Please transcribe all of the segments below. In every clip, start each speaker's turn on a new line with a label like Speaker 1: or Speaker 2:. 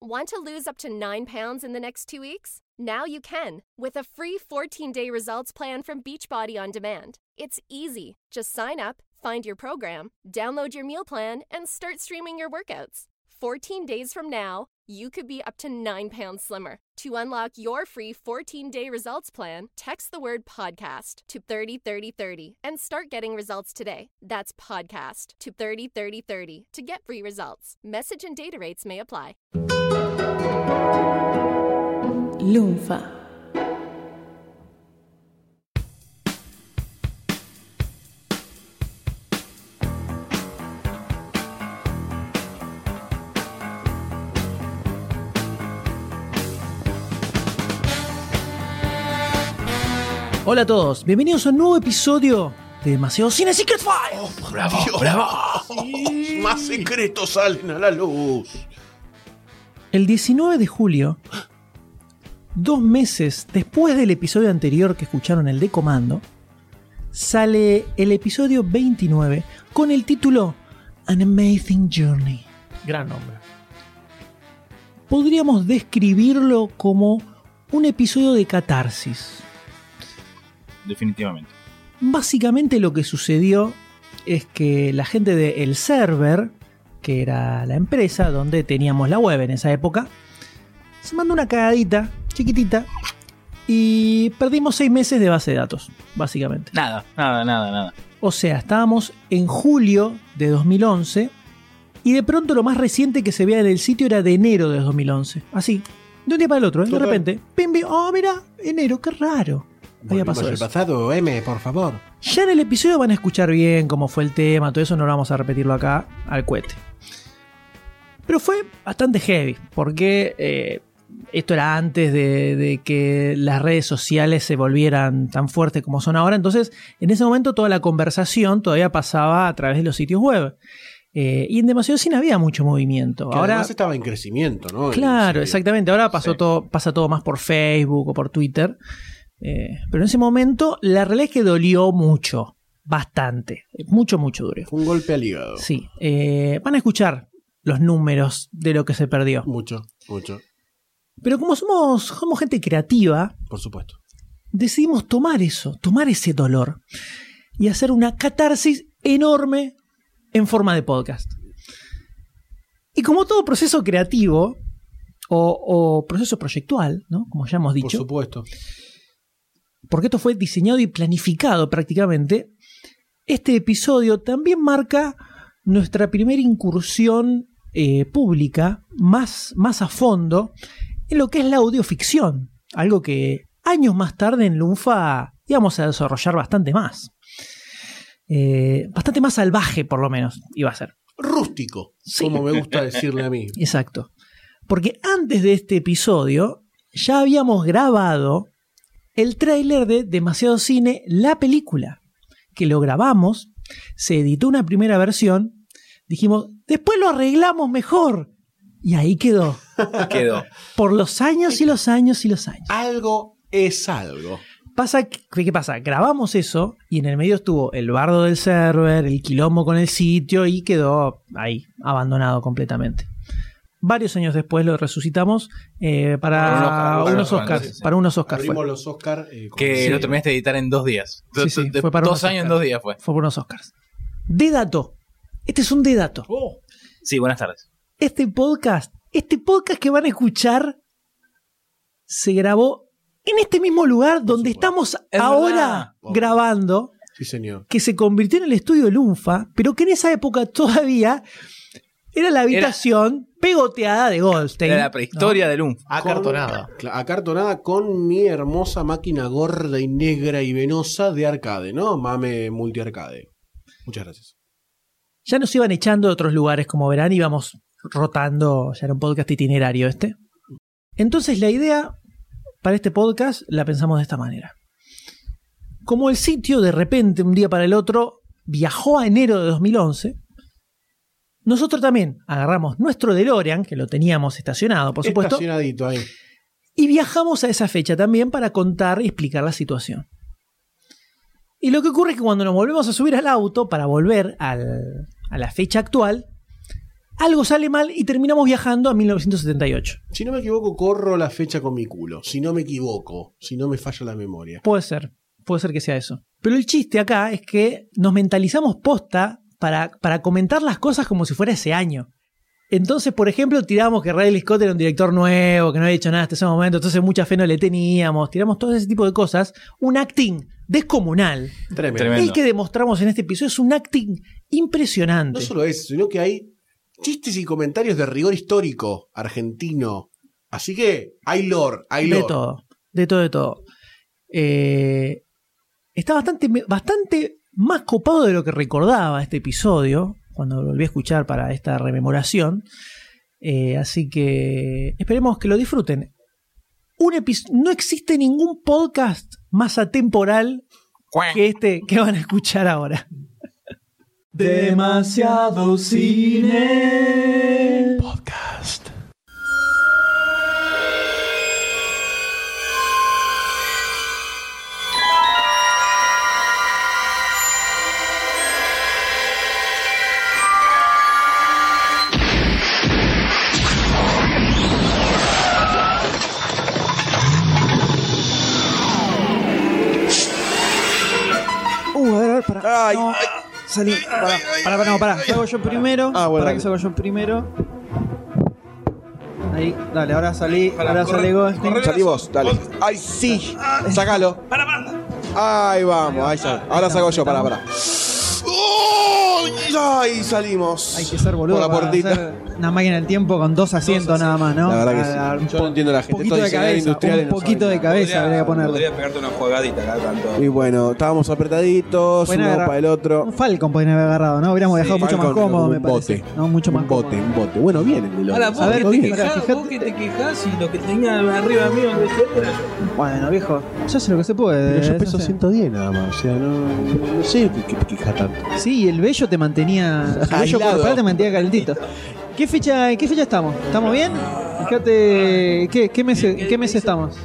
Speaker 1: Want to lose up to 9 pounds in the next 2 weeks? Now you can with a free 14-day results plan from Beachbody on Demand. It's easy. Just sign up, find your program, download your meal plan, and start streaming your workouts. 14 days from now, you could be up to 9 pounds slimmer. To unlock your free 14-day results plan, text the word podcast to 303030 and start getting results today. That's podcast to 303030 to get free results. Message and data rates may apply.
Speaker 2: Lunfa.
Speaker 3: Hola a todos, bienvenidos a un nuevo episodio de Demasiado Cine Secret Files.
Speaker 4: ¡Bravo! ¡Bravo! Más secretos salen a la luz.
Speaker 3: El 19 de julio, dos meses después del episodio anterior que escucharon, el de Comando, sale el episodio 29 con el título An Amazing Journey.
Speaker 5: Gran nombre.
Speaker 3: Podríamos describirlo como un episodio de catarsis.
Speaker 6: definitivamente.
Speaker 3: Básicamente lo que sucedió es que la gente de El Server, que era la empresa donde teníamos la web en esa época, se mandó una cagadita chiquitita y perdimos seis meses de base de datos, básicamente.
Speaker 6: Nada, nada, nada, nada.
Speaker 3: O sea, estábamos en julio de 2011 y de pronto lo más reciente que se veía en el sitio era de enero de 2011. Así, de un día para el otro, ¿eh? de
Speaker 4: Total.
Speaker 3: repente, pim, pim, oh, mira, enero, qué raro. Había
Speaker 7: Volvemos
Speaker 3: pasado
Speaker 7: al
Speaker 3: eso.
Speaker 7: pasado, M, por favor.
Speaker 3: Ya en el episodio van a escuchar bien cómo fue el tema, todo eso no lo vamos a repetirlo acá al cohete. Pero fue bastante heavy, porque eh, esto era antes de, de que las redes sociales se volvieran tan fuertes como son ahora, entonces en ese momento toda la conversación todavía pasaba a través de los sitios web. Eh, y en demasiado sin había mucho movimiento.
Speaker 7: Que
Speaker 3: ahora
Speaker 7: además estaba en crecimiento, ¿no? El
Speaker 3: Claro,
Speaker 7: sitio.
Speaker 3: exactamente. Ahora pasó
Speaker 6: Sí.
Speaker 3: todo, pasa todo más por Facebook o por Twitter. Eh, pero en ese momento la realidad es que dolió mucho, bastante, mucho, mucho duro.
Speaker 7: Fue un golpe al hígado.
Speaker 3: Sí, eh, van a escuchar los números de lo que se perdió.
Speaker 7: Mucho, mucho,
Speaker 3: Pero como somos, somos gente creativa,
Speaker 7: por supuesto.
Speaker 3: decidimos tomar eso, tomar ese dolor y hacer una catarsis enorme en forma de podcast. Y como todo proceso creativo o, o proceso proyectual, ¿no? como ya hemos
Speaker 7: Por
Speaker 3: dicho,
Speaker 7: supuesto.
Speaker 3: porque esto fue diseñado y planificado prácticamente, este episodio también marca nuestra primera incursión eh, pública más, más a fondo en lo que es la audioficción, algo que años más tarde en Lunfa íbamos a desarrollar bastante más. Eh, bastante más salvaje, por lo menos, iba a ser.
Speaker 7: Rústico,
Speaker 3: Sí.
Speaker 7: como me gusta decirle a mí.
Speaker 3: Exacto. Porque antes de este episodio ya habíamos grabado el tráiler de Demasiado Cine, la película, que lo grabamos, se editó una primera versión, dijimos, después lo arreglamos mejor. Y ahí quedó,
Speaker 6: Quedó.
Speaker 3: por los años y los años y los años.
Speaker 7: Algo es algo.
Speaker 3: Pasa, que- ¿Qué pasa? Grabamos eso y en el medio estuvo el bardo del server, el quilombo con el sitio y quedó ahí, abandonado completamente. Varios años después lo resucitamos eh,
Speaker 6: Para
Speaker 3: para, unos
Speaker 6: unos- para unos-
Speaker 3: Oscars.
Speaker 6: sí, sí.
Speaker 3: Para unos Oscars
Speaker 7: Abrimos
Speaker 3: fue.
Speaker 7: los Oscar. eh, con-
Speaker 6: Que
Speaker 3: Sí.
Speaker 6: lo terminaste de editar en dos días.
Speaker 3: Sí, sí,
Speaker 6: De-
Speaker 3: fue para
Speaker 6: dos
Speaker 3: unos
Speaker 6: años en
Speaker 3: Oscars.
Speaker 6: dos días fue.
Speaker 3: Fue por unos Oscars. De dato. Este es un de dato.
Speaker 6: Oh. Sí, buenas tardes.
Speaker 3: Este podcast, este podcast que van a escuchar, se grabó en este mismo lugar donde
Speaker 7: supuesto.
Speaker 3: estamos
Speaker 6: Es
Speaker 3: ahora
Speaker 7: verdad.
Speaker 3: grabando.
Speaker 7: Sí, señor.
Speaker 3: que se convirtió en el estudio Lunfa, pero que en esa época todavía era la habitación pegoteada de Goldstein.
Speaker 6: Era la prehistoria del UNF.
Speaker 5: Acartonada.
Speaker 7: Con- cla- acartonada con mi hermosa máquina gorda y negra y venosa de arcade, ¿no? Mame multiarcade. Muchas gracias.
Speaker 3: ¿no? Ya nos iban echando de otros lugares, como verán, íbamos rotando, ya era un podcast itinerario este. Entonces la idea para este podcast la pensamos de esta manera. Como el sitio de repente, un día para el otro, viajó a enero de 2011, nosotros también agarramos nuestro DeLorean, que lo teníamos estacionado, por supuesto,
Speaker 7: Estacionadito ahí.
Speaker 3: Y viajamos a esa fecha también para contar y explicar la situación. Y lo que ocurre es que cuando nos volvemos a subir al auto para volver al- a la fecha actual, algo sale mal y terminamos viajando a 1978.
Speaker 7: Si no me equivoco, corro la fecha con mi culo. Si no me equivoco, si no me falla la memoria.
Speaker 3: Puede ser, puede ser que sea eso. Pero el chiste acá es que nos mentalizamos posta para, para comentar las cosas como si fuera ese año. Entonces, por ejemplo, tiramos que Riley Scott era un director nuevo, que no había hecho nada hasta ese momento, entonces mucha fe no le teníamos, tiramos todo ese tipo de cosas. Un acting descomunal.
Speaker 7: Tremendo.
Speaker 6: Tremendo.
Speaker 3: El que demostramos en este episodio es un acting impresionante.
Speaker 7: No solo eso, sino que hay chistes y comentarios de rigor histórico argentino. Así que, hay lore, hay
Speaker 3: de
Speaker 7: lore.
Speaker 3: todo, de todo, de todo. Eh, está bastante, bastante más copado de lo que recordaba este episodio, cuando lo volví a escuchar para esta rememoración. Eh, así que esperemos que lo disfruten. Un epi- no existe ningún podcast más atemporal que este que van a escuchar ahora. Demasiado cine.
Speaker 5: Uh, a ver, a ver, para.
Speaker 4: Ay,
Speaker 5: no,
Speaker 4: ay.
Speaker 5: salí. Para, para, para, no, para. Salgo yo primero.
Speaker 7: Ah, bueno,
Speaker 5: para
Speaker 7: dale.
Speaker 5: que salgo yo primero. Ahí, dale, ahora salí. ahora sale Goldstein.
Speaker 8: Salí vos, dale. Ay, sí. Sácalo. Ahí vamos, ahí ya. Ahora salgo yo, pará, pará. Ay, salimos.
Speaker 5: Hay que ser boludo.
Speaker 8: Por la
Speaker 5: para
Speaker 8: puertita.
Speaker 5: hacer Una máquina del tiempo con dos asientos nada más, ¿no?
Speaker 8: La verdad que
Speaker 5: Para
Speaker 8: sí.
Speaker 5: dar
Speaker 8: Yo no entiendo a la gente.
Speaker 5: Un poquito
Speaker 8: Estos
Speaker 5: de
Speaker 8: diseñadores
Speaker 5: cabeza.
Speaker 8: industriales
Speaker 5: Un
Speaker 8: no
Speaker 5: poquito
Speaker 8: saben
Speaker 5: de cabeza habría que ponerle.
Speaker 6: Podría pegarte una juegadita cada tanto.
Speaker 8: Y bueno, estábamos apretaditos,
Speaker 5: Buena
Speaker 8: uno
Speaker 5: agarra-
Speaker 8: para el
Speaker 5: Un
Speaker 8: otro.
Speaker 5: Falcon podrían haber agarrado, ¿no? Hubiéramos dejado mucho más
Speaker 8: Falcon,
Speaker 5: cómodo,
Speaker 8: un
Speaker 5: me parece.
Speaker 8: bote.
Speaker 5: No, mucho más
Speaker 8: Un bote,
Speaker 5: cómodo.
Speaker 8: un bote. Bueno, bien el de los.
Speaker 6: Ahora vos,
Speaker 5: A ver,
Speaker 6: que te
Speaker 5: bien.
Speaker 6: quejás,
Speaker 5: Pará,
Speaker 6: vos que te quejás y lo que tenía arriba mío en el desierto era yo.
Speaker 5: Bueno, viejo, yo sé lo que se puede.
Speaker 8: Pero yo
Speaker 5: eso
Speaker 8: peso
Speaker 5: sé.
Speaker 8: 110 nada más, o sea, no, no sé qué qué queja tanto.
Speaker 5: Sí, y el vello te mantenía. El vello
Speaker 8: Aislado.
Speaker 5: corporal te mantenía calentito. ¿Qué fecha, qué fecha estamos? ¿Estamos bien? Fíjate. ¿Qué, qué mes, qué mes estamos?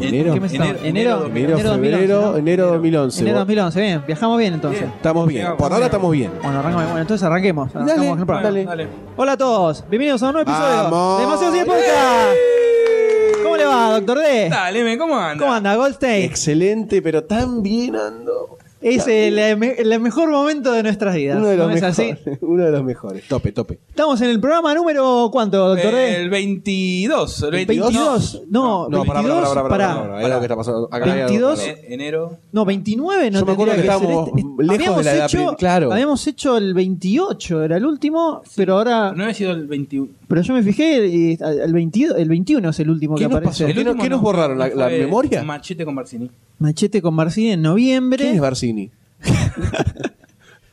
Speaker 8: Enero,
Speaker 5: Eh, ¿Qué mes estamos? ¿Enero?
Speaker 8: enero,
Speaker 5: 2011,
Speaker 8: febrero,
Speaker 5: ¿no?
Speaker 8: enero 2011.
Speaker 5: Enero 2011, bien. Viajamos bien entonces.
Speaker 8: Estamos bien, por ahora estamos bien.
Speaker 5: Bueno, arrancamos. Bueno, entonces arranquemos. arrancamos con el programa.
Speaker 8: dale.
Speaker 5: Hola a todos. Bienvenidos a un nuevo episodio
Speaker 8: Vamos.
Speaker 5: de Demasiado Cine Podcast. ¿Cómo le va, doctor D?
Speaker 6: Dale, men, ¿cómo anda?
Speaker 5: ¿Cómo anda, Goldstein?
Speaker 8: Excelente, pero tan bien ando.
Speaker 5: Es el, el mejor momento de nuestras vidas.
Speaker 8: Uno de los
Speaker 5: ¿no es así?
Speaker 8: mejores. Uno de los mejores. Tope, tope.
Speaker 5: Estamos en el programa número ¿cuánto, doctor
Speaker 8: E?
Speaker 5: D?
Speaker 6: El 22. El 22.
Speaker 5: 22, no,
Speaker 8: No, pará, pará,
Speaker 5: 22,
Speaker 8: pará, pará,
Speaker 5: pará.
Speaker 8: pará, pará, ahí lo que está pasando. Acá hay algo
Speaker 5: 22.
Speaker 8: raro.
Speaker 6: Eh, enero.
Speaker 5: No, 29 no
Speaker 8: Yo me acuerdo
Speaker 5: tendría
Speaker 8: que
Speaker 5: ser este,
Speaker 8: estábamos lejos de
Speaker 5: habíamos
Speaker 8: la edad
Speaker 5: hecho,
Speaker 8: prim- claro.
Speaker 5: Habíamos hecho el 28, era el último, pero ahora...
Speaker 6: No había sido el 21.
Speaker 5: Pero yo me fijé, y a- el, 22, el 21 es el último que
Speaker 8: ¿Qué nos
Speaker 5: aparece.
Speaker 8: pasó?
Speaker 6: El
Speaker 8: ¿Qué no-
Speaker 6: último
Speaker 8: qué nos borraron? ¿La- la
Speaker 6: Fue
Speaker 8: memoria?
Speaker 6: Machete con Barcini.
Speaker 5: Machete con Barcini en noviembre.
Speaker 8: ¿Quién es Barcini?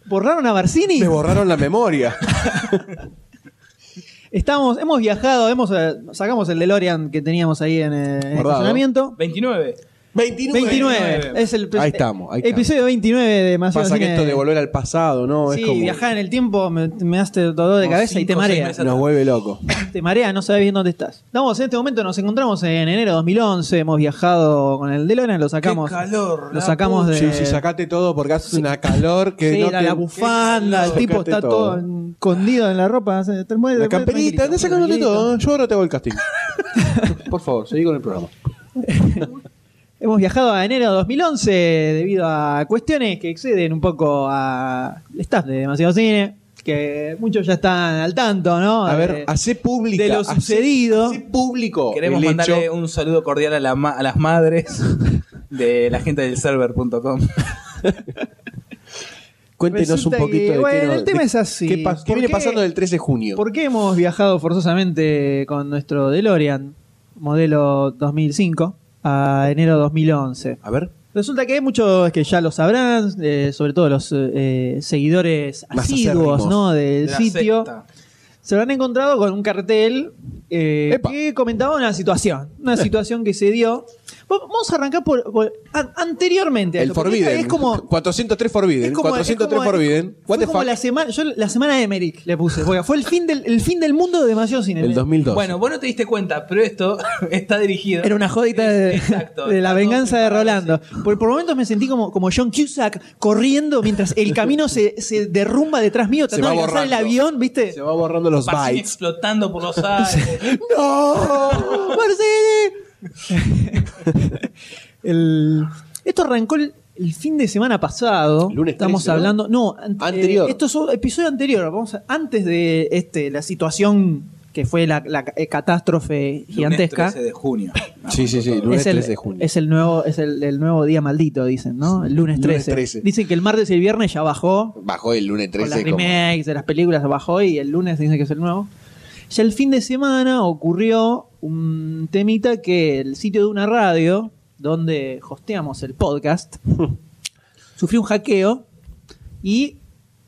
Speaker 5: ¿Borraron a Barcini?
Speaker 8: Me borraron la memoria.
Speaker 5: Estamos, hemos viajado, hemos eh, sacamos el DeLorean que teníamos ahí en eh, en el
Speaker 8: Guardado.
Speaker 5: estacionamiento.
Speaker 6: 29.
Speaker 8: 29.
Speaker 5: 29,
Speaker 6: 29.
Speaker 5: es el
Speaker 8: Ahí estamos, ahí estamos.
Speaker 5: episodio 29 de más
Speaker 8: Pasa que esto de volver al pasado, ¿no?
Speaker 5: sí,
Speaker 8: es como.
Speaker 5: viajar en el tiempo me, me hace dolor de
Speaker 6: Como
Speaker 5: cabeza y te
Speaker 6: cinco o seis
Speaker 5: marea.
Speaker 6: meses
Speaker 8: Nos vuelve loco.
Speaker 5: Te marea, no sabes bien dónde estás. Estamos en este momento, nos encontramos en enero de 2011. Hemos viajado con el DeLorean, lo sacamos.
Speaker 6: Qué calor,
Speaker 5: Lo
Speaker 6: la
Speaker 5: sacamos de.
Speaker 8: Sí, sí, sacate todo porque hace una calor que
Speaker 5: Sí,
Speaker 8: no
Speaker 5: la,
Speaker 8: te-
Speaker 5: la bufanda, el
Speaker 8: Sacate
Speaker 5: tipo está todo escondido en la ropa. hace- te mueve-
Speaker 8: La
Speaker 5: tranquilito,
Speaker 8: camperita, andá sacándote
Speaker 5: tranquilito.
Speaker 8: todo. Yo ahora te hago el casting. Por favor, seguí con el programa.
Speaker 5: Hemos viajado a enero de 2011 debido a cuestiones que exceden un poco a el staff de Demasiado Cine, que muchos ya están al tanto, ¿no?
Speaker 8: A ver,
Speaker 5: Eh,
Speaker 8: hace pública.
Speaker 5: de lo
Speaker 8: hacé-
Speaker 5: sucedido.
Speaker 8: hacé público.
Speaker 6: Queremos
Speaker 8: el
Speaker 6: mandarle
Speaker 8: hecho.
Speaker 6: un saludo cordial a, la ma- a las madres de la gente del server.com.
Speaker 8: Cuéntenos un
Speaker 5: Resulta
Speaker 8: poquito
Speaker 5: que,
Speaker 8: de qué
Speaker 5: bueno,
Speaker 8: nos-
Speaker 5: el tema
Speaker 8: de-
Speaker 5: es así.
Speaker 8: ¿Qué, pas- qué
Speaker 5: ¿Por
Speaker 8: viene
Speaker 5: qué-
Speaker 8: pasando del 3 de junio?
Speaker 5: ¿Por qué hemos viajado forzosamente con nuestro DeLorean, modelo 2005, a enero 2011?
Speaker 8: A ver.
Speaker 5: Resulta que hay muchos que ya lo sabrán, eh, sobre todo los eh, eh, seguidores
Speaker 8: Más
Speaker 5: asiduos
Speaker 8: acérrimos.
Speaker 5: ¿no? del
Speaker 6: De la
Speaker 5: sitio,
Speaker 6: secta.
Speaker 5: se habrán encontrado con un cartel eh,
Speaker 8: Epa. Eh.
Speaker 5: que comentaba una situación, una situación que se dio. Va- Vamos a arrancar por, por- an- anteriormente. a
Speaker 8: El
Speaker 5: esto, porque
Speaker 8: Forbidden.
Speaker 5: Es como,
Speaker 8: 403 Forbidden.
Speaker 5: es como-
Speaker 8: 403
Speaker 5: es como-
Speaker 8: Forbidden.
Speaker 5: Fue
Speaker 8: What the
Speaker 5: como
Speaker 8: fuck?
Speaker 5: la semana, yo la semana de Emmerich le puse, porque fue el fin del, el fin del mundo de demasiado cine.
Speaker 8: El 2002.
Speaker 6: Bueno, vos no te diste cuenta, pero esto está dirigido.
Speaker 5: Era una jodita de,
Speaker 6: Exacto.
Speaker 5: de la
Speaker 6: Está
Speaker 5: venganza
Speaker 6: todo
Speaker 5: de
Speaker 6: preparado,
Speaker 5: Rolando. Por, por momentos me sentí como, como John Cusack corriendo mientras el camino se, se derrumba detrás mío,
Speaker 8: Se
Speaker 5: tratando de
Speaker 8: va
Speaker 5: alcanzar el
Speaker 8: borrando.
Speaker 5: avión, ¿viste?
Speaker 8: Se va borrando los
Speaker 6: Martín
Speaker 8: bytes.
Speaker 6: explotando por los aires.
Speaker 8: ¡No!
Speaker 5: ¡Mercedes! El- esto arrancó el, el fin de semana pasado.
Speaker 7: Lunes
Speaker 5: Estamos
Speaker 7: 13, ¿no?
Speaker 5: hablando. No, an-
Speaker 7: Anterior.
Speaker 5: eh, esto es un episodio anterior. Vamos a- antes de este, la situación que fue la, la, eh, catástrofe gigantesca.
Speaker 6: Lunes 13 de junio.
Speaker 8: Sí, sí, sí. Lunes
Speaker 5: Es el,
Speaker 8: 13 de junio.
Speaker 5: es el nuevo, es el, el nuevo día maldito, dicen, ¿no? El lunes
Speaker 8: Lunes
Speaker 5: 13.
Speaker 8: 13.
Speaker 5: Dicen que el martes y el viernes ya bajó.
Speaker 8: Bajó el lunes
Speaker 5: Con las
Speaker 8: 13 como...
Speaker 5: remakes de las películas bajó y el lunes dicen que es el nuevo. Ya el fin de semana ocurrió un temita que el sitio de una radio, donde hosteamos el podcast, sufrió un hackeo y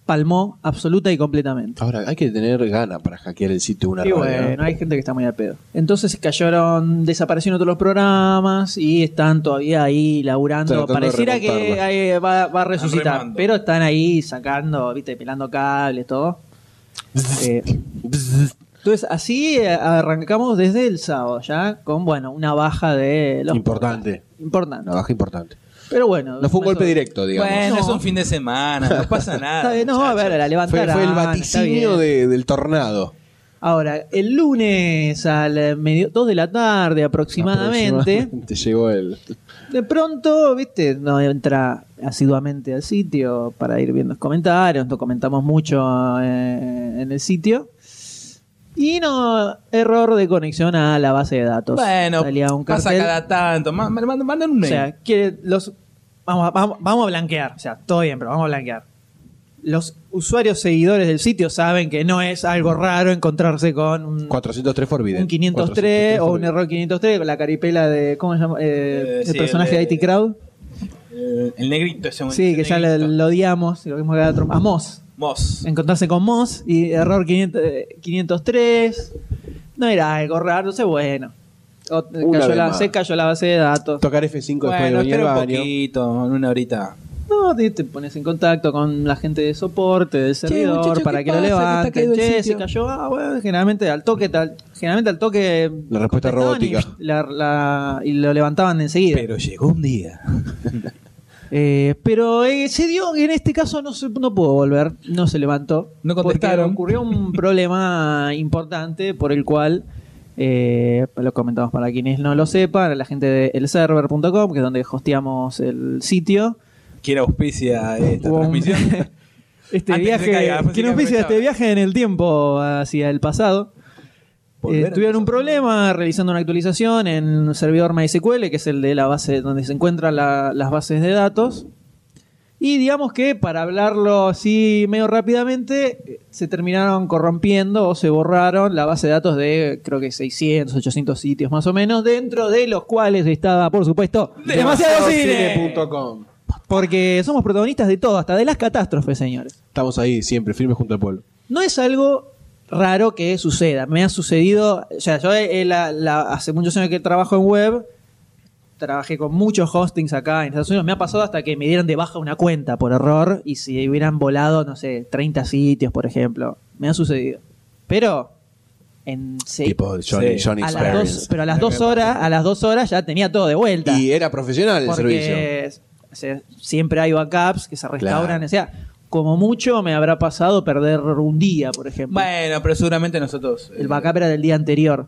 Speaker 5: palmó absoluta y completamente.
Speaker 8: Ahora, hay que tener ganas para hackear el sitio de una
Speaker 5: Y
Speaker 8: radio.
Speaker 5: bueno, hay gente que está muy al pedo. Entonces cayeron, desaparecieron todos los programas y están todavía ahí laburando.
Speaker 8: Tratando de
Speaker 5: Pareciera
Speaker 8: remontarla.
Speaker 5: que eh, va, va a resucitar,
Speaker 6: remando.
Speaker 5: pero están ahí sacando, viste, pelando cables, todo. Eh, entonces así eh, arrancamos desde el sábado ya con, bueno, una baja de los...
Speaker 8: Importante.
Speaker 5: Importante.
Speaker 8: Una baja importante.
Speaker 5: Pero bueno.
Speaker 8: No fue un golpe
Speaker 5: eso-
Speaker 8: directo, digamos.
Speaker 6: Bueno,
Speaker 5: No.
Speaker 6: es un fin de semana, no pasa
Speaker 5: Está
Speaker 6: nada.
Speaker 5: bien, no, a
Speaker 6: muchachos.
Speaker 5: ver, la
Speaker 8: fue,
Speaker 5: levantarán,
Speaker 8: fue el
Speaker 5: está
Speaker 8: vaticinio
Speaker 5: bien.
Speaker 8: de- del tornado.
Speaker 5: Ahora, el lunes a las 2 de la tarde aproximadamente,
Speaker 8: Te llegó el...
Speaker 5: de pronto, viste, no entra asiduamente al sitio para ir viendo los comentarios, no comentamos mucho eh, en el sitio. Y no, error de conexión a la base de datos.
Speaker 6: Bueno,
Speaker 5: Salía un
Speaker 6: pasa
Speaker 5: cartel.
Speaker 6: cada tanto. Ma- ma- Mandan un
Speaker 5: O
Speaker 6: mail.
Speaker 5: sea, que los vamos, a- vamos, vamos a blanquear. O sea, todo bien, pero vamos a blanquear. Los usuarios seguidores del sitio saben que no es algo raro encontrarse con un
Speaker 8: 403 Forbidden.
Speaker 5: un 503 o un
Speaker 8: Forbidden.
Speaker 5: error 503 con la caripela de cómo se llama Eh,
Speaker 6: Eh,
Speaker 5: el
Speaker 6: sí,
Speaker 5: personaje
Speaker 6: el
Speaker 5: de
Speaker 6: de-
Speaker 5: IT Crowd
Speaker 6: Eh, el negrito ese
Speaker 5: sí que
Speaker 6: ese
Speaker 5: ya le-
Speaker 6: negrito.
Speaker 5: lo, odiamos lo vimos a, a Moss
Speaker 6: Vos.
Speaker 5: encontrarse con Moss y error 500, eh, 503 no era algo raro entonces bueno O-
Speaker 8: Una
Speaker 5: cayó
Speaker 8: vez
Speaker 5: la,
Speaker 8: más.
Speaker 5: se cayó la base de datos
Speaker 8: Tocar F5 después de venir
Speaker 6: Bueno,
Speaker 8: al
Speaker 6: espera un
Speaker 8: baño.
Speaker 6: poquito, en una horita.
Speaker 5: no te, te pones en contacto con la gente de soporte del servidor
Speaker 6: muchacho, ¿qué
Speaker 5: para que lo
Speaker 6: pasa? Que está
Speaker 5: levanten
Speaker 6: caído el
Speaker 5: che se
Speaker 6: sitio.
Speaker 5: cayó ah bueno generalmente al toque tal- generalmente al toque
Speaker 8: La respuesta
Speaker 5: contestaban y-
Speaker 8: robótica.
Speaker 5: la- la- y lo levantaban enseguida
Speaker 6: Pero llegó un día.
Speaker 5: Eh, pero eh, se dio, en este caso no, se, no pudo volver, no se levantó.
Speaker 6: No contestaron.
Speaker 5: Porque ocurrió un problema importante por el cual, eh, lo comentamos para quienes no lo sepan, la gente de elserver.com, que es donde hosteamos el sitio.
Speaker 6: ¿Quién auspicia esta
Speaker 5: Hubo un-
Speaker 6: transmisión?
Speaker 5: Este
Speaker 6: Antes que
Speaker 5: viaje,
Speaker 6: se caiga, antes que
Speaker 5: que nos
Speaker 6: caiga,
Speaker 5: oficia este
Speaker 6: aprovechaba.
Speaker 5: viaje en el tiempo hacia el pasado.
Speaker 6: Volver
Speaker 5: Eh,
Speaker 6: al
Speaker 5: tuvieron un
Speaker 6: pasado.
Speaker 5: problema realizando una actualización en un servidor MySQL, que es el de la base donde se encuentran la- las bases de datos. Y digamos que, para hablarlo así medio rápidamente, eh, se terminaron corrompiendo o se borraron la base de datos de creo que 600, 800 sitios más o menos, dentro de los cuales estaba, por supuesto, demasiado cine.
Speaker 8: Cine.com.
Speaker 5: Porque somos protagonistas de todo, hasta de las catástrofes, señores
Speaker 8: Estamos ahí siempre, firmes junto al pueblo.
Speaker 5: no es algo raro que suceda. Me ha sucedido, o sea, yo eh, la- la- hace muchos años que trabajo en web, trabajé con muchos hostings acá en Estados Unidos, me ha pasado hasta que me dieran de baja una cuenta por error y si hubieran volado, no sé, 30 sitios, por ejemplo. Me ha sucedido. Pero, en se-
Speaker 8: Tipo Johnny,
Speaker 6: Sí.
Speaker 8: Johnny
Speaker 5: a las
Speaker 8: Experience.
Speaker 5: dos, pero a las dos horas, a las dos horas ya tenía todo de vuelta
Speaker 8: Y era profesional el servicio.
Speaker 5: porque o sea, siempre hay backups que se restauran.
Speaker 8: Claro.
Speaker 5: O sea, como mucho me habrá pasado perder un día, por ejemplo.
Speaker 6: Bueno, pero seguramente nosotros. eh,
Speaker 5: El backup era del día anterior.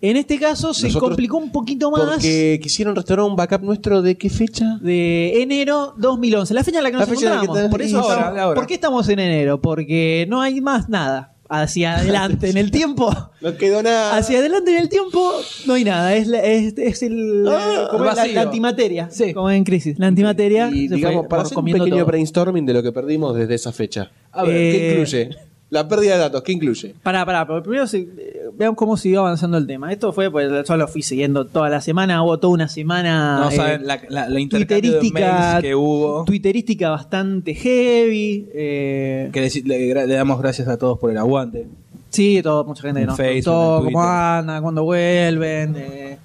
Speaker 5: En este caso se
Speaker 8: Nosotros-
Speaker 5: complicó un poquito más
Speaker 8: Porque quisieron restaurar un backup nuestro de qué fecha?
Speaker 5: de enero 2011, la fecha en la que nos
Speaker 8: La fecha en la que
Speaker 5: encontramos.
Speaker 8: te-
Speaker 5: por, eso
Speaker 8: ahora,
Speaker 5: estamos-
Speaker 6: ahora.
Speaker 5: ¿Por qué estamos en enero? Porque no hay más nada hacia adelante en el tiempo.
Speaker 8: No quedó nada.
Speaker 5: Hacia adelante en el tiempo no hay nada, es, la- es, es el,
Speaker 8: Ah,
Speaker 5: como es la,
Speaker 6: vacío.
Speaker 5: la antimateria,
Speaker 6: Sí.
Speaker 5: como en crisis. La antimateria
Speaker 8: y
Speaker 5: se
Speaker 8: digamos,
Speaker 5: fue
Speaker 8: para hacer un
Speaker 5: comiendo
Speaker 8: pequeño
Speaker 5: todo.
Speaker 8: brainstorming de lo que perdimos desde esa fecha. A ver,
Speaker 5: Eh,
Speaker 8: ¿qué incluye? La pérdida de datos, ¿qué incluye?
Speaker 5: Pará, pará, pero primero se- eh, veamos cómo siguió avanzando el tema. Esto fue, pues yo lo fui siguiendo toda la semana, hubo toda una semana
Speaker 6: no
Speaker 5: eh,
Speaker 6: saben la, la, la intercambio de
Speaker 5: twitterística,
Speaker 6: mails que hubo.
Speaker 5: twitterística bastante heavy. eh,
Speaker 6: Que deci- le, gra- le damos gracias a todos por el aguante.
Speaker 5: sí, todo, mucha gente que
Speaker 6: En
Speaker 5: nos
Speaker 6: Facebook,
Speaker 5: preguntó
Speaker 6: en
Speaker 5: cómo
Speaker 6: Twitter.
Speaker 5: andan, cuándo vuelven. eh,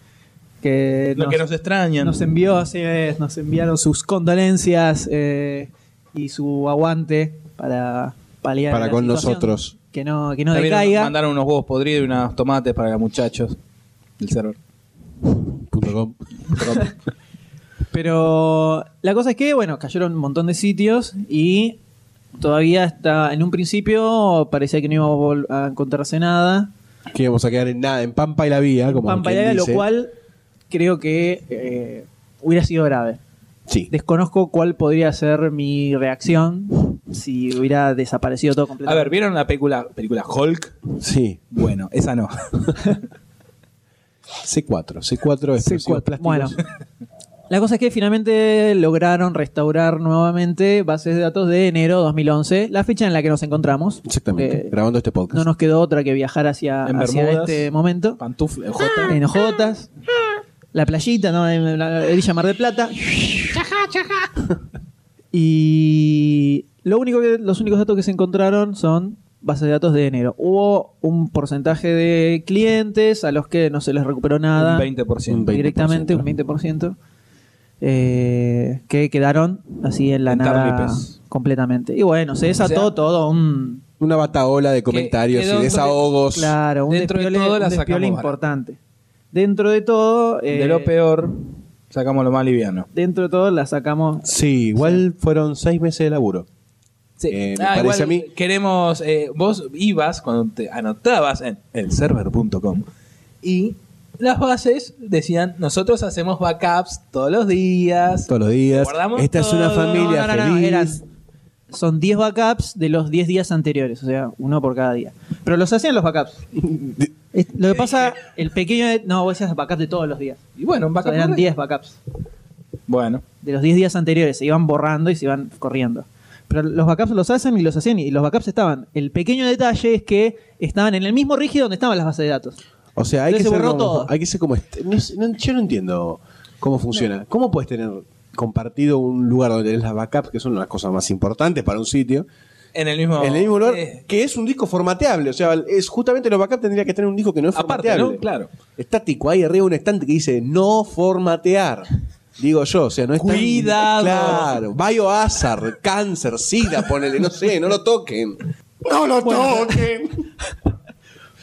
Speaker 5: que
Speaker 6: Lo
Speaker 5: nos,
Speaker 6: que nos extrañan.
Speaker 5: nos envió, así es, nos enviaron sus condolencias eh, y su aguante para paliar
Speaker 8: Para
Speaker 5: la
Speaker 8: con
Speaker 5: situación.
Speaker 8: nosotros.
Speaker 5: Que no, que no
Speaker 6: También
Speaker 5: decaiga.
Speaker 6: nos mandaron unos huevos podridos y unos tomates para muchachos del server.
Speaker 8: Punto com.
Speaker 5: Pero la cosa es que, bueno, cayeron un montón de sitios y todavía está, en un principio parecía que no íbamos a vol- a encontrarse nada.
Speaker 8: Que íbamos a quedar en nada, en Pampa y la Vía, como
Speaker 5: Pampa y
Speaker 8: quien
Speaker 5: Ávila, lo
Speaker 8: dice.
Speaker 5: cual creo que eh, hubiera sido grave.
Speaker 8: Sí.
Speaker 5: Desconozco cuál podría ser mi reacción si hubiera desaparecido todo
Speaker 6: A
Speaker 5: completamente.
Speaker 6: ver, ¿vieron la película, película Hulk?
Speaker 8: Sí.
Speaker 6: Bueno, esa no.
Speaker 8: C4. C4 explosivos plásticos.
Speaker 5: Bueno, la cosa es que finalmente lograron restaurar nuevamente bases de datos de enero 2011, la fecha en la que nos encontramos.
Speaker 8: Exactamente.
Speaker 5: Eh,
Speaker 8: grabando este podcast.
Speaker 5: No nos quedó otra que viajar hacia,
Speaker 6: En
Speaker 5: hacia
Speaker 6: Bermudas.
Speaker 5: este momento.
Speaker 6: Pantufla,
Speaker 5: En Ojotas. La playita, ¿no? En la Villa Mar de Plata. Y lo único que, los únicos datos que se encontraron son bases de datos de enero. Hubo un porcentaje de clientes a los que no se les recuperó nada.
Speaker 6: Un 20%.
Speaker 8: Un 20%.
Speaker 5: Directamente, un 20%. eh, que quedaron así en la
Speaker 6: En
Speaker 5: nada
Speaker 6: tarlipes.
Speaker 5: completamente. Y bueno, se desató
Speaker 6: sea,
Speaker 5: todo un...
Speaker 8: Una bataola de comentarios
Speaker 6: quedó
Speaker 8: y desahogos.
Speaker 5: Claro, un
Speaker 6: Dentro de
Speaker 5: despiole,
Speaker 6: todo la
Speaker 5: un despiole
Speaker 6: sacamos barata.
Speaker 5: importante. Dentro de todo, eh,
Speaker 6: De lo peor, sacamos lo más liviano.
Speaker 5: dentro de todo la sacamos.
Speaker 8: Sí, igual fueron seis meses de laburo. Eh, me parece a mí-
Speaker 6: Ah, Queremos. eh, vos ibas cuando te anotabas en elserver.com y las bases decían: Nosotros hacemos backups todos los días.
Speaker 8: Todos los días.
Speaker 6: Guardamos
Speaker 8: Esta es una
Speaker 6: todo.
Speaker 8: familia
Speaker 5: No, no, no, no,
Speaker 8: feliz.
Speaker 5: eras- son 10 backups de los 10 días anteriores, o sea, uno por cada día. Pero los hacían los backups. Es- Lo que pasa, el pequeño. de- no, vos hacías backups de todos los días.
Speaker 6: Y bueno, un
Speaker 5: O sea,
Speaker 6: backup.
Speaker 5: eran
Speaker 6: por-
Speaker 5: 10 backups.
Speaker 6: Bueno,
Speaker 5: De los 10 días anteriores, se iban borrando y se iban corriendo. Pero los backups los hacen y los hacían y los backups estaban. El pequeño detalle es que estaban en el mismo rígido donde estaban las bases de datos.
Speaker 8: O sea, hay que,
Speaker 5: Entonces
Speaker 8: ser
Speaker 5: se borró
Speaker 8: como,
Speaker 5: todo.
Speaker 8: hay que ser como... este- no sé, no- yo no entiendo cómo funciona. ¿Cómo puedes tener compartido un lugar donde tenés las backups, que son las cosas más importantes para un sitio,
Speaker 6: en el mismo.
Speaker 8: en el mismo lugar,
Speaker 6: Eh,
Speaker 8: que es un disco formateable? O sea, es justamente los backups tendría que tener un disco que no es
Speaker 6: aparte,
Speaker 8: formateable.
Speaker 6: ¿no? Claro.
Speaker 8: Estático, ahí arriba un estante que dice no formatear. Digo yo, o sea, no es tan-
Speaker 6: Cuidado.
Speaker 8: Claro, biohazard, cáncer, sida, ponele, no sé, no lo toquen. No lo toquen.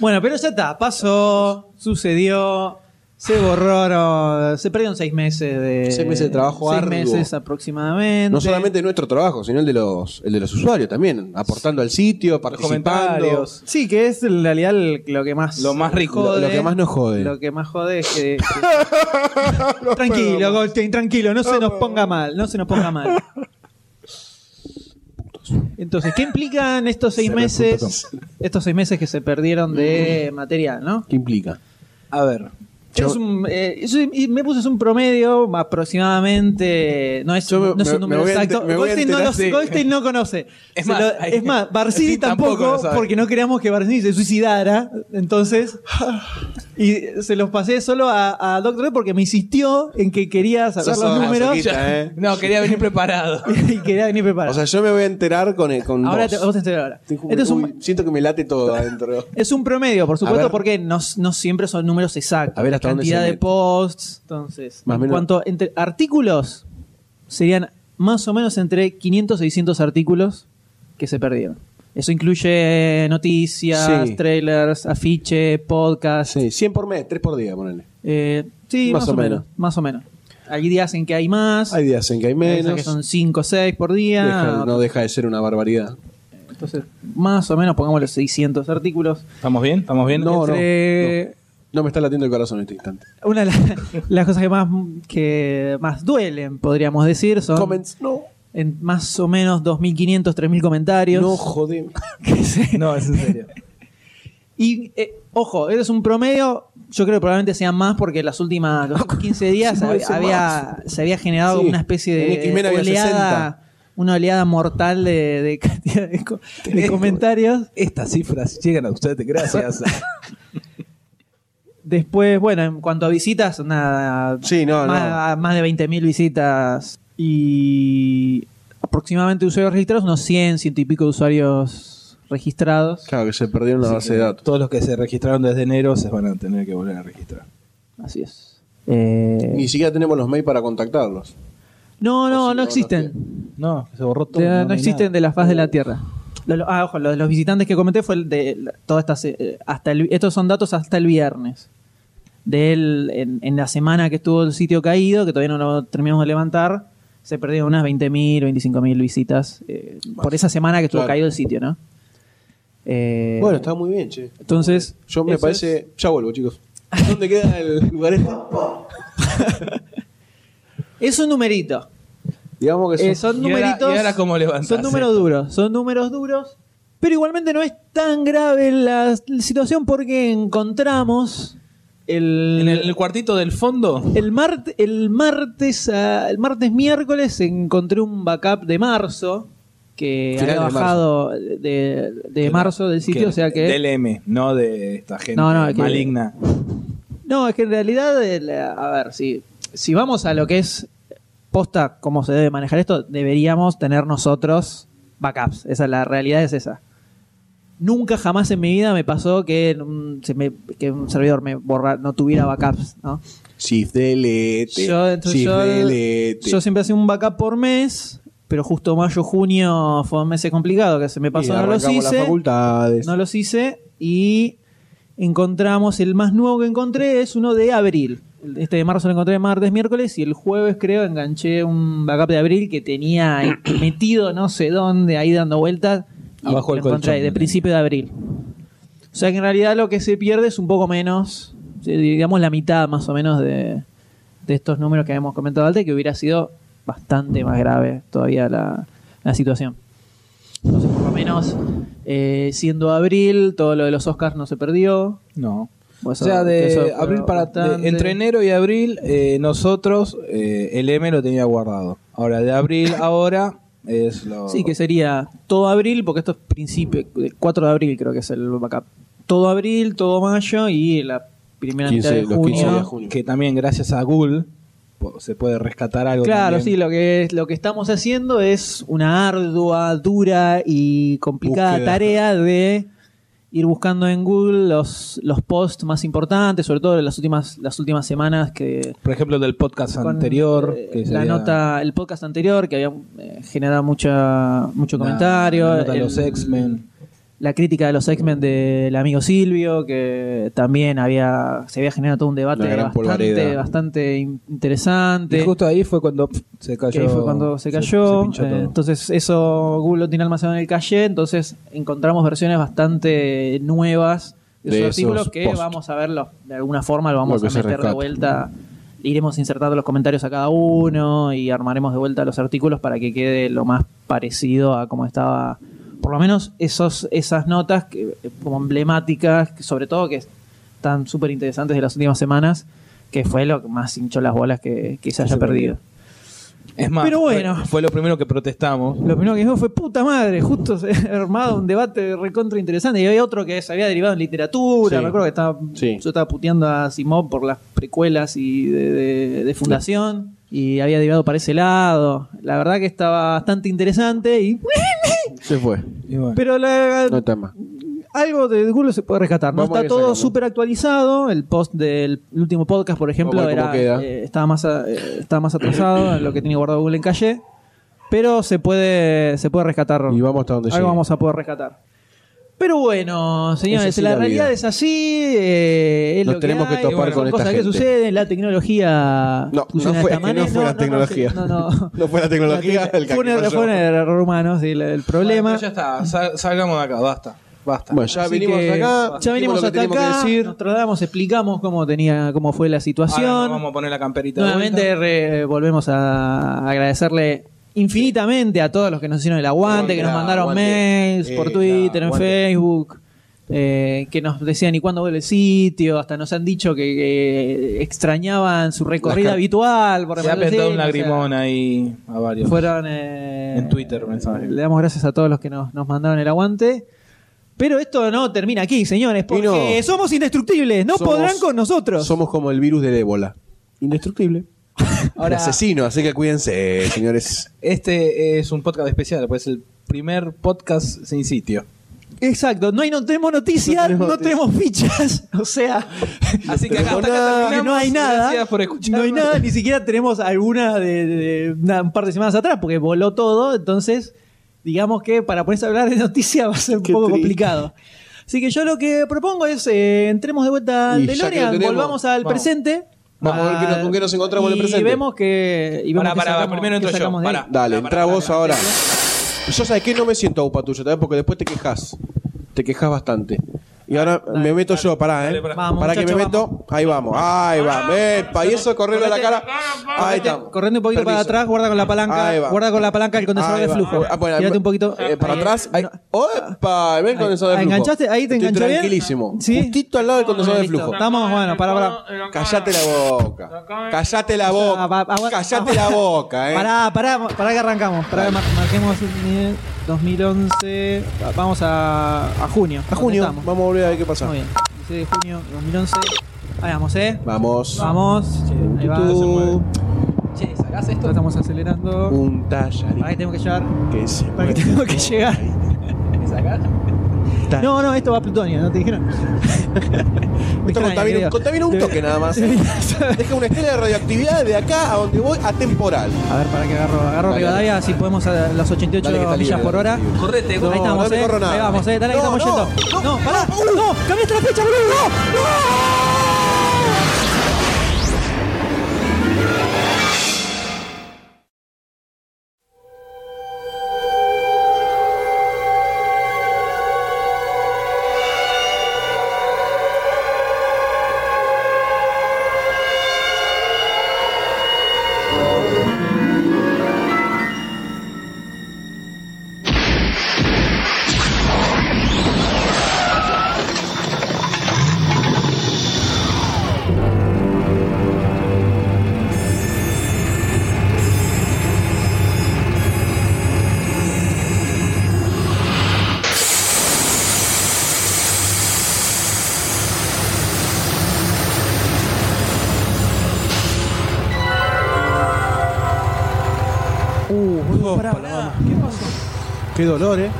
Speaker 5: Bueno, pero ya está, pasó, sucedió, se borraron, se perdieron seis meses de...
Speaker 8: Seis meses de trabajo
Speaker 5: Seis
Speaker 8: arduo.
Speaker 5: meses aproximadamente.
Speaker 8: No solamente nuestro trabajo, sino el de los, el de los usuarios también, aportando al sitio, participando.
Speaker 6: comentarios.
Speaker 5: Sí, que es en realidad lo que más...
Speaker 6: Lo más rico,
Speaker 5: jode.
Speaker 8: lo que más nos jode.
Speaker 5: Lo que más jode es que... que- tranquilo, Goldstein, tranquilo, no se nos ponga mal, no se nos ponga mal. Entonces, ¿qué implican estos seis meses? Estos seis meses que se perdieron de
Speaker 8: Mm.
Speaker 5: material, ¿no?
Speaker 8: ¿Qué implica?
Speaker 6: A ver.
Speaker 5: Es un, eh, es un- y me puse un promedio aproximadamente. No es,
Speaker 8: Yo me-
Speaker 5: no es
Speaker 8: me-
Speaker 5: un número
Speaker 8: me voy a
Speaker 5: exacto.
Speaker 8: enter- me voy a
Speaker 5: Goldstein no,
Speaker 8: enterar,
Speaker 5: lo-
Speaker 8: sí.
Speaker 5: Goldstein no conoce.
Speaker 6: Es
Speaker 5: Se
Speaker 6: más,
Speaker 5: lo-
Speaker 6: hay-
Speaker 5: es más, Barcini
Speaker 6: sí, tampoco
Speaker 5: tampoco,
Speaker 6: lo sabe.
Speaker 5: porque no queríamos que Barcini se suicidara. Entonces, y se los pasé solo a, a Doctor D porque me insistió en que quería saber
Speaker 8: Sos
Speaker 5: los números
Speaker 8: masoquista, ¿eh?
Speaker 6: No, quería venir preparado.
Speaker 5: y quería venir preparado.
Speaker 8: O sea, yo me voy a enterar con, el- con
Speaker 5: ahora
Speaker 8: vos.
Speaker 5: te, vos te estoy ahora.
Speaker 8: Estoy como-
Speaker 5: Este es
Speaker 8: uy,
Speaker 5: un,
Speaker 8: siento que me late todo adentro.
Speaker 5: es un promedio, por
Speaker 8: A
Speaker 5: supuesto,
Speaker 8: ver.
Speaker 5: porque no, no siempre son números exactos.
Speaker 8: A ver, ¿hasta dónde
Speaker 5: Cantidad
Speaker 8: se
Speaker 5: de
Speaker 8: mete?
Speaker 5: posts. Entonces,
Speaker 8: Más o
Speaker 5: en
Speaker 8: menos.
Speaker 5: cuanto entre artículos, serían más o menos entre 500 y 600 artículos que se perdieron. Eso incluye noticias,
Speaker 8: Sí.
Speaker 5: trailers, afiche, podcast.
Speaker 8: Ah, Sí, 100 por mes, 3 por día, ponele.
Speaker 5: Eh, sí, más, o menos. Más o menos. Hay días en que hay más.
Speaker 8: Hay días en que hay
Speaker 5: días
Speaker 8: menos.
Speaker 5: que son 5 o 6 por día.
Speaker 8: Deja- no deja de ser una barbaridad.
Speaker 5: Entonces, más o menos, pongamos los 600 artículos.
Speaker 6: ¿Estamos bien? ¿Estamos bien?
Speaker 8: No, no.
Speaker 5: Entre-
Speaker 8: No me está latiendo el corazón en este instante.
Speaker 5: Una de la- las cosas que más, que más duelen, podríamos decir, son
Speaker 8: Comments, no.
Speaker 5: en más o menos 2.500, 3.000 comentarios.
Speaker 8: No, joder.
Speaker 6: No, es en serio.
Speaker 5: Y, eh, ojo, eres un promedio, yo creo que probablemente sean más porque las últimas los últimos 15 días
Speaker 8: No,
Speaker 5: había,
Speaker 8: ese
Speaker 5: había- se había generado
Speaker 8: Sí,
Speaker 5: una especie
Speaker 8: en X-Men
Speaker 5: de
Speaker 8: había
Speaker 5: oleada,
Speaker 8: 60.
Speaker 5: una oleada mortal de, de cantidad de, co- de comentarios.
Speaker 6: Estas cifras llegan a ustedes gracias a
Speaker 5: Después, bueno, en cuanto a visitas, nada.
Speaker 8: Sí, no,
Speaker 5: más, más de 20.000 visitas y aproximadamente usuarios registrados, unos 100, ciento y pico de usuarios registrados.
Speaker 8: Claro que se perdieron la base de datos.
Speaker 6: Todos los que se registraron desde enero se van a tener que volver a registrar.
Speaker 5: Así es. Eh,
Speaker 8: Ni siquiera tenemos los mails para contactarlos.
Speaker 5: no,
Speaker 8: o
Speaker 5: no,
Speaker 8: si
Speaker 5: no
Speaker 8: lo
Speaker 5: existen.
Speaker 6: No, se borró todo.
Speaker 5: De- no
Speaker 6: hay
Speaker 5: existen
Speaker 6: nada.
Speaker 5: de la faz de la Tierra. Lo- lo- ah, ojo, lo de los visitantes que comenté fue el de la- todas estas. eh, hasta el- estos son datos hasta el viernes. De él, en, en la semana que estuvo el sitio caído, que todavía no lo terminamos de levantar, se perdieron unas 20.000, 25.000 visitas eh, por esa semana que estuvo
Speaker 8: Claro.
Speaker 5: caído el sitio, ¿no? Eh,
Speaker 8: Bueno, está muy bien, che.
Speaker 5: Entonces.
Speaker 8: Yo me
Speaker 5: eso
Speaker 8: parece. Ya vuelvo, chicos. ¿Dónde queda el lugar este?
Speaker 5: es- es un numerito.
Speaker 8: Digamos que
Speaker 5: Eh,
Speaker 8: son-
Speaker 5: son
Speaker 6: Y ahora-
Speaker 5: numeritos.
Speaker 6: y ahora cómo levantás
Speaker 5: Son números
Speaker 6: esto.
Speaker 5: duros, son números duros. Pero igualmente no es tan grave la situación porque encontramos el,
Speaker 6: En el cuartito del fondo.
Speaker 5: el mart- el martes, ah, el martes miércoles encontré un backup de marzo que
Speaker 8: Final
Speaker 5: había
Speaker 8: de marzo.
Speaker 5: bajado de, de marzo del sitio, o sea que
Speaker 6: Del M, no de esta gente
Speaker 5: No, no, que-
Speaker 6: maligna.
Speaker 5: No, es que en realidad, eh, la- a ver, si, si vamos a lo que es posta, cómo se debe manejar esto, deberíamos tener nosotros backups. Esa la realidad es esa. Nunca jamás en mi vida me pasó que, en un- se me- que un servidor me borra, no tuviera backups, ¿no?
Speaker 8: Shift delete.
Speaker 5: Yo, entonces,
Speaker 8: shift
Speaker 5: yo-
Speaker 8: delete.
Speaker 5: yo siempre hacía un backup por mes, pero justo mayo, junio fueron meses complicados que se me pasó,
Speaker 8: Y
Speaker 5: no los
Speaker 8: arrancamos las
Speaker 5: hice.
Speaker 8: facultades.
Speaker 5: No los hice y encontramos, el más nuevo que encontré es uno de abril. Este de marzo lo encontré martes, miércoles y el jueves creo enganché un backup de abril que tenía metido no sé dónde, ahí dando vueltas. y
Speaker 6: Abajo del
Speaker 5: lo encontré
Speaker 6: colchón,
Speaker 5: ahí, de
Speaker 6: ¿no?
Speaker 5: principio de abril. O sea que en realidad lo que se pierde es un poco menos, sí, digamos la mitad más o menos de, de estos números que habíamos comentado antes, que hubiera sido bastante más grave todavía la, la situación. Entonces, por lo menos, eh, siendo abril, todo lo de los Oscars no se perdió.
Speaker 6: No. O
Speaker 5: Bueno, eso-
Speaker 6: sea, de
Speaker 5: eso fue
Speaker 6: abril para
Speaker 5: bastante.
Speaker 6: de- entre enero y abril, eh, nosotros eh, el M lo tenía guardado. Ahora, de abril ahora es lo.
Speaker 5: Sí, que sería todo abril, porque esto es principio, el 4 de abril creo que es el backup. Todo abril, todo mayo y la primera
Speaker 8: 15,
Speaker 5: mitad de
Speaker 8: los 15 días
Speaker 5: junio.
Speaker 8: de junio.
Speaker 6: Que también gracias a Google po- se puede rescatar algo.
Speaker 5: Claro,
Speaker 6: también.
Speaker 5: sí, lo que, lo que estamos haciendo es una ardua, dura y complicada
Speaker 8: Búsqueda.
Speaker 5: tarea de ir buscando en Google los, los posts más importantes, sobre todo en las últimas, las últimas semanas que...
Speaker 6: Por ejemplo, del podcast
Speaker 5: con,
Speaker 6: anterior.
Speaker 5: eh,
Speaker 6: que
Speaker 5: la
Speaker 6: sería
Speaker 5: nota, el podcast anterior que había eh, generado mucha, mucho
Speaker 6: la-
Speaker 5: comentario.
Speaker 6: la nota de
Speaker 5: el-
Speaker 6: los X-Men.
Speaker 5: La crítica de los X-Men del amigo Silvio, que también había se había generado todo un debate
Speaker 8: Una gran
Speaker 5: bastante,
Speaker 8: polvareda.
Speaker 5: bastante in-
Speaker 6: Y
Speaker 5: interesante
Speaker 6: justo ahí fue cuando pf, se cayó.
Speaker 5: que ahí fue cuando se cayó.
Speaker 6: pinchó
Speaker 5: eh,
Speaker 6: todo.
Speaker 5: entonces, eso Google lo tiene almacenado en el calle. Entonces, encontramos versiones bastante nuevas de,
Speaker 8: De
Speaker 5: esos
Speaker 8: esos
Speaker 5: artículos que
Speaker 8: posts.
Speaker 5: vamos a verlos de alguna forma, lo vamos
Speaker 8: Lo que
Speaker 5: a
Speaker 8: se
Speaker 5: meter de
Speaker 8: rescata.
Speaker 5: vuelta. Le iremos insertando los comentarios a cada uno y armaremos de vuelta los artículos para que quede lo más parecido a como estaba. Por lo menos esos, esas notas que, eh, como emblemáticas, que sobre todo que están súper interesantes de las últimas semanas, que fue lo que más hinchó las bolas que, que se haya perdido.
Speaker 6: Es más,
Speaker 5: Pero bueno.
Speaker 6: fue, fue lo primero que protestamos.
Speaker 5: Lo primero que dijo fue, puta madre, justo se ha armado un debate recontra interesante. Y había otro que se había derivado en literatura.
Speaker 8: Sí.
Speaker 5: Me acuerdo que estaba,
Speaker 8: Sí.
Speaker 5: yo estaba puteando a Simón por las precuelas y de, de- de fundación. Y había derivado para ese lado. La verdad que estaba bastante interesante. y
Speaker 8: Se fue.
Speaker 6: Y bueno.
Speaker 5: Pero la-
Speaker 8: No está más.
Speaker 5: algo de Google se puede rescatar. No
Speaker 8: Vamos a
Speaker 5: está
Speaker 8: ir
Speaker 5: todo
Speaker 8: sacando.
Speaker 5: súper actualizado. El post del último podcast, por ejemplo,
Speaker 8: Vamos a ver cómo
Speaker 5: era,
Speaker 8: queda.
Speaker 5: eh, estaba, más, a- eh, estaba más atrasado en lo que tiene guardado Google en calle. Pero se puede, se puede rescatar.
Speaker 8: Y vamos hasta donde
Speaker 5: Algo
Speaker 8: llegue.
Speaker 5: vamos a poder rescatar. Pero bueno, señores,
Speaker 8: así
Speaker 5: la,
Speaker 8: la
Speaker 5: realidad
Speaker 8: vida.
Speaker 5: es así. eh, es
Speaker 8: Nos
Speaker 5: lo
Speaker 8: tenemos que
Speaker 5: hay,
Speaker 8: topar
Speaker 5: bueno,
Speaker 8: con
Speaker 5: son
Speaker 8: esta
Speaker 5: cosas que
Speaker 8: gente.
Speaker 5: suceden, la tecnología
Speaker 8: No,
Speaker 5: funciona
Speaker 8: no
Speaker 5: de esta
Speaker 8: fue- que no
Speaker 5: manera.
Speaker 8: fue la tecnología.
Speaker 5: No, no.
Speaker 8: No fue la tecnología el que
Speaker 5: fue, un error,
Speaker 8: pasó.
Speaker 5: fue un error humano, sí, el, el problema.
Speaker 6: Bueno, ya está, sal- salgamos de acá, basta. Basta.
Speaker 8: Bueno, ya
Speaker 5: Así
Speaker 8: venimos
Speaker 5: que
Speaker 8: acá.
Speaker 5: Ya venimos
Speaker 8: dijimos lo que
Speaker 5: hasta
Speaker 8: teníamos
Speaker 5: acá.
Speaker 8: que decir.
Speaker 5: Nos trasladamos, explicamos cómo tenía, cómo fue la situación.
Speaker 6: Ahora nos vamos a poner la camperita. de
Speaker 5: Nuevamente
Speaker 6: vuelta.
Speaker 5: re- volvemos a agradecerle infinitamente a todos los que nos hicieron el aguante,
Speaker 8: Aguante,
Speaker 5: que nos mandaron
Speaker 8: aguante.
Speaker 5: mails por
Speaker 8: Eh,
Speaker 5: Twitter, en
Speaker 8: aguante.
Speaker 5: Facebook, eh, que nos decían y cuándo vuelve el sitio, hasta nos han dicho que, que extrañaban su recorrida
Speaker 6: Las ca-
Speaker 5: habitual. Por
Speaker 6: se ha
Speaker 5: Emanuel
Speaker 6: apretado un
Speaker 5: Cena, o sea,
Speaker 6: lagrimón ahí a varios.
Speaker 5: fueron eh,
Speaker 6: En Twitter, mensaje.
Speaker 5: Le damos gracias a todos los que nos, nos mandaron el aguante. Pero esto no termina aquí, señores, porque
Speaker 8: no.
Speaker 5: somos indestructibles, no
Speaker 8: Somos-
Speaker 5: podrán con nosotros.
Speaker 8: Somos como el virus del ébola. Indestructible.
Speaker 6: Ahora-
Speaker 8: asesino, así que cuídense, señores.
Speaker 6: Este es un podcast especial, pues es el primer podcast sin sitio.
Speaker 5: Exacto, no, hay, no tenemos noticias, no
Speaker 8: No
Speaker 5: tenemos,
Speaker 8: tenemos
Speaker 5: fichas, o sea,
Speaker 6: Así que acá hasta acá
Speaker 5: que
Speaker 6: terminamos.
Speaker 5: no hay nada,
Speaker 6: Gracias por escucharnos.
Speaker 5: no hay nada, ni siquiera tenemos alguna de, de- una- un par de semanas atrás, porque voló todo, entonces digamos que para ponerse a hablar de noticias va a ser un
Speaker 8: Qué
Speaker 5: poco
Speaker 8: triste.
Speaker 5: complicado. Así que yo lo que propongo es, eh, entremos de vuelta al
Speaker 8: Y ya que lo
Speaker 5: DeLorean,
Speaker 8: tenemos,
Speaker 5: volvamos al
Speaker 6: vamos.
Speaker 5: presente. Ah,
Speaker 8: Vamos a ver qué nos- con qué nos encontramos en el
Speaker 5: y
Speaker 8: presente.
Speaker 5: Vemos que, y vemos
Speaker 6: Pará,
Speaker 5: que
Speaker 6: pará,
Speaker 5: sacamos-
Speaker 6: primero
Speaker 5: que
Speaker 6: entro yo,
Speaker 5: sacamos de ahí.
Speaker 6: pará.
Speaker 8: Dale, entra
Speaker 6: pará,
Speaker 8: vos
Speaker 6: pará.
Speaker 8: ahora. Yo sabes que no me siento upa tuyo también porque después te quejas. Te quejas bastante. Y ahora me meto yo, pará,
Speaker 6: dale,
Speaker 8: eh.
Speaker 6: pará.
Speaker 5: Vamos,
Speaker 8: pará que me
Speaker 5: muchacho,
Speaker 8: meto. Ahí vamos, ahí vamos.
Speaker 6: Ah,
Speaker 8: Epa, y eso correrle a la cara. Ahí
Speaker 5: Correte-
Speaker 8: estamos.
Speaker 5: Corriendo un poquito para
Speaker 8: Permiso.
Speaker 5: atrás, guarda con la
Speaker 8: Ahí
Speaker 5: palanca,
Speaker 8: va.
Speaker 5: guarda con la palanca el condensador
Speaker 8: Ahí
Speaker 5: de
Speaker 8: va.
Speaker 5: flujo.
Speaker 8: Ah, bueno,
Speaker 5: Tírate
Speaker 8: ahí-
Speaker 5: un poquito
Speaker 8: eh, para
Speaker 5: Ahí.
Speaker 8: atrás. Ahí. ¡Opa! Ven el condensador de
Speaker 5: Ahí,
Speaker 8: flujo.
Speaker 5: ¿enganchaste? Ahí te
Speaker 8: Estoy
Speaker 5: enganchó bien.
Speaker 8: Tranquilísimo.
Speaker 5: Sí.
Speaker 8: Justito al lado del condensador de flujo.
Speaker 5: Estamos, bueno, para, para.
Speaker 8: Callate la boca. Callate la boca.
Speaker 5: va- va-
Speaker 8: Callate la boca, eh.
Speaker 5: Pará, pará, pará que arrancamos. Pará que mar- marquemos un nivel 2011. Va- Vamos a, a junio.
Speaker 8: A junio.
Speaker 5: ¿Dónde
Speaker 8: Vamos a volver a ver qué
Speaker 5: estamos?
Speaker 8: pasa.
Speaker 5: Muy bien. 16 de junio 2011. Ahí vamos, ¿eh?
Speaker 8: Vamos.
Speaker 5: Vamos. Ahí va.
Speaker 8: Tú,
Speaker 6: Che, sacás
Speaker 5: Ahora
Speaker 6: esto.
Speaker 5: estamos acelerando.
Speaker 8: Un
Speaker 5: Para que
Speaker 8: tallarín
Speaker 5: tengo que llegar.
Speaker 8: que se
Speaker 5: Para que
Speaker 8: mueve.
Speaker 5: tengo que llegar.
Speaker 6: sacás?
Speaker 5: No, no, esto va a Plutonia, ¿no te dijeron? Me
Speaker 8: Esto
Speaker 5: extraña,
Speaker 8: contamina,
Speaker 5: querido.
Speaker 8: contamina un
Speaker 5: Debe-
Speaker 8: toque nada más.
Speaker 5: debería saber.
Speaker 8: Deja una estela de radioactividad de acá a donde voy atemporal.
Speaker 5: A ver, para que agarro, agarro
Speaker 8: Dale,
Speaker 5: Rivadavia, si podemos a las 88
Speaker 8: Dale que está
Speaker 5: millas
Speaker 8: libre,
Speaker 5: por
Speaker 8: dale,
Speaker 5: hora.
Speaker 8: que está
Speaker 6: Correte,
Speaker 5: ahí
Speaker 8: No,
Speaker 5: estamos,
Speaker 8: no me
Speaker 5: eh.
Speaker 8: corro nada.
Speaker 5: Ahí vamos, eh. Dale, ahí
Speaker 8: No,
Speaker 5: estamos
Speaker 8: no,
Speaker 5: yendo. No,
Speaker 8: no,
Speaker 5: pará. No, cambiaste la fecha, boludo. No. Uh, boludo, pará, pará.
Speaker 8: Qué dolor, eh.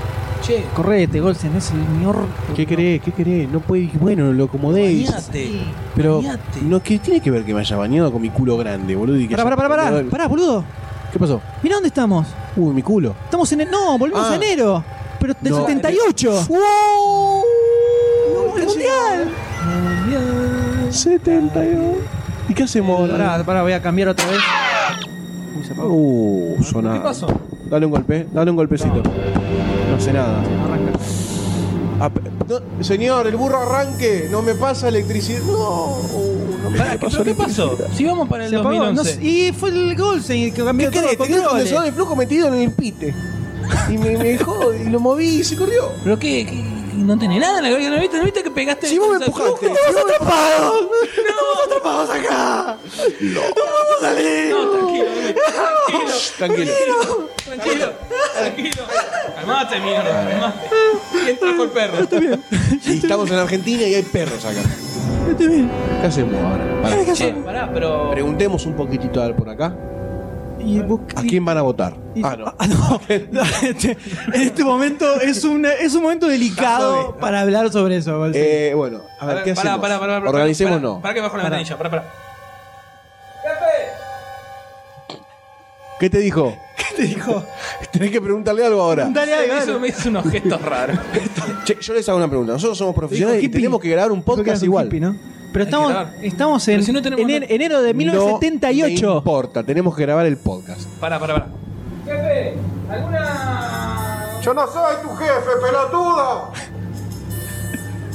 Speaker 6: Che,
Speaker 5: Correte, Golsen, es el señor.
Speaker 8: ¿Qué querés? ¿Qué querés? No puede Bueno, lo acomodéis.
Speaker 6: bañate.
Speaker 8: Pero.
Speaker 6: bañate.
Speaker 8: No, ¿qué tiene que ver que me haya bañado con mi culo grande, boludo? Y que
Speaker 5: Pará,
Speaker 8: haya-
Speaker 5: pará, pará, pará, pará, boludo.
Speaker 8: ¿Qué pasó?
Speaker 5: Mirá dónde estamos.
Speaker 8: Uy, mi culo.
Speaker 5: Estamos en. el- No, volvimos
Speaker 8: Ah.
Speaker 5: a enero. Pero del
Speaker 8: No.
Speaker 5: 78.
Speaker 8: ¡Wow!
Speaker 5: ¡El mundial! Mundial.
Speaker 8: 72. ¿Y qué hacemos ahora?
Speaker 5: Pará, pará, voy a cambiar otra vez. Uy, se apagó.
Speaker 8: Uh, sonaba.
Speaker 6: ¿Qué pasó?
Speaker 8: Dale un golpe, dale un golpecito. No sé nada.
Speaker 5: Arranca.
Speaker 8: Ap- no, señor, el burro arranque, no me pasa electricidad. No, uh, no me
Speaker 6: Pará, ¿qué- ¿Pero qué pasó? Si vamos para el
Speaker 5: Se apagó.
Speaker 6: 2011.
Speaker 5: No sé, y fue el Golsen que cambió todos los
Speaker 8: ¿Qué querés? Tenía el
Speaker 5: controles.
Speaker 8: condensador de flujo metido en el pite. Y me, me dejó, y lo moví y se corrió.
Speaker 6: ¿Pero qué? qué- ¿No tenés nada en la cabeza? ¿No viste, no viste que pegaste?
Speaker 8: Si vos me empujaste. ¡Estamos atrapados! ¡Estamos atrapados acá! ¡No! vamos a salir!
Speaker 6: No, tranquilo. Tranquilo.
Speaker 8: Tranquilo.
Speaker 6: Tranquilo. Tranquilo. Calmate, mierda. Calmate. Y entró el perro.
Speaker 8: Y estamos en Argentina y hay perros acá. ¿Qué hacemos ahora? Pará.
Speaker 6: Che, pará, pero...
Speaker 8: Preguntemos un poquitito a ver por acá.
Speaker 5: Y vos-
Speaker 8: ¿A quién van a votar?
Speaker 5: y-
Speaker 8: Ah, no.
Speaker 5: Ah, no. Este- en este momento es un, es un momento delicado para hablar sobre eso, Golsen.
Speaker 8: Eh, bueno, a ver, ¿qué
Speaker 6: pará,
Speaker 8: hacemos?
Speaker 6: Pará, pará, pará,
Speaker 8: Organicémonos.
Speaker 6: Para, que bajo la
Speaker 5: Pará.
Speaker 6: ventanilla. Pará, pará.
Speaker 8: ¿Qué te dijo?
Speaker 5: ¿Qué te dijo?
Speaker 8: Tenés que preguntarle algo ahora.
Speaker 5: Dale, dale,
Speaker 6: Me
Speaker 5: dale.
Speaker 6: hizo, me hizo unos gestos raros.
Speaker 8: Che, yo les hago una pregunta. Nosotros somos profesionales
Speaker 5: Dijo
Speaker 8: y
Speaker 5: hippie.
Speaker 8: tenemos que grabar un
Speaker 5: Creo que
Speaker 8: podcast
Speaker 5: era un
Speaker 8: igual.
Speaker 5: hippie, ¿no? Pero estamos,
Speaker 6: Hay que grabar.
Speaker 5: estamos en
Speaker 6: Pero si no tenemos
Speaker 5: ener-
Speaker 6: nota.
Speaker 5: enero de
Speaker 8: No me
Speaker 5: 1978.
Speaker 8: importa, tenemos que grabar el podcast.
Speaker 6: Pará, pará, pará. Jefe, ¿alguna...?
Speaker 4: Yo no soy tu jefe, pelotuda.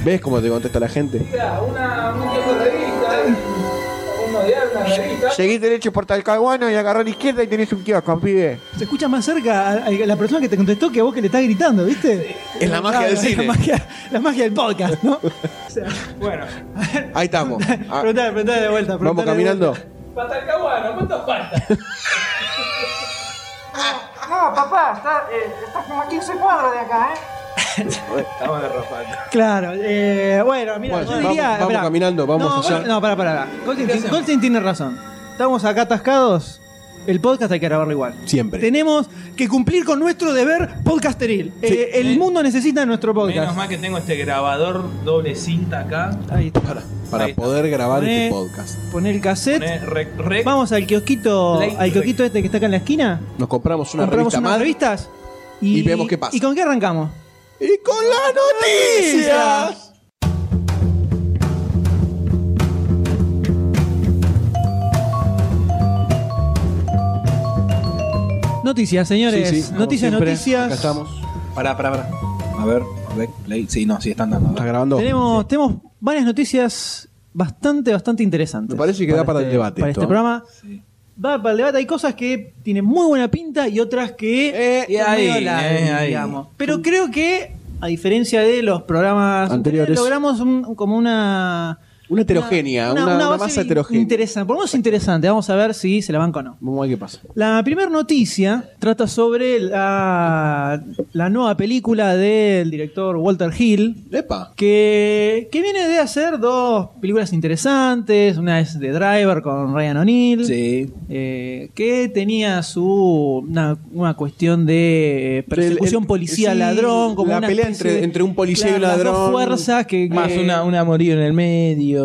Speaker 8: ¿Ves cómo te contesta la gente?
Speaker 6: Una, un tiempo de revista, eh. un odiar una revista.
Speaker 4: Seguís derecho por Talcahuano y agarrá a la izquierda y tenés un kiosco, pibe.
Speaker 5: Se escucha más cerca a, a la persona que te contestó que a vos que le estás gritando, ¿viste?
Speaker 8: Es la magia del
Speaker 5: es
Speaker 8: cine.
Speaker 5: La magia, la magia del podcast, ¿no? O sea,
Speaker 6: Bueno,
Speaker 8: Ahí estamos. Ah,
Speaker 5: preguntale, preguntale de vuelta. preguntale
Speaker 8: vamos
Speaker 5: de
Speaker 8: caminando.
Speaker 5: vuelta.
Speaker 6: para Talcahuano, ¿cuánto falta?
Speaker 9: No, papá, está, eh, está como a 15 cuadros de acá, ¿eh?
Speaker 6: Estamos derrapando.
Speaker 5: Claro, eh, bueno, mira,
Speaker 8: Bueno,
Speaker 5: yo
Speaker 8: vamos-
Speaker 5: diría.
Speaker 8: vamos
Speaker 5: esperá.
Speaker 8: caminando, vamos
Speaker 5: no,
Speaker 8: allá.
Speaker 5: Gol- No, pará, pará. pará. Goldstein,
Speaker 6: ¿Qué hacemos?
Speaker 5: Goldstein tiene razón. Estamos acá atascados. El podcast hay que grabarlo igual.
Speaker 8: Siempre.
Speaker 5: Tenemos que cumplir con nuestro deber podcasteril. Eh, el
Speaker 6: Eh,
Speaker 5: mundo necesita nuestro
Speaker 6: Menos
Speaker 5: podcast.
Speaker 6: mal que tengo este grabador doble cinta acá.
Speaker 5: Ahí está.
Speaker 8: Para, para
Speaker 6: Ahí está.
Speaker 8: poder grabar
Speaker 5: Poné-
Speaker 8: este podcast.
Speaker 5: Poné el cassette.
Speaker 6: Poné rec,
Speaker 8: Eh,
Speaker 6: rec.
Speaker 5: Vamos al kiosquito,
Speaker 6: Play
Speaker 5: al kiosquito este que está acá en la esquina.
Speaker 8: Nos compramos una
Speaker 5: Compramos
Speaker 8: revista
Speaker 5: unas
Speaker 8: más.
Speaker 5: revistas
Speaker 8: y vemos qué pasa.
Speaker 5: ¿Y con qué arrancamos?
Speaker 8: ¡Y con la noticia!
Speaker 5: noticias! Noticias, señores.
Speaker 8: Sí, sí, como
Speaker 5: noticias,
Speaker 8: siempre.
Speaker 5: noticias.
Speaker 8: Acá estamos.
Speaker 6: Pará, pará, pará. A ver, rec, play. Sí, no, sí, están dando.
Speaker 8: Está grabando.
Speaker 5: Tenemos, tenemos varias noticias bastante, bastante interesantes.
Speaker 8: Me parece que da para el
Speaker 5: este-
Speaker 8: debate
Speaker 5: Para
Speaker 8: esto,
Speaker 5: este
Speaker 8: ¿eh?
Speaker 5: programa. Va para el debate. Hay cosas que tienen muy buena pinta y otras que.
Speaker 6: Eh, y ahí,
Speaker 5: medio largas,
Speaker 6: eh, ahí.
Speaker 5: digamos. Pero creo que, a diferencia de los programas
Speaker 8: Anteriores.
Speaker 5: logramos un- como una.
Speaker 8: Una heterogénea, una, una
Speaker 5: base
Speaker 8: masa heterogénea.
Speaker 5: Interesante, por lo menos interesante. Vamos a ver si se la banca o no.
Speaker 8: Vamos a ver qué pasa.
Speaker 5: La primera noticia trata sobre la, la nueva película del director Walter Hill,
Speaker 8: Epa.
Speaker 5: que, que viene de hacer dos películas interesantes. Una es The Driver con Ryan O'Neill.
Speaker 6: Sí.
Speaker 5: eh, que tenía su una, una cuestión de eh,
Speaker 8: El-
Speaker 5: persecución
Speaker 8: el-
Speaker 5: policial
Speaker 8: sí,
Speaker 5: ladrón como
Speaker 8: la
Speaker 5: una
Speaker 8: pelea
Speaker 5: especie
Speaker 8: entre- entre un policía y un
Speaker 5: Claro, las dos
Speaker 8: ladrón. eh,
Speaker 5: fuerzas que, que-
Speaker 6: Más una, un amorío en el medio.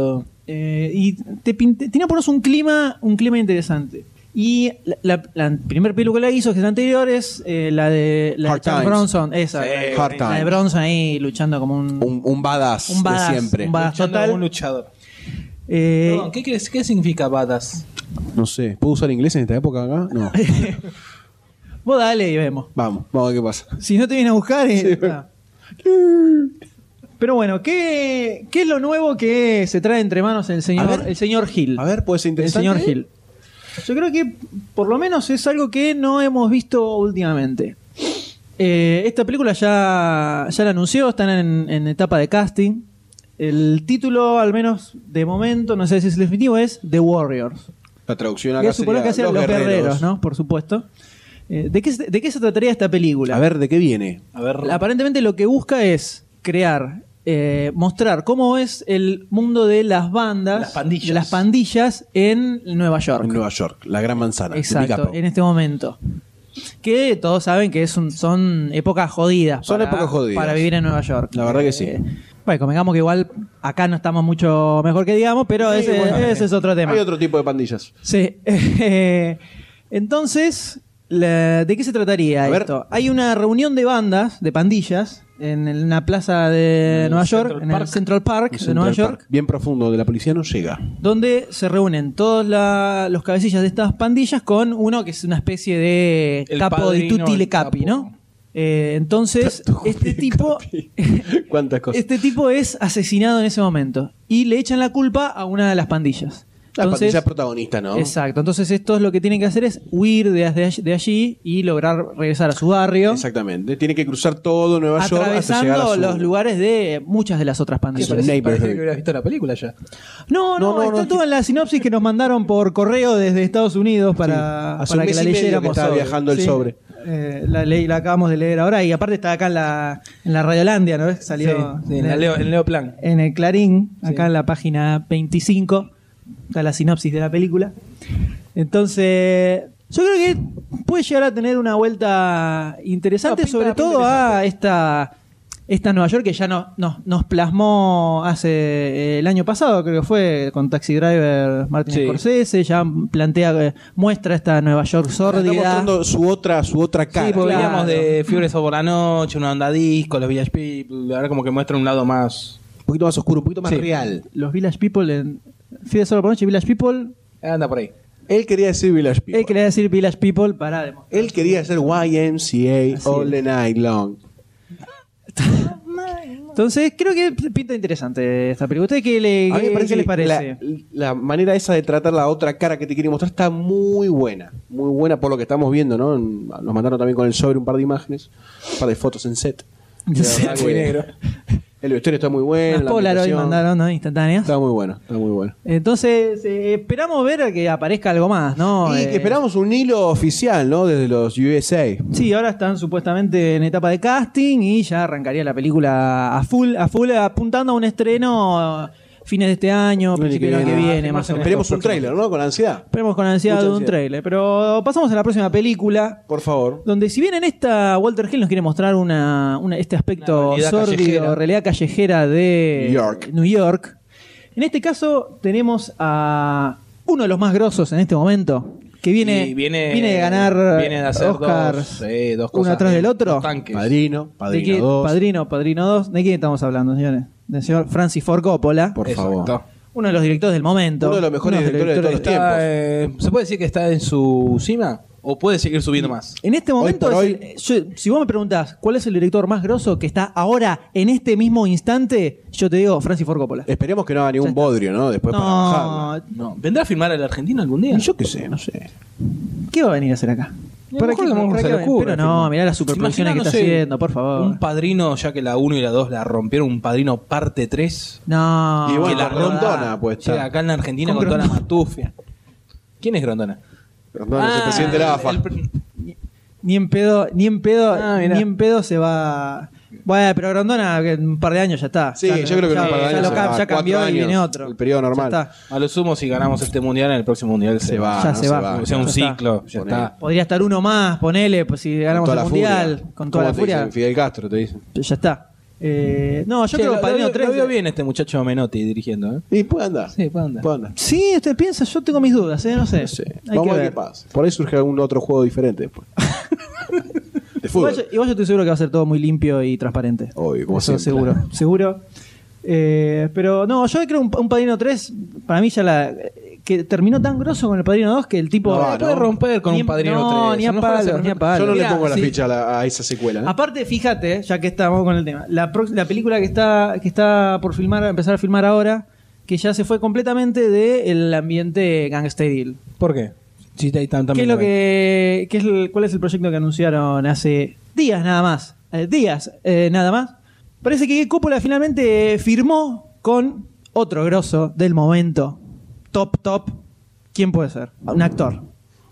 Speaker 5: eh, y te pinte- tenía por eso un clima, un clima interesante. Y la, la, primera película que hizo, que es la anterior, es eh, la de, la de
Speaker 8: Hard
Speaker 5: Charles
Speaker 8: Times.
Speaker 5: Bronson. Esa,
Speaker 6: Sí,
Speaker 5: la-
Speaker 8: Hard
Speaker 5: la, de
Speaker 8: Times.
Speaker 5: Bronson ahí luchando como un.
Speaker 8: Un, un badass
Speaker 5: Un badass,
Speaker 8: de siempre.
Speaker 5: un badass.
Speaker 6: Luchando
Speaker 5: total.
Speaker 6: como un luchador.
Speaker 5: Eh,
Speaker 6: Perdón, ¿qué, crees- qué significa badas?
Speaker 8: No sé, ¿puedo usar inglés en esta época acá? No.
Speaker 5: Vos dale y vemos.
Speaker 8: vamos, vamos a ver qué pasa.
Speaker 5: Si no te vienen a buscar. eh, nada. Pero bueno, ¿qué, ¿qué es lo nuevo que se trae entre manos el
Speaker 8: A
Speaker 5: señor,
Speaker 8: ver.
Speaker 5: el señor Hill?
Speaker 8: A ver, puede ser
Speaker 5: El
Speaker 8: interesante.
Speaker 5: señor Hill. Yo creo que por lo menos es algo que no hemos visto últimamente. Eh, esta película ya, ya la anunció, están en, en etapa de casting. El título, al menos de momento, no sé si es el definitivo, es The Warriors.
Speaker 8: La traducción
Speaker 5: Que
Speaker 8: acá
Speaker 5: supongo
Speaker 8: sería
Speaker 5: que hacen
Speaker 8: los,
Speaker 5: los guerreros,
Speaker 8: guerreros,
Speaker 5: ¿no? Por supuesto. Eh, ¿de, qué, se- ¿De qué se trataría esta película?
Speaker 8: A ver, ¿de qué viene?
Speaker 6: A ver.
Speaker 5: Aparentemente lo que busca es crear, eh, mostrar cómo es el mundo de las bandas,
Speaker 6: Las pandillas.
Speaker 5: de las pandillas en Nueva York.
Speaker 8: En Nueva York, la gran manzana. de
Speaker 5: Exacto,
Speaker 8: Picapo.
Speaker 5: en este momento. Que todos saben que es un- son épocas jodidas.
Speaker 8: Son épocas jodidas.
Speaker 5: Para vivir en Nueva York. Eh,
Speaker 8: La verdad que sí.
Speaker 5: Bueno, convengamos que igual acá no estamos mucho mejor que digamos, pero
Speaker 8: Sí,
Speaker 5: ese,
Speaker 8: bueno,
Speaker 5: ese es otro tema.
Speaker 8: Hay otro tipo de pandillas.
Speaker 5: Sí. Entonces, la- ¿de qué se trataría
Speaker 8: A ver.
Speaker 5: esto? Hay una reunión de bandas, de pandillas, en el- una plaza de
Speaker 6: el
Speaker 5: Nueva York,
Speaker 6: Central
Speaker 5: en el
Speaker 6: Park.
Speaker 5: Central Park de
Speaker 8: Central
Speaker 5: Nueva
Speaker 8: Park,
Speaker 5: York,
Speaker 8: Bien profundo, de la policía no llega.
Speaker 5: donde se reúnen todos la- los cabecillas de estas pandillas con uno que es una especie de
Speaker 6: El
Speaker 5: capo de
Speaker 6: padrino,
Speaker 5: tutile
Speaker 6: el
Speaker 5: capi,
Speaker 6: capo.
Speaker 5: ¿no? Eh, entonces, este tipo,
Speaker 8: ¿Cuántas cosas?
Speaker 5: este tipo es asesinado en ese momento y le echan la culpa a una de las pandillas.
Speaker 8: la
Speaker 5: Entonces-
Speaker 8: pandilla protagonista, ¿no?
Speaker 5: Exacto, entonces estos lo que tienen que hacer es huir de, de allí- de allí y lograr regresar a su barrio,
Speaker 8: Exactamente. Tiene que cruzar todo Nueva York hasta llegar a
Speaker 5: atravesando
Speaker 8: su-
Speaker 5: los lugares de muchas de las otras
Speaker 6: ¿Qué
Speaker 5: pandillas.
Speaker 8: parece? Neighborhood.
Speaker 6: que hubieras visto la película ya.
Speaker 5: No, no,
Speaker 8: No, no,
Speaker 5: está
Speaker 8: no.
Speaker 5: todo en la sinopsis que nos mandaron por correo desde Estados Unidos para,
Speaker 8: Hace
Speaker 5: para
Speaker 8: un
Speaker 5: que
Speaker 8: mes
Speaker 5: la
Speaker 8: y medio que
Speaker 5: leyéramos.
Speaker 8: estaba
Speaker 5: sobre.
Speaker 8: viajando el sobre.
Speaker 5: Eh, la, leí- la acabamos de leer ahora y aparte está acá en la, en la Radiolandia, ¿no ves? Salió
Speaker 6: Sí, sí, en, la Leo, en Leoplan.
Speaker 5: en el Clarín, acá en la página 25, está la sinopsis de la película. Entonces, yo creo que puede llegar a tener una vuelta interesante,
Speaker 6: No, pinta-
Speaker 5: sobre
Speaker 6: pinta
Speaker 5: todo a esta, esta Nueva York que ya no, no- nos plasmó hace eh, el año pasado, creo que fue, con Taxi Driver Martin
Speaker 6: Sí.
Speaker 5: Scorsese, ya plantea, eh, muestra esta Nueva York
Speaker 8: Está
Speaker 5: sórdida.
Speaker 8: mostrando su otra, su otra cara.
Speaker 6: Sí, porque
Speaker 5: Claro.
Speaker 6: veníamos de Fiebres por la noche, una onda disco, los Village People. Ahora como que muestra un lado más.
Speaker 8: Un poquito más oscuro, un poquito más
Speaker 6: Sí.
Speaker 8: real.
Speaker 5: Los Village People en... Fide Solo por Noche, Village People.
Speaker 6: Anda por ahí.
Speaker 8: Él quería decir Village People.
Speaker 5: Él quería decir Village People para demostrar.
Speaker 8: Él quería hacer YMCA
Speaker 5: Así
Speaker 8: all
Speaker 5: es.
Speaker 8: the night long.
Speaker 5: Entonces, creo que pinta interesante esta película. ¿Ustedes qué, le-
Speaker 8: A mí me
Speaker 5: qué-
Speaker 8: parece
Speaker 5: qué les
Speaker 8: que
Speaker 5: parece?
Speaker 8: La, la manera esa de tratar la otra cara que te quiere mostrar está muy buena. Muy buena por lo que estamos viendo, ¿no? Nos mandaron también con el sobre un par de imágenes, un par de fotos en set. La verdad que El vestuario está muy bueno.
Speaker 5: Las
Speaker 8: la
Speaker 5: Polaroid
Speaker 8: ambientación.
Speaker 5: mandaron, ¿no? Instantáneas.
Speaker 8: Está muy bueno, está muy bueno.
Speaker 5: Entonces, eh, esperamos ver a que aparezca algo más, ¿no?
Speaker 8: y
Speaker 5: Eh,
Speaker 8: que esperamos un hilo oficial, ¿no? Desde los USA.
Speaker 5: Sí, ahora están supuestamente en etapa de casting y ya arrancaría la película a full, a full apuntando a un estreno fines de este año, principio del año que viene, más o menos.
Speaker 8: Esperemos un tráiler, ¿no? Con ansiedad.
Speaker 5: Esperemos con ansiedad
Speaker 8: Mucha
Speaker 5: de un
Speaker 8: ansiedad.
Speaker 5: trailer. Pero pasamos a la próxima película.
Speaker 8: Por favor.
Speaker 5: Donde si bien en esta Walter Hill nos quiere mostrar una, una- este aspecto
Speaker 6: Una realidad
Speaker 5: sórdido,
Speaker 6: callejera.
Speaker 5: realidad callejera de
Speaker 8: New York.
Speaker 5: New York, en este caso tenemos a uno de los más grosos en este momento, que viene,
Speaker 6: Y
Speaker 5: viene, de ganar
Speaker 6: viene de hacer
Speaker 5: Oscar
Speaker 6: dos, eh, dos
Speaker 5: uno
Speaker 6: cosas
Speaker 5: atrás
Speaker 6: bien,
Speaker 5: del otro.
Speaker 6: dos tanques.
Speaker 8: Padrino,
Speaker 5: ¿De qué-
Speaker 8: Padrino 2.
Speaker 5: Padrino, Padrino 2. ¿De quién estamos hablando, señores? Del señor Francis Ford Coppola,
Speaker 8: Por
Speaker 6: Exacto.
Speaker 8: favor.
Speaker 5: uno de los directores del momento.
Speaker 8: Uno de los mejores directores de todos los
Speaker 5: directores-
Speaker 8: tiempos.
Speaker 6: Está, eh, ¿Se puede decir que está en su cima? ¿O puede seguir subiendo más?
Speaker 5: En este momento,
Speaker 8: por
Speaker 5: es
Speaker 8: hoy-
Speaker 5: el- yo- si vos me preguntás cuál es el director más grosso que está ahora, en este mismo instante, yo te digo Francis Ford Coppola.
Speaker 8: Esperemos que no haga
Speaker 5: Ya
Speaker 8: ningún
Speaker 5: está.
Speaker 8: bodrio, ¿no? Después para bajar.
Speaker 5: no,
Speaker 6: No. ¿Vendrá a filmar al argentino algún día?
Speaker 8: Yo qué sé, no sé.
Speaker 5: ¿qué va a venir a hacer acá?
Speaker 6: A lo mejor como se le
Speaker 5: ven?
Speaker 6: ocurre,
Speaker 5: Pero no,
Speaker 6: filmar.
Speaker 5: mirá las superproducciones que
Speaker 6: Imagina,
Speaker 5: está
Speaker 6: no sé,
Speaker 5: haciendo, por favor.
Speaker 6: Un padrino, ya que la 1 y la 2 la rompieron, un padrino parte 3.
Speaker 5: No,
Speaker 8: Y bueno,
Speaker 6: que la
Speaker 8: con Grondona,
Speaker 6: rompa.
Speaker 8: pues,
Speaker 6: Llega
Speaker 8: está.
Speaker 6: acá en la Argentina
Speaker 5: Con
Speaker 6: con, toda la
Speaker 5: Grondona.
Speaker 6: matufia. ¿Quién es Grondona?
Speaker 8: Grondona es el
Speaker 6: Ah,
Speaker 8: presidente de la AFA.
Speaker 6: el pre-
Speaker 5: ni en pedo, ni en pedo,
Speaker 6: Ah, mirá.
Speaker 5: ni en pedo se va. Bueno, pero Grondona que en un par de años ya está.
Speaker 8: Sí,
Speaker 5: Ya-
Speaker 8: yo creo que en un par de
Speaker 5: ya
Speaker 8: años
Speaker 5: lo
Speaker 8: se
Speaker 5: ca-
Speaker 8: va.
Speaker 5: ya cambió
Speaker 8: Cuatro
Speaker 5: y
Speaker 8: años,
Speaker 5: viene otro.
Speaker 8: el periodo normal.
Speaker 5: Ya está.
Speaker 6: A lo sumo, si ganamos este mundial, en el próximo mundial se,
Speaker 8: Se va,
Speaker 5: ya
Speaker 8: ¿no?
Speaker 5: se va.
Speaker 6: O sea,
Speaker 5: Ya
Speaker 6: un
Speaker 5: está.
Speaker 6: ciclo. Ya
Speaker 8: Ponele.
Speaker 6: está.
Speaker 5: Podría estar uno más, ponele, pues si ganamos el mundial, con toda
Speaker 8: ¿Cómo
Speaker 5: la
Speaker 8: te
Speaker 5: furia,
Speaker 8: dicen? Fidel Castro te dicen.
Speaker 5: ya está. Eh, no, yo
Speaker 6: Che,
Speaker 5: creo
Speaker 6: lo-
Speaker 5: que
Speaker 6: lo
Speaker 5: Padrino
Speaker 6: veo-
Speaker 5: 3.
Speaker 6: Lo veo bien este muchacho Menotti dirigiendo, ¿eh?
Speaker 8: Y puede andar.
Speaker 6: Sí, puede andar.
Speaker 8: Puede andar.
Speaker 5: Sí, usted piensa, yo tengo mis dudas, ¿eh? no sé.
Speaker 8: No sé.
Speaker 5: Hay
Speaker 8: Vamos
Speaker 5: que
Speaker 8: a ver
Speaker 5: ver.
Speaker 8: qué pasa. Por ahí surge algún otro juego diferente después. de fútbol.
Speaker 5: Igual yo, igual yo estoy seguro que va a ser todo muy limpio y transparente.
Speaker 8: Obvio, como
Speaker 5: Eso
Speaker 8: siempre.
Speaker 5: seguro, seguro. Eh, pero no, yo creo un, un Padrino 3, para mí ya la... eh, que terminó tan grosso con el Padrino 2 que el tipo...
Speaker 8: No,
Speaker 5: Eh,
Speaker 8: no.
Speaker 5: puede
Speaker 6: romper con
Speaker 5: Ni-
Speaker 6: un padrino
Speaker 5: no,
Speaker 6: 3.
Speaker 5: ni a
Speaker 6: lo mejor
Speaker 5: palos,
Speaker 6: hace-
Speaker 5: ni a palos.
Speaker 8: Yo no le
Speaker 5: Mirá,
Speaker 8: pongo la
Speaker 5: sí.
Speaker 8: ficha a, la- a esa secuela. ¿no?
Speaker 5: Aparte, fíjate, ya que estamos con el tema, la, prox- la película que está, que está por filmar, empezar a filmar ahora, que ya se fue completamente del ambiente gangsteril.
Speaker 6: ¿Por qué? Sí, ahí tam-
Speaker 5: ¿Qué
Speaker 6: también
Speaker 5: es lo
Speaker 6: lo veo.
Speaker 5: que, qué es el- ¿Cuál es el proyecto que anunciaron hace días nada más? Eh, días eh, nada más. Parece que Coppola finalmente firmó con otro grosso del momento. Top, top. ¿Quién puede ser? Un actor.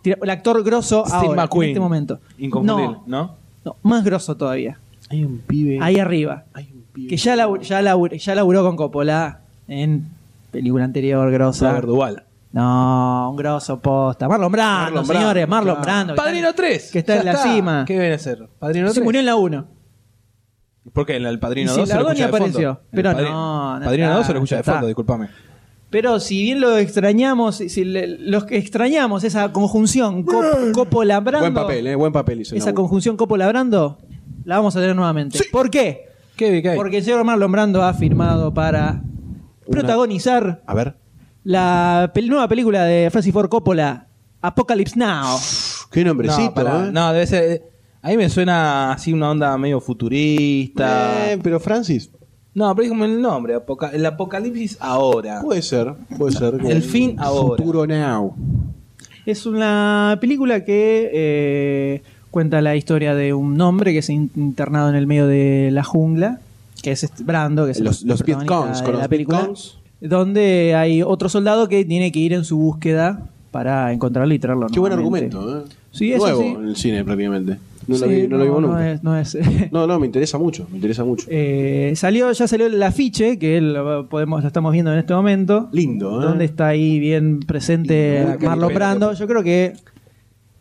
Speaker 5: Tira- El actor grosso
Speaker 6: Ah. Steve
Speaker 5: ahora,
Speaker 6: McQueen.
Speaker 5: en este momento.
Speaker 6: Inconfundible,
Speaker 5: No,
Speaker 6: ¿no?
Speaker 5: no, más grosso todavía.
Speaker 8: Hay un pibe.
Speaker 5: Ahí arriba.
Speaker 8: hay un pibe.
Speaker 5: Que ya, labu- ya, labu- ya laburó con Coppola en película anterior grosa.
Speaker 6: Robert Duval.
Speaker 5: No, un grosso posta. Marlon Brando,
Speaker 8: Marlon Brando,
Speaker 5: Ah, señores, Marlon Brando. que
Speaker 6: Padrino
Speaker 5: está-
Speaker 6: 3.
Speaker 5: Que está
Speaker 6: ya
Speaker 5: en la cima.
Speaker 6: ¿Qué viene a ser? Padrino
Speaker 5: Se
Speaker 6: 3.
Speaker 5: murió en la 1.
Speaker 6: ¿Por qué? En el
Speaker 5: Y
Speaker 6: Padrino
Speaker 5: si
Speaker 6: 2
Speaker 5: la
Speaker 6: se lo
Speaker 5: Doni
Speaker 6: escucha de
Speaker 5: apareció.
Speaker 6: fondo.
Speaker 5: Pero
Speaker 6: El Padri-
Speaker 5: no, no
Speaker 6: Padrino
Speaker 5: está,
Speaker 6: 2 se lo escucha
Speaker 5: ya
Speaker 6: de fondo,
Speaker 5: está.
Speaker 6: discúlpame.
Speaker 5: Pero si bien lo extrañamos, si- si le- los que extrañamos esa conjunción cop- Coppola Brando.
Speaker 8: Buen papel, ¿eh? Buen papel hizo.
Speaker 5: Esa
Speaker 8: Nahuel.
Speaker 5: conjunción Coppola Brando la vamos a tener nuevamente. ¿Por qué?
Speaker 6: ¿Qué, qué hay?
Speaker 5: Porque el señor Marlon Brando ha firmado para protagonizar
Speaker 8: A ver.
Speaker 5: la pel- nueva película de Francis Ford Coppola, Apocalypse Now.
Speaker 8: Qué nombrecito,
Speaker 6: no, pará,
Speaker 8: ¿eh?
Speaker 6: no, debe ser... A mí me suena así una onda medio futurista.
Speaker 8: Eh, pero Francis,
Speaker 6: No, pero es como el nombre. apoca- el apocalipsis ahora.
Speaker 8: puede ser. Puede ser. como
Speaker 6: El fin ahora.
Speaker 8: Futuro now.
Speaker 5: Es una película que eh, cuenta la historia de un hombre que es in- internado en el medio de la jungla, que es este Brando, que es el
Speaker 8: Los- los
Speaker 5: protagonista
Speaker 8: Vietcongs,
Speaker 5: de
Speaker 8: con
Speaker 5: la
Speaker 8: los
Speaker 5: película,
Speaker 8: Vietcongs.
Speaker 5: donde hay otro soldado que tiene que ir en su búsqueda para encontrarlo y traerlo.
Speaker 8: Qué buen
Speaker 5: nuevamente.
Speaker 8: argumento, ¿eh?
Speaker 5: Sí, eso
Speaker 8: Nuevo
Speaker 5: sí.
Speaker 8: en el cine prácticamente. No lo
Speaker 5: Sí,
Speaker 8: vi, no lo
Speaker 5: no,
Speaker 8: vimos
Speaker 5: no
Speaker 8: nunca.
Speaker 5: es- no es-
Speaker 8: No, no, me interesa mucho. Me interesa mucho.
Speaker 5: Eh, salió, ya salió el afiche, que lo, podemos, lo estamos viendo en este momento.
Speaker 8: Lindo, ¿eh?
Speaker 5: donde está ahí bien presente
Speaker 6: Y la
Speaker 5: Marlon
Speaker 6: caripela.
Speaker 5: Brando. Yo creo que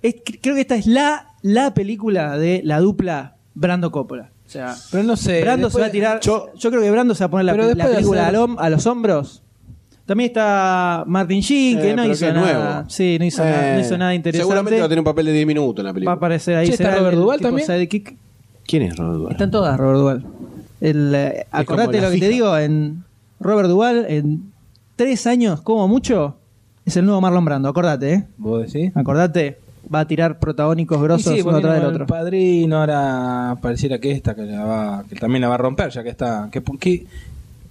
Speaker 5: es- creo que esta es la, la película de la dupla Brando Coppola. O sea,
Speaker 6: Pero no sé.
Speaker 5: Brando se
Speaker 6: después-
Speaker 5: va a tirar. Yo,
Speaker 8: yo-
Speaker 5: creo que Brando se va a poner la,
Speaker 6: Pero
Speaker 5: la
Speaker 6: después de
Speaker 5: película
Speaker 6: hacer-
Speaker 5: al hom- a los hombros. También está Martin Sheen, que
Speaker 8: Eh,
Speaker 5: no
Speaker 8: pero
Speaker 5: hizo
Speaker 8: que es
Speaker 5: nada.
Speaker 8: nuevo.
Speaker 5: Sí, no hizo, nada,
Speaker 8: Eh,
Speaker 5: no hizo nada interesante.
Speaker 8: Seguramente va a tener un papel de 10 minutos en la
Speaker 5: Va a
Speaker 8: película.
Speaker 5: aparecer ahí.
Speaker 6: Che, ¿está
Speaker 5: será el
Speaker 6: Robert Duval
Speaker 5: tipo
Speaker 6: también?
Speaker 5: sidekick.
Speaker 8: ¿Quién es Rodolfo?
Speaker 5: Están todas Robert Duval. El, eh, acordate
Speaker 8: como la
Speaker 5: lo que te
Speaker 8: fija.
Speaker 5: digo, en Robert Duval, en tres años, como mucho, es el nuevo Marlon Brando. Acordate, ¿eh?
Speaker 6: ¿Vos decís?
Speaker 5: Acordate, va a tirar protagónicos grosos
Speaker 6: Y sí,
Speaker 5: uno
Speaker 6: porque
Speaker 5: atrás del
Speaker 6: no,
Speaker 5: otro.
Speaker 6: El padrino ahora pareciera que esta que, la va, que también la va a romper, ya que está. Que, que-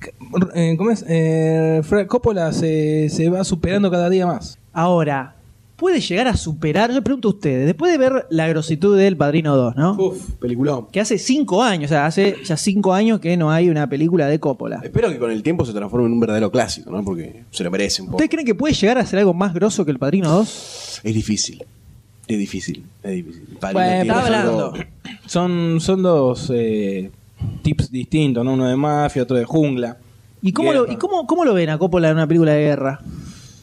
Speaker 6: que- eh, ¿Cómo es? Eh, Fra- Coppola se, se va superando cada día más.
Speaker 5: Ahora, ¿puede llegar a superar? Yo pregunto a ustedes, después de ver la grositud del Padrino 2, ¿no?
Speaker 8: Uf, peliculón.
Speaker 5: Que hace cinco años, o sea, hace ya cinco años que no hay una película de Coppola.
Speaker 8: Espero que con el tiempo se transforme en un verdadero clásico, ¿no? Porque se lo merece un poco.
Speaker 5: ¿Ustedes creen que puede llegar a ser algo más grosso que el Padrino 2?
Speaker 8: Es difícil. Es difícil. Es difícil. Padrino
Speaker 6: Bueno,
Speaker 8: tiene
Speaker 5: está
Speaker 8: algo-
Speaker 5: hablando.
Speaker 6: eh, Son, son dos eh, tips distintos, ¿no? Uno de mafia, otro de jungla.
Speaker 5: ¿Y cómo, lo,
Speaker 8: Guerra.
Speaker 5: ¿y cómo, cómo lo ven a Coppola en una película de guerra?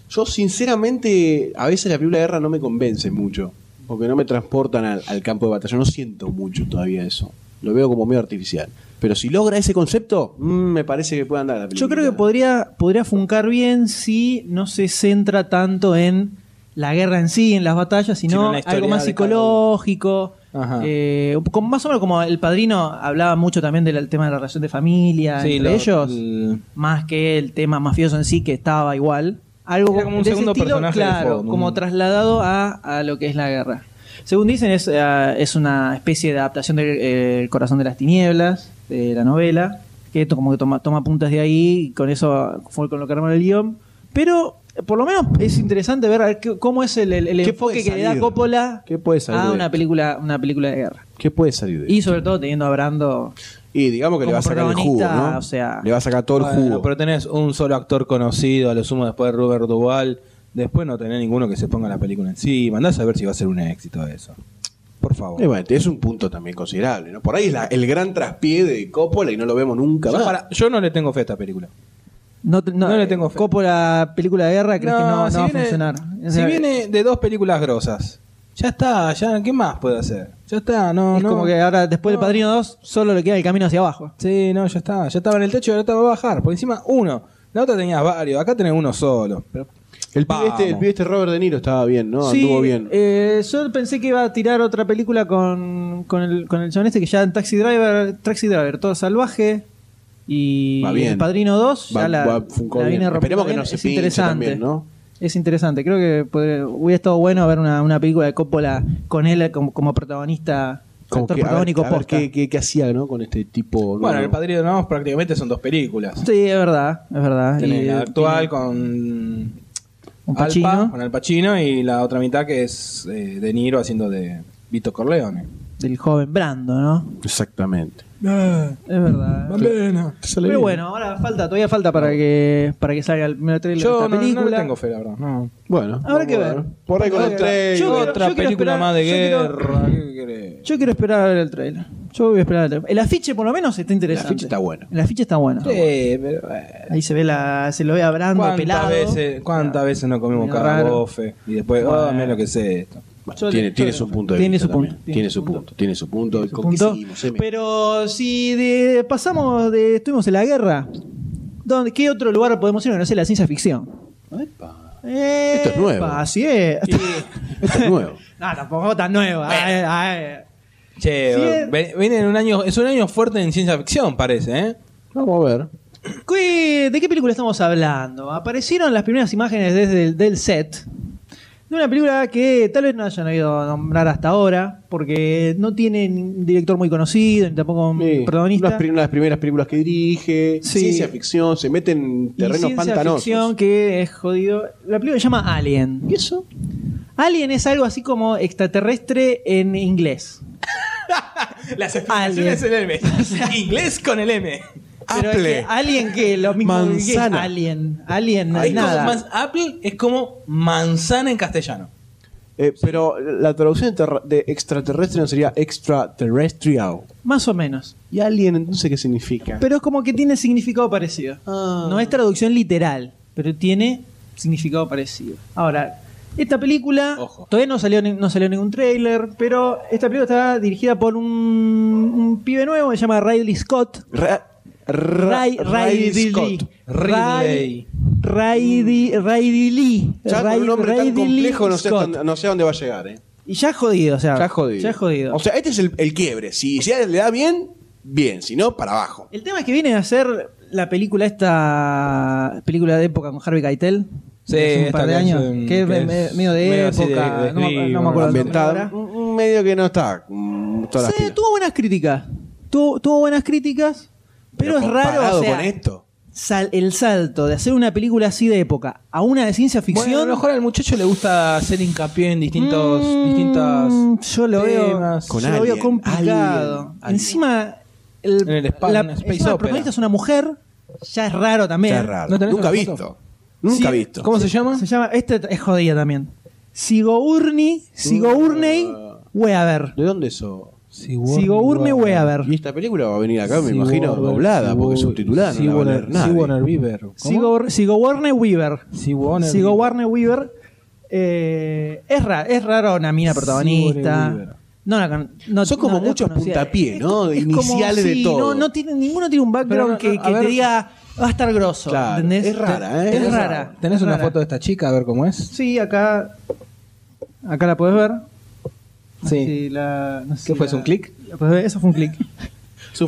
Speaker 8: Yo, sinceramente, a veces la película de guerra no me convence mucho. Porque no me transportan al, al campo de batalla. No siento mucho todavía eso. Lo veo como medio artificial. Pero si logra ese concepto, mm, me parece que puede andar la película.
Speaker 5: Yo creo que podría, podría funcar bien si no se centra tanto en la guerra en sí, en las batallas,
Speaker 6: Sino
Speaker 5: sino
Speaker 6: en la historia
Speaker 5: algo más
Speaker 6: de cada uno.
Speaker 5: psicológico.
Speaker 6: Ajá.
Speaker 5: eh, un poco- más o menos como el padrino hablaba mucho también del tema de la relación de familia
Speaker 6: Sí,
Speaker 5: Ah, entre
Speaker 6: lo-
Speaker 5: ellos,
Speaker 6: el-
Speaker 5: más que el tema mafioso en sí que estaba igual. Algo
Speaker 6: Era como un
Speaker 5: de ese
Speaker 6: segundo
Speaker 5: estilo,
Speaker 6: personaje de
Speaker 5: claro,
Speaker 6: fondo,
Speaker 5: como
Speaker 6: un-
Speaker 5: trasladado a, a lo que es la guerra. Según dicen, es, eh, es una especie de adaptación del eh, El corazón de las tinieblas, de la novela, que esto como que toma, toma puntas de ahí, y con eso fue con lo que armaron el guión. Pero eh, por lo menos es interesante ver, a ver qué- cómo es el, el- el
Speaker 8: ¿Qué
Speaker 5: enfoque
Speaker 8: puede
Speaker 5: que le da
Speaker 8: salir?
Speaker 5: Coppola
Speaker 8: ¿Qué puede salir
Speaker 5: a
Speaker 8: de
Speaker 5: una
Speaker 8: esto?
Speaker 5: película, una película de guerra.
Speaker 8: ¿Qué puede salir de
Speaker 5: Y sobre todo teniendo a Brando
Speaker 8: Y digamos que le
Speaker 5: Como
Speaker 8: va a sacar el jugo,
Speaker 5: protagonista,
Speaker 8: ¿no?
Speaker 5: o sea-
Speaker 8: le va a sacar todo el
Speaker 6: Bueno,
Speaker 8: jugo.
Speaker 6: pero tenés un solo actor conocido, a lo sumo después de Robert Duval. Después no tenés ninguno que se ponga la película encima. Andás a ver si va a ser un éxito eso. Por favor.
Speaker 8: Y bueno, es un punto también considerable, ¿no? Por ahí es la- el gran traspié de Coppola y no lo vemos nunca
Speaker 6: Yo,
Speaker 8: más.
Speaker 6: para- yo no le tengo fe a esta película.
Speaker 5: No, te- no,
Speaker 6: No le tengo fe.
Speaker 5: Coppola, película de guerra, Ah, crees que no, no
Speaker 6: si
Speaker 5: va
Speaker 6: viene-
Speaker 5: a funcionar. O
Speaker 6: Si
Speaker 5: sea,
Speaker 6: viene de dos películas grosas, ya está, ya, ¿qué más puede hacer? Ya está, no,
Speaker 5: es
Speaker 6: no.
Speaker 5: como que ahora, después
Speaker 6: No.
Speaker 5: de Padrino 2, solo le queda el camino hacia abajo.
Speaker 6: Sí, no, ya está, ya estaba en el techo y ahora te va a bajar. Por encima, uno. La otra tenías varios, acá tenés uno solo. Pero
Speaker 8: el, pibe este, el
Speaker 6: Vamos.
Speaker 8: pibe este Robert De Niro estaba bien, ¿no?
Speaker 5: Sí,
Speaker 8: Anduvo bien.
Speaker 5: eh, yo pensé que iba a tirar otra película con, con el, con el chabón este que ya en Taxi Driver, Taxi Driver, todo salvaje. Y
Speaker 8: Va bien.
Speaker 5: el Padrino 2
Speaker 8: Va-
Speaker 5: ya la,
Speaker 8: va- funcó
Speaker 5: la
Speaker 8: bien.
Speaker 5: viene rompiendo
Speaker 8: Esperemos que
Speaker 5: bien.
Speaker 8: no se
Speaker 5: es
Speaker 8: pinche
Speaker 5: interesante.
Speaker 8: también, ¿no?
Speaker 5: Es interesante. Creo que podría- hubiera estado bueno ver una, una película de Coppola con él como, como protagonista,
Speaker 8: Como
Speaker 5: actor
Speaker 8: que, a ver-
Speaker 5: protagónico
Speaker 8: a ver
Speaker 5: posta.
Speaker 8: qué, qué- qué hacía, ¿no? Con este tipo.
Speaker 6: bueno,
Speaker 8: nuevo.
Speaker 6: el Padrino no, prácticamente son dos películas.
Speaker 5: Sí, es verdad, es verdad.
Speaker 6: Tenés
Speaker 5: Y,
Speaker 6: la
Speaker 5: eh,
Speaker 6: actual
Speaker 5: tiene
Speaker 6: con
Speaker 5: un
Speaker 6: Alpa,
Speaker 5: Pacino.
Speaker 6: con Al Pacino y la otra mitad que es eh, De Niro haciendo de Vito Corleone.
Speaker 5: del joven Brando, ¿no?
Speaker 8: Exactamente.
Speaker 6: Ah,
Speaker 5: Es verdad. Pero bueno, ahora falta, todavía falta para que para que salga el primer trailer de
Speaker 6: Yo
Speaker 5: esta
Speaker 6: no,
Speaker 5: película.
Speaker 6: no le tengo fe, la verdad. no.
Speaker 8: Bueno.
Speaker 5: Habrá
Speaker 8: vamos
Speaker 5: que
Speaker 8: a
Speaker 5: ver.
Speaker 8: Por ahí con el tren.
Speaker 5: Yo quiero-
Speaker 6: Otra
Speaker 5: yo quiero
Speaker 6: película
Speaker 5: esperar-
Speaker 6: más de
Speaker 5: yo quiero-
Speaker 6: guerra. ¿qué querés?
Speaker 5: Yo quiero esperar a ver el trailer. Yo voy a esperar el trailer. El afiche por lo menos está interesante.
Speaker 8: El afiche está bueno.
Speaker 5: El afiche está bueno.
Speaker 6: Sí, pero, eh,
Speaker 5: Ahí se ve la se lo ve a Brando
Speaker 6: ¿Cuántas
Speaker 5: pelado.
Speaker 6: veces, cuántas veces no comimos
Speaker 5: Medio
Speaker 6: cada
Speaker 5: raro.
Speaker 6: bofe? Y después, oh,
Speaker 5: Bueno.
Speaker 6: mirá lo que es esto.
Speaker 8: Bueno,
Speaker 5: yo-
Speaker 8: tiene,
Speaker 5: yo-
Speaker 8: tiene su punto de
Speaker 5: tiene
Speaker 8: vista.
Speaker 5: su punto,
Speaker 8: también. Tiene su punto. Tiene su punto. ¿Con qué
Speaker 5: Punto.
Speaker 8: seguimos, Emi?
Speaker 5: Pero si de- pasamos de estuvimos en la guerra, ¿dónde, ¿qué otro lugar podemos ir? que No sé, la ciencia ficción. Eh,
Speaker 8: Epa,
Speaker 5: Esto
Speaker 8: es nuevo.
Speaker 5: Así es.
Speaker 8: esto es nuevo.
Speaker 5: eh. No, tampoco tan nueva. Ay, ay.
Speaker 6: Che,
Speaker 5: Sí, eh.
Speaker 6: ven- viene en un año, es un año fuerte en ciencia ficción, parece, ¿eh?
Speaker 8: Vamos a ver.
Speaker 5: ¿Qué- ¿De qué película estamos hablando? Aparecieron las primeras imágenes desde el del set de una película que tal vez no hayan oído nombrar hasta ahora, porque no tiene ni un director muy conocido, ni tampoco un
Speaker 8: Sí,
Speaker 5: protagonista.
Speaker 8: Unas, pri- unas primeras películas que dirige.
Speaker 5: Sí.
Speaker 8: Ciencia ficción. Se mete en
Speaker 5: Y
Speaker 8: terrenos
Speaker 5: ciencia
Speaker 8: pantanosos.
Speaker 5: ficción que es jodido. La película se llama Alien. ¿Y eso? Alien es algo así como extraterrestre en inglés.
Speaker 6: Las
Speaker 5: explicaciones en
Speaker 6: el M. Inglés con el M.
Speaker 5: Pero es que Alien que lo mismo que es
Speaker 8: Manzana.
Speaker 5: Alien. Alien no es nada.
Speaker 6: Apple es como manzana en castellano.
Speaker 8: Eh, pero la traducción de, terra- de extraterrestre no sería extraterrestrial.
Speaker 5: Más o menos.
Speaker 8: ¿Y alien entonces qué significa?
Speaker 5: Pero es como que tiene significado parecido.
Speaker 8: Ah.
Speaker 5: No es traducción literal, pero tiene significado parecido. Ahora, esta película
Speaker 6: Ojo.
Speaker 5: todavía no salió, ni- no salió ningún trailer, pero esta película está dirigida por un, un pibe nuevo que se llama Riley Scott.
Speaker 8: Ra- ra-
Speaker 5: Ray-
Speaker 8: Riley Scott.
Speaker 5: Ray- Riley. Riley Lee.
Speaker 8: Ya con
Speaker 5: Ray-
Speaker 8: un nombre tan
Speaker 5: Riley
Speaker 8: complejo no sé,
Speaker 5: Scott.
Speaker 8: hasta- no sé a dónde va a llegar, ¿eh?
Speaker 5: Y ya jodido, o sea.
Speaker 8: Ya jodido.
Speaker 5: Ya jodido.
Speaker 8: O sea, este es el, el quiebre. Si, si le da bien, bien. Si no, para abajo.
Speaker 5: el tema es que viene a ser la película esta película de época con Harvey Keitel.
Speaker 6: Sí,
Speaker 5: hace un
Speaker 6: esta
Speaker 5: par de
Speaker 6: que
Speaker 5: años.
Speaker 6: es,
Speaker 5: que es
Speaker 6: que
Speaker 5: me-
Speaker 6: es
Speaker 5: medio de
Speaker 6: medio así
Speaker 5: época.
Speaker 6: de- de
Speaker 5: no, me-
Speaker 6: esgrima,
Speaker 5: no me acuerdo el nombre
Speaker 8: Ambientada.
Speaker 5: ahora.
Speaker 8: mm, Medio que no está. mm, todas las
Speaker 5: Sí,
Speaker 8: pilas.
Speaker 5: tuvo buenas críticas. Tuvo, tuvo buenas críticas, pero, es raro.
Speaker 8: comparado
Speaker 5: o sea,
Speaker 8: con este. esto.
Speaker 5: sal- el salto de hacer una película así de época a una de ciencia ficción.
Speaker 6: Bueno, a lo mejor al muchacho le gusta hacer hincapié en distintos,
Speaker 5: Mm,
Speaker 6: distintas
Speaker 5: yo lo veo,
Speaker 6: temas.
Speaker 5: yo
Speaker 8: Con
Speaker 5: lo veo
Speaker 8: Alien,
Speaker 5: complicado.
Speaker 8: Alien, Alien.
Speaker 5: Encima, el-
Speaker 6: En el spa-
Speaker 5: la,
Speaker 6: en el Space
Speaker 5: encima el
Speaker 6: Opera.
Speaker 5: protagonista es una mujer, ya es raro también.
Speaker 8: Está raro.
Speaker 6: ¿No tenés
Speaker 8: Nunca
Speaker 6: una
Speaker 8: visto.
Speaker 6: foto?
Speaker 8: Nunca
Speaker 5: Sí,
Speaker 8: visto.
Speaker 6: ¿Cómo se llama?
Speaker 5: Se llama, este es
Speaker 8: Uh.
Speaker 5: jodida también. Sigourney, Sigourney Weaver.
Speaker 8: ¿De dónde eso?
Speaker 5: Sigourney Weaver.
Speaker 8: Y esta película va a venir acá, me imagino, doblada, porque subtitulada. no la va a leer nadie.
Speaker 6: Sigourney Weaver. ¿Cómo?
Speaker 5: Sigour- Sigourney Weaver.
Speaker 6: Sigourney
Speaker 5: Sigourney Weaver. eh, es, ra- es raro una mina
Speaker 6: Sigourney
Speaker 5: protagonista.
Speaker 6: Weaver.
Speaker 5: No, la con- no-
Speaker 8: Son como
Speaker 5: no la
Speaker 8: muchos
Speaker 5: conocía.
Speaker 8: puntapié, ¿no?
Speaker 5: Es- es
Speaker 8: Iniciales de
Speaker 5: sí,
Speaker 8: todo.
Speaker 5: No, no tiene, ninguno tiene un
Speaker 6: Pero,
Speaker 5: background
Speaker 6: a-
Speaker 5: que, que
Speaker 6: a ver-
Speaker 5: te diga va a estar grosso.
Speaker 8: Claro,
Speaker 5: ¿entendés?
Speaker 8: es rara, ¿eh?
Speaker 5: Es
Speaker 8: Es
Speaker 5: rara.
Speaker 6: ¿Tenés
Speaker 5: es
Speaker 6: una
Speaker 5: rara.
Speaker 6: foto de esta chica? A ver cómo es.
Speaker 5: Sí, acá. Acá la puedes ver. No sé
Speaker 6: Sí.
Speaker 5: si la- no sé
Speaker 6: ¿Qué
Speaker 5: si
Speaker 6: fue,
Speaker 5: la-
Speaker 6: es un clic?
Speaker 5: la podés ver, Eso fue un clic.
Speaker 8: Su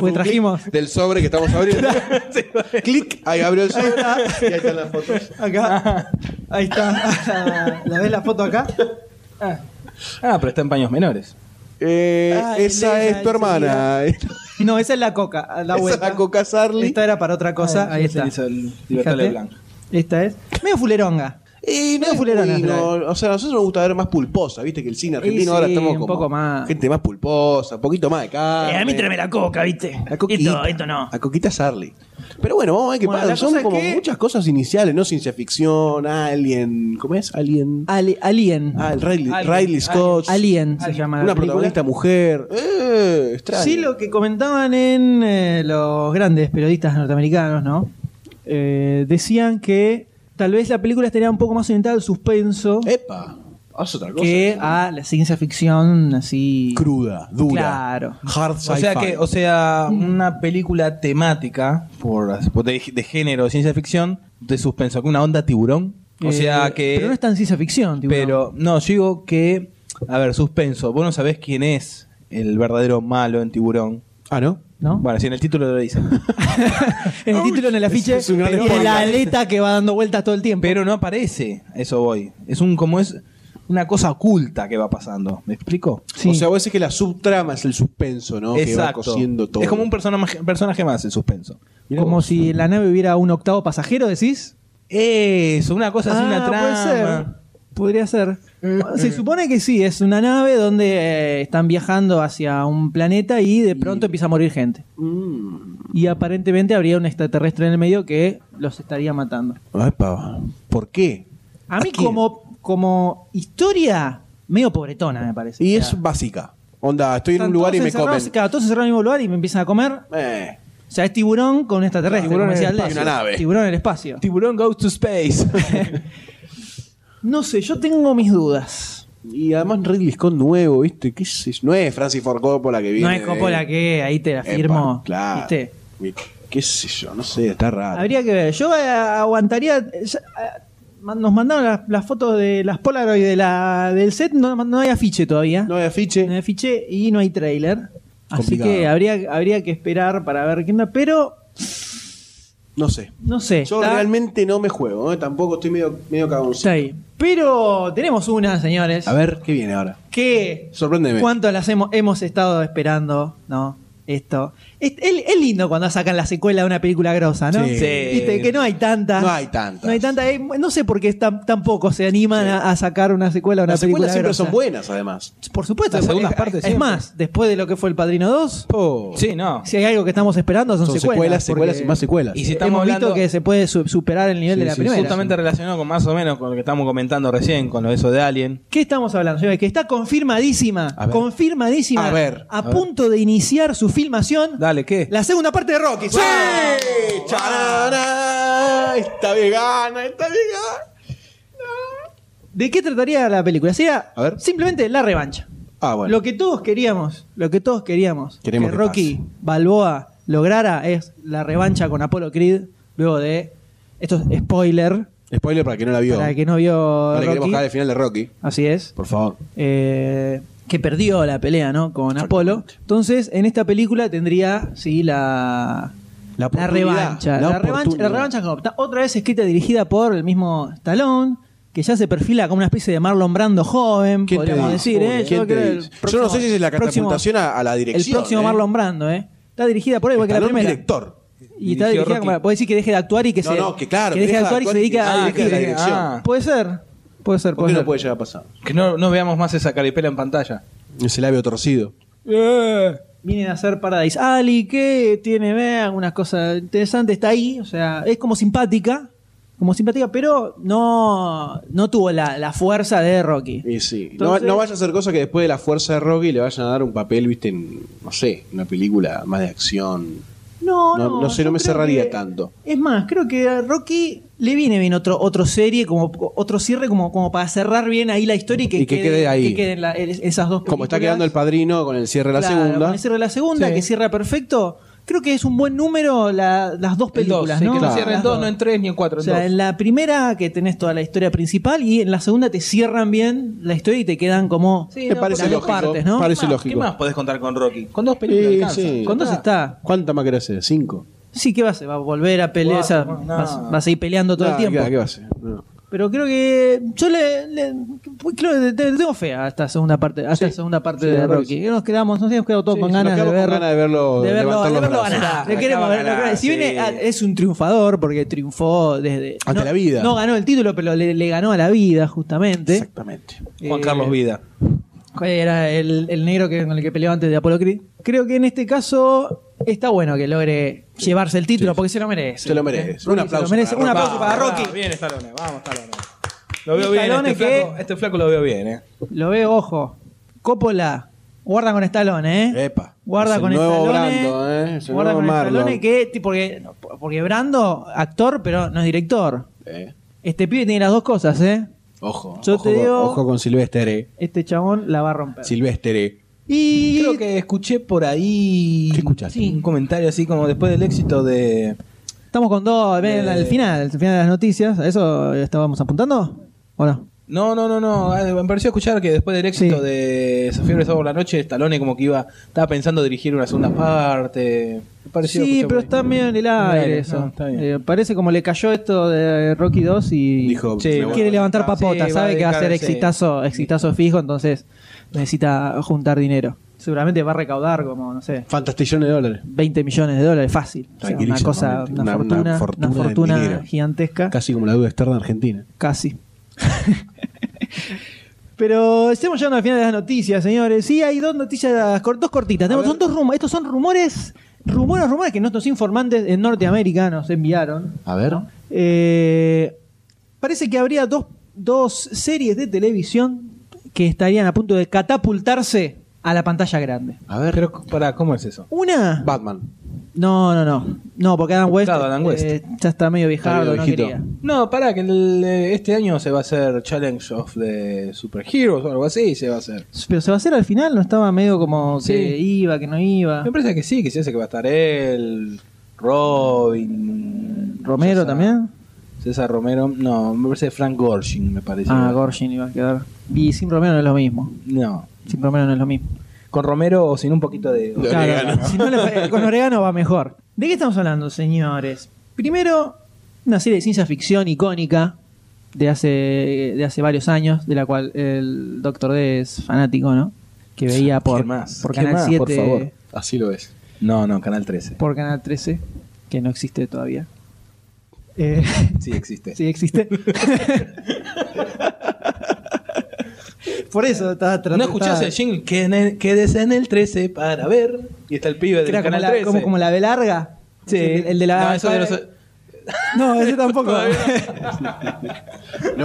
Speaker 5: Porque
Speaker 8: fue un
Speaker 5: trajimos.
Speaker 8: clic Del sobre que estamos abriendo. clic, ahí abrió el sobre. Y ahí están las fotos.
Speaker 5: Acá. Ahí está. La, la ves la foto acá?
Speaker 6: Ah, pero está en paños menores.
Speaker 8: Eh,
Speaker 5: Ay,
Speaker 8: esa
Speaker 5: Elena,
Speaker 8: es tu hermana.
Speaker 5: No, esa es la coca. a La
Speaker 8: Esa
Speaker 5: vuelta.
Speaker 8: es la Coca Sarli.
Speaker 5: Esta era para otra cosa.
Speaker 6: Ah,
Speaker 5: ahí
Speaker 6: sí,
Speaker 5: está.
Speaker 6: se hizo el Libertad
Speaker 5: Fíjate.
Speaker 6: Leblanc.
Speaker 5: Esta es. Medio fuleronga.
Speaker 8: Y
Speaker 5: No, fulerona,
Speaker 8: muy-
Speaker 5: no.
Speaker 8: no, o sea, a nosotros nos gusta ver más pulposa, viste que el cine argentino
Speaker 5: Y sí,
Speaker 8: ahora estamos
Speaker 5: un
Speaker 8: como
Speaker 5: poco más. Eh,
Speaker 8: gente más pulposa, un poquito más de carne.
Speaker 5: Ah, la coca, ¿viste?
Speaker 8: La coquita, La coquita Sarli. Pero bueno, vamos a ver qué
Speaker 5: Bueno, la
Speaker 8: pasa.
Speaker 5: cosa
Speaker 8: Son
Speaker 5: es
Speaker 8: como
Speaker 5: que-
Speaker 8: muchas cosas iniciales, ¿no? Ciencia ficción, Alien, ¿cómo es? Alien.
Speaker 5: alien.
Speaker 8: Ah, el Riley, Riley Scott.
Speaker 5: Alien se llama la
Speaker 8: Una
Speaker 5: película.
Speaker 8: protagonista mujer. Eh, extraño.
Speaker 5: Sí, lo que comentaban en eh, los grandes periodistas norteamericanos, ¿no? Eh, decían que tal vez la película estaría un poco más orientada al suspenso
Speaker 8: Epa, haz otra cosa.
Speaker 5: que a la ciencia ficción así.
Speaker 8: Cruda, dura.
Speaker 5: Claro.
Speaker 8: Hard
Speaker 6: O sea,
Speaker 8: sci-fi.
Speaker 6: que, o sea, una película temática por, por de, de género de ciencia ficción de suspenso, con una onda tiburón. O
Speaker 5: Eh,
Speaker 6: sea que.
Speaker 5: Pero no es tan ciencia ficción, tipo.
Speaker 6: Pero, no, yo digo que. A ver, suspenso. Vos no sabés quién es el verdadero malo en tiburón.
Speaker 8: Ah, ¿no?
Speaker 5: ¿no?
Speaker 6: Bueno, si en el título lo dice.
Speaker 5: en el título, en el afiche
Speaker 8: es un gran
Speaker 5: y en
Speaker 8: spoiler.
Speaker 5: la aleta que va dando vueltas todo el tiempo.
Speaker 6: pero no aparece, eso voy. Es un como es una cosa oculta que va pasando. ¿Me explico?
Speaker 5: Sí.
Speaker 8: O sea, vos decís que la subtrama es el suspenso, ¿no? Que va cosiendo todo.
Speaker 6: Es como un personaje, personaje más el suspenso.
Speaker 5: como si en la nave hubiera un octavo pasajero, decís.
Speaker 6: Eso, una cosa así, una
Speaker 5: Ah, puede
Speaker 6: trama.
Speaker 5: ser. Podría ser.
Speaker 8: Mm.
Speaker 5: Se supone que sí, es una nave donde eh, están viajando hacia un planeta y de pronto empieza a morir gente.
Speaker 8: Mm.
Speaker 5: Y aparentemente habría un extraterrestre en el medio que los estaría matando.
Speaker 8: Epa, ¿Por qué?
Speaker 5: A mí
Speaker 8: quién?
Speaker 5: como, como historia, medio pobretona me parece.
Speaker 8: Y
Speaker 5: O sea,
Speaker 8: es básica. Onda, estoy en
Speaker 5: están
Speaker 8: un lugar
Speaker 5: todos
Speaker 8: y me
Speaker 5: encerrados,
Speaker 8: comen.
Speaker 5: Claro, todos encerrados en el mismo lugar y me empiezan a comer.
Speaker 8: Eh,
Speaker 5: O sea, es tiburón con un extraterrestre.
Speaker 6: Tiburón
Speaker 5: como
Speaker 6: en el
Speaker 5: decía Aldo.
Speaker 8: espacio. Y una nave.
Speaker 5: Tiburón en el espacio.
Speaker 6: Tiburón goes to space.
Speaker 5: No sé, yo tengo mis dudas.
Speaker 8: y además Ridley Scott nuevo, ¿viste? ¿Qué es eso? No es Francis Ford Coppola que viene.
Speaker 5: no es Coppola
Speaker 8: de-
Speaker 5: que ahí te la
Speaker 8: Epa,
Speaker 5: firmo.
Speaker 8: claro.
Speaker 5: ¿viste?
Speaker 8: ¿Qué sé yo? No sé, está raro.
Speaker 5: Habría que ver. Yo eh, aguantaría. eh, ya, eh, man- nos mandaron las, las fotos de las Polaroid de la, del set. No, no hay afiche todavía.
Speaker 8: No hay afiche.
Speaker 5: No hay afiche y no hay trailer. Así
Speaker 8: Complicado.
Speaker 5: que habría, habría que esperar para ver qué onda. Pero
Speaker 8: No sé.
Speaker 5: no sé.
Speaker 8: Yo
Speaker 5: está-
Speaker 8: realmente no me juego, ¿eh? tampoco estoy medio, medio
Speaker 5: está
Speaker 8: cagoncito.
Speaker 5: ahí. Pero tenemos una, señores.
Speaker 8: A ver, ¿qué viene ahora?
Speaker 5: Que
Speaker 8: Sorpréndeme.
Speaker 5: ¿Cuánto las hemos, hemos estado esperando, no? Esto. Es, es- es lindo cuando sacan la secuela de una película grosa, ¿no?
Speaker 8: Sí.
Speaker 5: Viste, que no hay tantas.
Speaker 8: No hay tantas.
Speaker 5: No hay tantas. Eh, No sé por qué tam- tampoco se animan a, a sacar una secuela de una
Speaker 8: Las
Speaker 5: película
Speaker 8: secuelas siempre
Speaker 5: grosa.
Speaker 8: son buenas, además.
Speaker 5: Por supuesto.
Speaker 6: Las segundas
Speaker 5: es-
Speaker 6: partes
Speaker 5: Es
Speaker 6: siempre.
Speaker 5: más, después de lo que fue El Padrino 2,
Speaker 6: Sí, no.
Speaker 5: si hay algo que estamos esperando son,
Speaker 8: Son secuelas, secuelas
Speaker 5: porque
Speaker 8: y más secuelas.
Speaker 6: Y si estamos
Speaker 5: hemos
Speaker 6: hablando-
Speaker 5: visto que se puede su- superar el nivel de la primera.
Speaker 6: Justamente relacionado con más o menos con lo que estamos comentando recién, con lo de eso de Alien.
Speaker 5: ¿Qué estamos hablando, señores? Que está confirmadísima,
Speaker 6: A ver.
Speaker 5: confirmadísima,
Speaker 8: A ver,
Speaker 5: a, punto de iniciar su filmación.
Speaker 6: Dale, ¿qué?
Speaker 5: La segunda parte de Rocky.
Speaker 8: ¡Sí! ¡Charará! Está vegana, está vegana.
Speaker 5: ¿De qué trataría la película? Sería
Speaker 8: A ver.
Speaker 5: simplemente la revancha.
Speaker 8: Ah, bueno.
Speaker 5: Lo que todos queríamos, lo que todos queríamos
Speaker 8: Queremos
Speaker 5: que
Speaker 8: que
Speaker 5: Rocky Balboa lograra es la revancha con Apollo Creed luego de esto es spoiler
Speaker 8: Spoiler para que no la vio.
Speaker 5: para el que no vio
Speaker 8: Ahora queremos
Speaker 5: Rocky.
Speaker 8: cagar el final de Rocky.
Speaker 5: Así es.
Speaker 8: Por favor.
Speaker 5: eh, que perdió la pelea, ¿no? Con Apolo. Entonces, en esta película tendría, sí, la,
Speaker 8: La
Speaker 5: la
Speaker 8: oportunidad,
Speaker 5: revancha.
Speaker 8: la
Speaker 5: La, revancha, la
Speaker 8: oportunidad.
Speaker 5: revancha como- ta- otra vez escrita y dirigida por el mismo Stallone, que ya se perfila como una especie de Marlon Brando joven,
Speaker 8: ¿Quién te
Speaker 5: podríamos
Speaker 8: dice?
Speaker 5: decir, ¿eh?
Speaker 8: ¿Quién
Speaker 5: Yo,
Speaker 8: te
Speaker 5: creo el
Speaker 8: dice? Yo
Speaker 5: próximo-
Speaker 8: no sé si es la
Speaker 5: próximo-
Speaker 8: catapultación a, a la dirección.
Speaker 5: El próximo
Speaker 8: ¿eh?
Speaker 5: Marlon Brando, ¿eh? Está dirigida por él, igual que la
Speaker 8: Stallone
Speaker 5: primera.
Speaker 8: director.
Speaker 5: Y está
Speaker 6: Dirigió
Speaker 5: dirigida
Speaker 6: Rocky.
Speaker 5: como. Puede decir que deje de actuar y que
Speaker 8: No,
Speaker 5: se.
Speaker 8: no, que claro,
Speaker 5: Que deje de actuar y se dedique a.
Speaker 8: ah, que
Speaker 5: dirigir.
Speaker 8: la dirección.
Speaker 6: Ah.
Speaker 5: Puede ser. Puede ser,
Speaker 8: ¿Por
Speaker 5: puede
Speaker 8: qué
Speaker 5: ser.
Speaker 8: no puede llegar a pasar?
Speaker 6: Que no, no veamos más esa caripela en pantalla.
Speaker 8: Ese labio torcido.
Speaker 6: Eh.
Speaker 5: Viene a hacer Paradise Alley, que tiene ve, algunas cosas interesantes, está ahí, o sea, es como simpática, como simpática, pero no, no tuvo la, la fuerza de Rocky.
Speaker 8: Y sí.
Speaker 5: Entonces-
Speaker 8: no, no vaya a ser cosa que después de la fuerza de Rocky le vayan a dar un papel, viste, en, no sé, una película más de acción.
Speaker 5: No,
Speaker 8: No, no sé, no
Speaker 5: yo
Speaker 8: me
Speaker 5: creo
Speaker 8: cerraría
Speaker 5: que-
Speaker 8: tanto.
Speaker 5: Es más, creo que a Rocky le viene bien otro, otro serie, como otro cierre, como, como para cerrar bien ahí la historia y que,
Speaker 8: Y que quede ahí.
Speaker 5: que queden la- esas dos
Speaker 8: Como está
Speaker 5: películas.
Speaker 8: quedando el padrino con el cierre de la
Speaker 5: Claro,
Speaker 8: segunda.
Speaker 5: con el cierre de la segunda,
Speaker 6: Sí.
Speaker 5: que cierra perfecto. Creo que es un buen número la- las dos
Speaker 6: El dos,
Speaker 5: películas,
Speaker 6: sí,
Speaker 5: ¿no?
Speaker 6: que no
Speaker 8: Claro.
Speaker 6: cierren
Speaker 5: Las
Speaker 6: dos,
Speaker 5: dos.
Speaker 6: no en tres ni en cuatro.
Speaker 5: O
Speaker 6: en
Speaker 5: sea,
Speaker 6: dos.
Speaker 5: en la primera que tenés toda la historia principal y en la segunda te cierran bien la historia y te quedan como
Speaker 6: Sí,
Speaker 8: Me
Speaker 6: no,
Speaker 8: parece
Speaker 5: las
Speaker 6: pero-
Speaker 5: dos
Speaker 8: lógico.
Speaker 5: partes, ¿no?
Speaker 8: Parece
Speaker 6: ¿Qué más-
Speaker 8: lógico.
Speaker 6: ¿Qué más podés contar con Rocky? Con dos
Speaker 8: Sí,
Speaker 6: películas alcanza.
Speaker 8: sí.
Speaker 5: Con dos está.
Speaker 8: ¿Cuánta más querés hacer? ¿Cinco?
Speaker 5: Sí, ¿qué va a hacer? ¿Va a volver a pelear?
Speaker 6: Guau,
Speaker 5: O sea,
Speaker 6: no.
Speaker 5: vas, vas a ir peleando todo
Speaker 8: Nah,
Speaker 5: el tiempo.
Speaker 8: ¿Qué, qué va a hacer? No.
Speaker 5: Pero creo que yo le, le- pues, creo que le- le tengo fe a esta segunda parte, a esta segunda parte
Speaker 8: sí,
Speaker 5: de
Speaker 8: la verdad
Speaker 5: Rocky.
Speaker 8: que
Speaker 5: Nos quedamos, nos hemos quedado todos
Speaker 8: Sí,
Speaker 5: con
Speaker 8: nos
Speaker 5: ganas de
Speaker 8: quedamos con
Speaker 5: verlo.
Speaker 8: ganas de verlo
Speaker 5: de verlo,
Speaker 8: levantar
Speaker 5: de
Speaker 8: los
Speaker 5: verlo
Speaker 8: brazos.
Speaker 5: ganar. Le
Speaker 6: Acá
Speaker 5: queremos
Speaker 6: va a
Speaker 5: ver, lo
Speaker 6: ganar,
Speaker 5: que- Si
Speaker 6: sí.
Speaker 5: viene, a- es un triunfador porque triunfó desde
Speaker 8: Ante
Speaker 5: no-
Speaker 8: la vida.
Speaker 5: No ganó el título, pero le, le ganó a la vida justamente.
Speaker 8: Exactamente.
Speaker 6: Juan
Speaker 5: Eh,
Speaker 6: Carlos Vida.
Speaker 5: ¿Cuál era el, el negro que, con el que peleó antes de Apolo Creed? Creo que en este caso está bueno que logre llevarse el título porque se lo merece.
Speaker 8: Se lo merece.
Speaker 5: Rocky
Speaker 8: Un
Speaker 5: se
Speaker 8: aplauso
Speaker 5: lo merece.
Speaker 8: para
Speaker 5: Un
Speaker 8: Rocky.
Speaker 5: aplauso para Rocky.
Speaker 6: Bien, Stallone. Vamos, Stallone. Lo
Speaker 5: Y
Speaker 6: veo bien.
Speaker 5: Stallone
Speaker 6: Este
Speaker 5: que-
Speaker 6: flaco, este flaco lo veo bien, ¿eh?
Speaker 5: Lo veo, ojo. Coppola. Guarda con Stallone, ¿eh?
Speaker 8: Epa.
Speaker 5: Guarda
Speaker 8: Es el
Speaker 5: con
Speaker 8: nuevo
Speaker 5: Stallone.
Speaker 8: Brando, ¿eh? Es el
Speaker 5: Guarda
Speaker 8: nuevo
Speaker 5: con
Speaker 8: Marlon.
Speaker 5: Stallone que... Porque, porque Brando, actor, pero no es director.
Speaker 8: Eh,
Speaker 5: Este pibe tiene las dos cosas, ¿eh?
Speaker 8: Ojo.
Speaker 5: Yo
Speaker 8: ojo,
Speaker 5: te
Speaker 8: con-
Speaker 5: digo-
Speaker 8: ojo con Silvestre.
Speaker 5: Este chabón la va a romper.
Speaker 8: Silvestre.
Speaker 5: Y...
Speaker 6: Creo que escuché por ahí.
Speaker 8: ¿Qué escuchaste?
Speaker 6: Sí, un comentario así como después del éxito de.
Speaker 5: Estamos con dos... ven,
Speaker 6: Eh.
Speaker 5: Al final, al final de las noticias. ¿A eso estábamos apuntando? ¿O no?
Speaker 6: No, no, no, no. ah, Me pareció escuchar que después del éxito
Speaker 5: Sí.
Speaker 6: de Sofía Sábado por la Noche, Stallone como que iba. Estaba pensando dirigir una segunda parte. Me pareció
Speaker 5: Sí, pero
Speaker 6: escuchar por ahí.
Speaker 5: está medio en el aire
Speaker 6: aire,
Speaker 5: eso.
Speaker 6: no, está bien.
Speaker 5: Eh, parece como le cayó esto de Rocky 2 y...
Speaker 8: Dijo,
Speaker 6: Sí,
Speaker 8: me
Speaker 6: bueno.
Speaker 8: voy.
Speaker 5: quiere levantar papota,
Speaker 6: Sí, va a
Speaker 5: sabe que va a ser
Speaker 6: dedicar, sí.
Speaker 5: exitazo, exitazo fijo, entonces necesita juntar dinero. Seguramente va a recaudar como, no sé,
Speaker 8: Fantastillones de dólares.
Speaker 5: 20 millones de dólares, fácil. O sea, una
Speaker 8: Tranquilísimo,
Speaker 5: cosa,
Speaker 8: realmente.
Speaker 5: una,
Speaker 8: Una- una
Speaker 5: fortuna, una
Speaker 8: fortuna
Speaker 5: fortuna,
Speaker 8: de dinero.
Speaker 5: gigantesca.
Speaker 8: Casi como la duda externa argentina.
Speaker 5: Casi. Pero estamos llegando al final de las noticias, señores. Sí, hay dos noticias, cor- dos cortitas. Tenemos, son dos rumores. Estos son rumores, rumores, rumores que nuestros informantes en Norteamérica nos enviaron.
Speaker 8: A ver.
Speaker 5: Eh, parece que habría dos, dos series de televisión que estarían a punto de catapultarse a la pantalla grande.
Speaker 8: A ver.
Speaker 6: Pero, pará, ¿cómo es eso?
Speaker 5: Una.
Speaker 8: Batman.
Speaker 5: No, no, no. No, porque Adam West,
Speaker 6: Claro, Adam West.
Speaker 5: eh, ya está medio viejardo,
Speaker 8: medio
Speaker 5: no
Speaker 8: viejito.
Speaker 5: quería.
Speaker 6: No, pará, que el, eh, este año se va a hacer Challenge of the Superheroes o algo así, se va a hacer.
Speaker 5: Pero se va a hacer al final, no estaba medio como que
Speaker 6: Sí.
Speaker 5: iba, que no iba.
Speaker 6: Me parece que sí, que se hace que va a estar él, Robin...
Speaker 5: Romero
Speaker 6: César-
Speaker 5: también.
Speaker 6: César Romero, no, me parece Frank Gorshin, me parece.
Speaker 5: Ah, Gorshin iba a quedar. Y sin Romero no es lo mismo.
Speaker 6: No,
Speaker 5: Sin Romero no es lo mismo.
Speaker 6: con Romero o sin un poquito de...
Speaker 4: De orégano.
Speaker 5: Si no le- con orégano va mejor. ¿De qué estamos hablando, señores? Primero, una serie de ciencia ficción icónica de hace, de hace varios años, de la cual el Doctor D es fanático, ¿no? Que veía por,
Speaker 6: más?
Speaker 5: por
Speaker 6: ¿Qué
Speaker 5: Canal
Speaker 6: más,
Speaker 5: 7,
Speaker 6: por
Speaker 5: por,
Speaker 6: favor?
Speaker 8: Así lo es.
Speaker 6: No, no, Canal 13.
Speaker 5: Canal 13, que no existe todavía. Eh,
Speaker 6: Sí, existe.
Speaker 5: sí existe. por eso estaba tratando.
Speaker 6: ¿No escuchás el jingle? Quede- Quédese en el 13 para ver. Y está el pibe del
Speaker 5: Era como
Speaker 6: Canal
Speaker 5: la,
Speaker 6: 13.
Speaker 5: como, como la B larga.
Speaker 6: Sí.
Speaker 5: El, el de la.
Speaker 6: No, eso de los-
Speaker 5: No, ese tampoco.
Speaker 8: No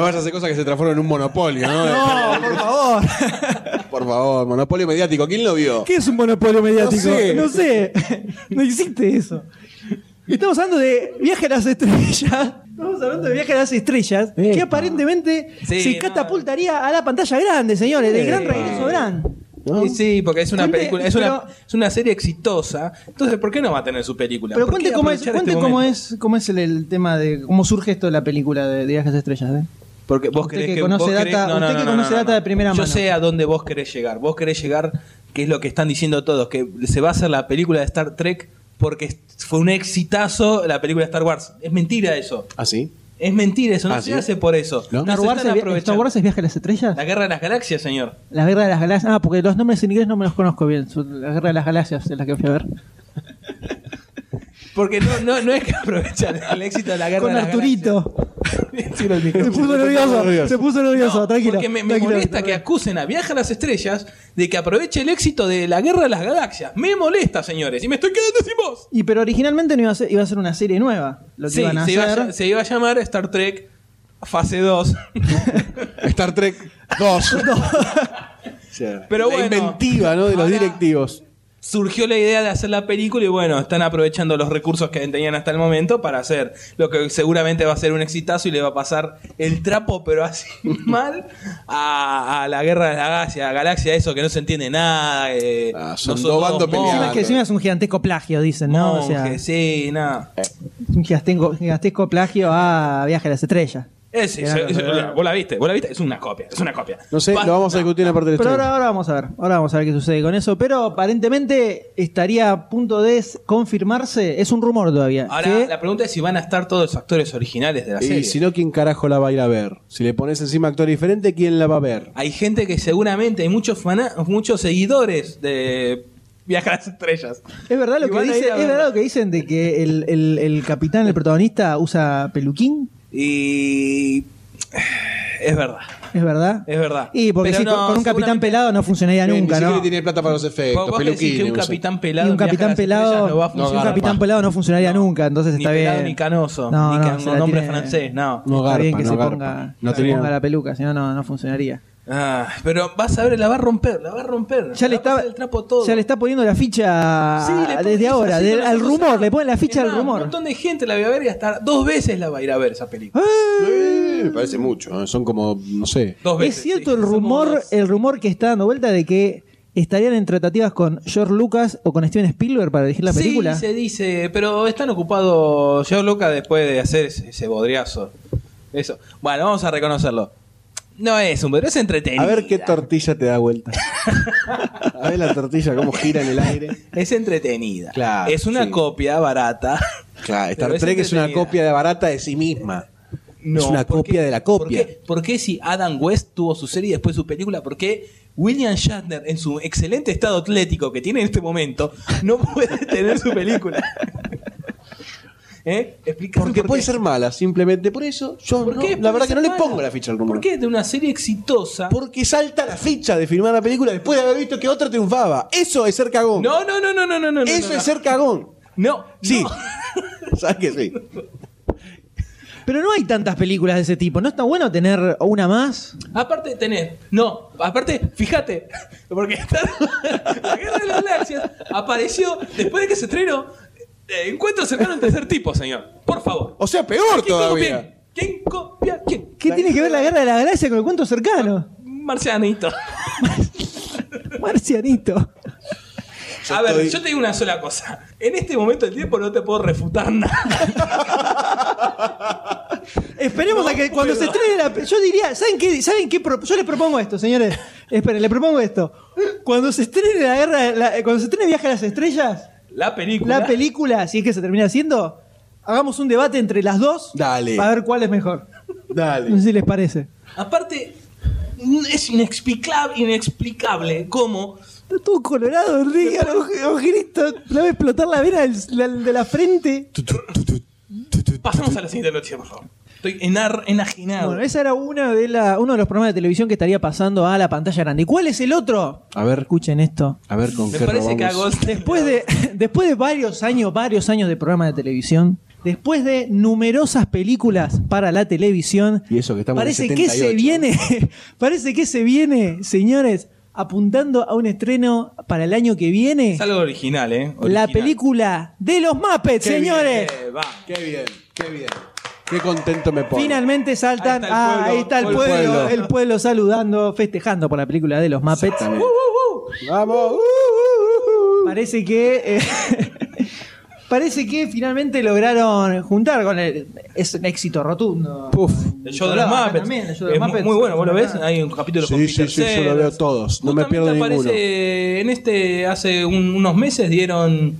Speaker 8: vayas a hacer cosas que se transformen en un monopolio, ¿no?
Speaker 5: No, por favor.
Speaker 8: Por favor, monopolio mediático. ¿Quién lo vio?
Speaker 5: ¿Qué es un monopolio mediático?
Speaker 8: No sé.
Speaker 5: No, sé. no existe eso. Estamos hablando de Viaje a las Estrellas. Estamos hablando de Viaje a las Estrellas. Que
Speaker 6: Epa.
Speaker 5: aparentemente
Speaker 6: Sí,
Speaker 5: se
Speaker 6: no.
Speaker 5: catapultaría a la pantalla grande, señores. Del gran
Speaker 6: Epa.
Speaker 5: regreso gran.
Speaker 6: Y sí, porque es una
Speaker 5: Cuente,
Speaker 6: película, es una,
Speaker 5: pero-
Speaker 6: es una serie exitosa. Entonces, ¿por qué no va a tener su película?
Speaker 5: Pero
Speaker 6: ¿Por qué
Speaker 5: cuente cómo es,
Speaker 6: aprovechar
Speaker 5: cuente
Speaker 6: este
Speaker 5: cómo
Speaker 6: momento?
Speaker 5: es, cómo es el, el tema de cómo surge esto de la película de, de Viaje a las Estrellas. ¿eh?
Speaker 6: Porque vos
Speaker 5: Usted
Speaker 6: querés
Speaker 5: que
Speaker 6: que
Speaker 5: conoce
Speaker 6: vos querés-
Speaker 5: data- usted que conoce data de primera
Speaker 6: Yo
Speaker 5: mano.
Speaker 6: sé a dónde vos querés llegar. Vos querés llegar, que es lo que están diciendo todos, que se va a hacer la película de Star Trek porque fue un exitazo la película de Star Wars. Es mentira eso.
Speaker 8: ¿Así?
Speaker 6: Es mentira eso. No
Speaker 8: ¿Ah,
Speaker 6: se
Speaker 8: sí?
Speaker 6: hace por eso.
Speaker 8: ¿No?
Speaker 6: No,
Speaker 5: Star
Speaker 6: se
Speaker 5: Wars,
Speaker 6: están
Speaker 5: es via-
Speaker 6: aprovechando.
Speaker 5: Star Wars es Viaje a las Estrellas.
Speaker 6: La guerra de las galaxias, señor.
Speaker 5: La Guerra de las Galaxias. Ah, porque los nombres en inglés no me los conozco bien. Son La Guerra de las Galaxias es la que fui a ver.
Speaker 6: Porque no, no, no es que aprovechan el éxito de la guerra
Speaker 5: Con
Speaker 6: de las
Speaker 5: Arturito.
Speaker 6: galaxias. Tiro el micrófono.
Speaker 5: Se puso nervioso, se puso nervioso,
Speaker 6: No,
Speaker 5: tranquilo.
Speaker 6: Porque me, me molesta que acusen a Viaje a las Estrellas de que aproveche el éxito de la Guerra de las Galaxias. Me molesta, señores, y me estoy quedando sin voz.
Speaker 5: Y pero originalmente no iba a ser, iba a ser una serie nueva. Lo que
Speaker 6: Sí,
Speaker 5: iban a
Speaker 6: se iba, a,
Speaker 5: hacer.
Speaker 6: ll- se iba a llamar Star Trek Fase 2.
Speaker 8: Star Trek 2.
Speaker 6: Pero
Speaker 8: Pero
Speaker 6: bueno.
Speaker 8: inventiva ¿no? de los
Speaker 6: Ahora-
Speaker 8: directivos.
Speaker 6: Surgió la idea de hacer la película y bueno, están aprovechando los recursos que tenían hasta el momento para hacer lo que seguramente va a ser un exitazo y le va a pasar el trapo, pero así mal, a, a la guerra de la galaxia, galaxia, eso que no se entiende nada. eh,
Speaker 8: Ah, son dos
Speaker 6: no todos
Speaker 8: bandos
Speaker 6: monjes,
Speaker 5: Encima,
Speaker 8: peleando.
Speaker 5: que encima es un gigantesco plagio, dicen, ¿no? O sea,
Speaker 6: monjes, sí, nada.
Speaker 5: un gigantesco, gigantesco plagio a Viaje a las Estrellas.
Speaker 6: Ese,
Speaker 5: Era
Speaker 6: ese-
Speaker 5: lo
Speaker 6: ese-
Speaker 5: que era.
Speaker 6: vos la viste, vos la viste, es una copia, es una copia.
Speaker 8: No sé,
Speaker 6: Va-
Speaker 8: lo vamos a discutir en la parte del
Speaker 5: Pero
Speaker 8: estreno.
Speaker 5: ahora, ahora vamos a ver, ahora vamos a ver qué sucede con eso. Pero aparentemente estaría a punto de s- confirmarse, es un rumor todavía.
Speaker 6: Ahora,
Speaker 5: que-
Speaker 6: la pregunta es si van a estar todos los actores originales de la serie.
Speaker 8: Y si no, ¿quién carajo la va a ir a ver? Si le pones encima actor diferente, ¿quién la va a ver?
Speaker 6: Hay gente que seguramente, hay muchos fana- muchos seguidores de Viaje a las Estrellas.
Speaker 5: Es verdad lo
Speaker 6: Y
Speaker 5: que
Speaker 6: van a ir
Speaker 5: dice,
Speaker 6: a
Speaker 5: es
Speaker 6: verla.
Speaker 5: verdad lo que dicen de que el, el- el capitán, el protagonista, usa peluquín,
Speaker 6: Y. Es verdad,
Speaker 5: es verdad.
Speaker 6: es verdad.
Speaker 5: Y porque
Speaker 6: Pero
Speaker 5: sí,
Speaker 6: no,
Speaker 5: con, con un capitán
Speaker 6: seguramente-
Speaker 5: pelado no funcionaría
Speaker 8: Ni
Speaker 5: nunca,
Speaker 8: siquiera
Speaker 5: ¿no?
Speaker 8: tiene plata para los
Speaker 6: ¿Vos-
Speaker 8: efectos,
Speaker 6: vos decís
Speaker 8: peluquines.
Speaker 6: que un
Speaker 8: usa.
Speaker 6: capitán
Speaker 5: Y
Speaker 6: pelado.
Speaker 5: un
Speaker 6: en Viaje a
Speaker 5: capitán
Speaker 6: las Estrellas
Speaker 5: pelado,
Speaker 6: No va a
Speaker 5: y un
Speaker 6: funcionar.
Speaker 5: capitán pelado no funcionaría nunca, entonces
Speaker 6: Ni
Speaker 5: está
Speaker 6: pelado,
Speaker 5: bien.
Speaker 6: ni canoso, ni can-
Speaker 5: se la
Speaker 6: un hombre
Speaker 5: tiene-
Speaker 6: francés, no.
Speaker 8: No
Speaker 5: está bien
Speaker 8: garpa,
Speaker 5: que
Speaker 8: no
Speaker 5: se
Speaker 8: garpa.
Speaker 5: ponga,
Speaker 8: No
Speaker 5: se
Speaker 8: tenía-
Speaker 5: ponga la peluca, si no, no, no funcionaría.
Speaker 6: Ah, pero vas a ver, la va a romper, la va a romper.
Speaker 5: Ya le,
Speaker 6: va a pasar
Speaker 5: está,
Speaker 6: el trapo todo.
Speaker 5: ya le está poniendo la ficha
Speaker 6: Sí, le ponen-
Speaker 5: desde
Speaker 6: es
Speaker 5: ahora,
Speaker 6: así
Speaker 5: del-
Speaker 6: con las
Speaker 5: al
Speaker 6: cosas.
Speaker 5: rumor, le ponen la ficha
Speaker 6: Es
Speaker 5: al
Speaker 6: más, Un
Speaker 5: rumor.
Speaker 6: montón de gente la va a ver y hasta dos veces la va a ir a ver esa película.
Speaker 8: Eh, me parece mucho. ¿eh? Son como, no sé.
Speaker 6: Dos veces.
Speaker 5: ¡Ah! Es cierto
Speaker 6: sí.
Speaker 5: el
Speaker 6: Somos
Speaker 5: rumor,
Speaker 6: dos.
Speaker 5: el rumor que está dando vuelta de que estarían en tratativas con George Lucas o con Steven Spielberg para dirigir la película.
Speaker 6: Sí, se dice, pero están ocupados Joe Lucas después de hacer ese, ese bodriazo. Eso. Bueno, vamos a reconocerlo. No es un bodriazo, es entretenido.
Speaker 8: A ver qué tortilla te da vuelta. a ver Ah, la tortilla, cómo gira en el aire.
Speaker 6: Es entretenida.
Speaker 8: Claro,
Speaker 6: es una
Speaker 8: sí.
Speaker 6: copia barata.
Speaker 8: Claro, Star
Speaker 6: Pero es
Speaker 8: Trek es una
Speaker 6: entretenida.
Speaker 8: copia de barata de sí misma.
Speaker 6: No,
Speaker 8: es una
Speaker 6: ¿por
Speaker 8: copia
Speaker 6: qué?
Speaker 8: de la copia.
Speaker 6: ¿Por qué? ¿Por qué si Adam West tuvo su serie y después su película? ¿Por qué William Shatner, en su excelente estado atlético que tiene en este momento, no puede tener su película? ¿Eh? Explícame
Speaker 8: Porque
Speaker 6: por
Speaker 8: puede
Speaker 6: qué.
Speaker 8: ser mala, simplemente. Por eso, yo
Speaker 6: ¿Por
Speaker 8: no-
Speaker 6: qué?
Speaker 8: la verdad
Speaker 6: Puede
Speaker 8: que no le
Speaker 6: ser
Speaker 8: pongo
Speaker 6: mala.
Speaker 8: la ficha al rumor.
Speaker 6: ¿Por qué de una serie exitosa?
Speaker 8: Porque salta la ficha de filmar la película después de haber visto que otra triunfaba. Eso es ser cagón.
Speaker 6: No, no, no, no, no, no, no.
Speaker 8: eso
Speaker 6: no, no.
Speaker 8: es ser cagón.
Speaker 6: No,
Speaker 8: Sí.
Speaker 6: no.
Speaker 8: ¿Sabes que sí?
Speaker 5: Pero no hay tantas películas de ese tipo. ¿No está bueno tener una más?
Speaker 6: Aparte tenés, no, aparte, fíjate, porque está la Guerra de las Galaxias apareció después de que se estrenó eh, Encuentro cercano en tercer tipo, señor. Por favor.
Speaker 8: O sea, peor
Speaker 6: ¿Quién
Speaker 8: todavía.
Speaker 6: copia? ¿Quién copia? ¿Quién?
Speaker 5: ¿Qué tiene que ver la guerra de la galaxia con el cuento cercano?
Speaker 6: Marcianito.
Speaker 5: Marcianito.
Speaker 6: A ver,
Speaker 8: estoy-
Speaker 6: yo te digo una sola cosa. En este momento del tiempo no te puedo refutar nada.
Speaker 5: Esperemos
Speaker 6: No
Speaker 5: a que cuando
Speaker 6: puedo.
Speaker 5: se estrene la Yo diría, ¿saben qué? ¿Saben qué? pro- Yo les propongo esto, señores. Esperen, les propongo esto. Cuando se estrene la guerra, la- cuando se estrene Viaje a las Estrellas,
Speaker 6: La película.
Speaker 5: la película, si es que se termina haciendo, hagamos un debate entre las dos
Speaker 8: Dale.
Speaker 5: para ver cuál es mejor. No
Speaker 8: Dale.
Speaker 5: sé si les parece.
Speaker 6: Aparte, es inexplicable, inexplicable cómo
Speaker 5: Está todo colorado, Enrique, oj- ojerito, le va a explotar la vena del- la- de la frente.
Speaker 6: Pasamos a la siguiente noticia, por favor. Estoy enar- enajenado.
Speaker 5: Bueno, ese era una de la, uno de los programas de televisión que estaría pasando a la pantalla grande. ¿Y ¿Cuál es el otro?
Speaker 8: A ver,
Speaker 5: Escuchen esto.
Speaker 8: a ver con
Speaker 6: Me
Speaker 8: qué
Speaker 6: parece que a
Speaker 8: robamos.
Speaker 6: Ghost-
Speaker 5: Después de, después de varios años, varios años de programa de televisión, después de numerosas películas para la televisión,
Speaker 8: Y eso que estamos en
Speaker 5: parece que
Speaker 8: 78.
Speaker 5: se viene, parece que se viene, señores, apuntando a un estreno para el año que viene,
Speaker 6: Es algo original, ¿eh?
Speaker 5: la
Speaker 6: Original.
Speaker 5: película de los Muppets,
Speaker 8: Qué bien,
Speaker 5: señores.
Speaker 6: Eh, va.
Speaker 8: Qué bien, qué bien. Qué contento me pongo.
Speaker 5: Finalmente saltan,
Speaker 6: Ahí está el
Speaker 5: ah, ahí está el
Speaker 6: pueblo,
Speaker 5: pueblo,
Speaker 8: el pueblo.
Speaker 5: el pueblo saludando, festejando por la película de los Muppets.
Speaker 8: Exactamente. Vamos. uh, uh, uh.
Speaker 5: Parece que. eh, parece que finalmente lograron juntar con el. Es un éxito rotundo.
Speaker 8: Puf.
Speaker 6: El show de los
Speaker 5: Acá
Speaker 6: Muppets.
Speaker 5: también, el show de
Speaker 6: es
Speaker 5: los Muppets.
Speaker 6: muy bueno, ¿vos lo ves?
Speaker 5: Acá.
Speaker 6: Hay un capítulo con
Speaker 8: Sí,
Speaker 6: Peter
Speaker 8: sí, sí, yo lo
Speaker 6: Sellers.
Speaker 8: veo todos. No me
Speaker 6: Justamente
Speaker 8: pierdo
Speaker 6: aparece,
Speaker 8: ninguno.
Speaker 6: En este, hace un- unos meses dieron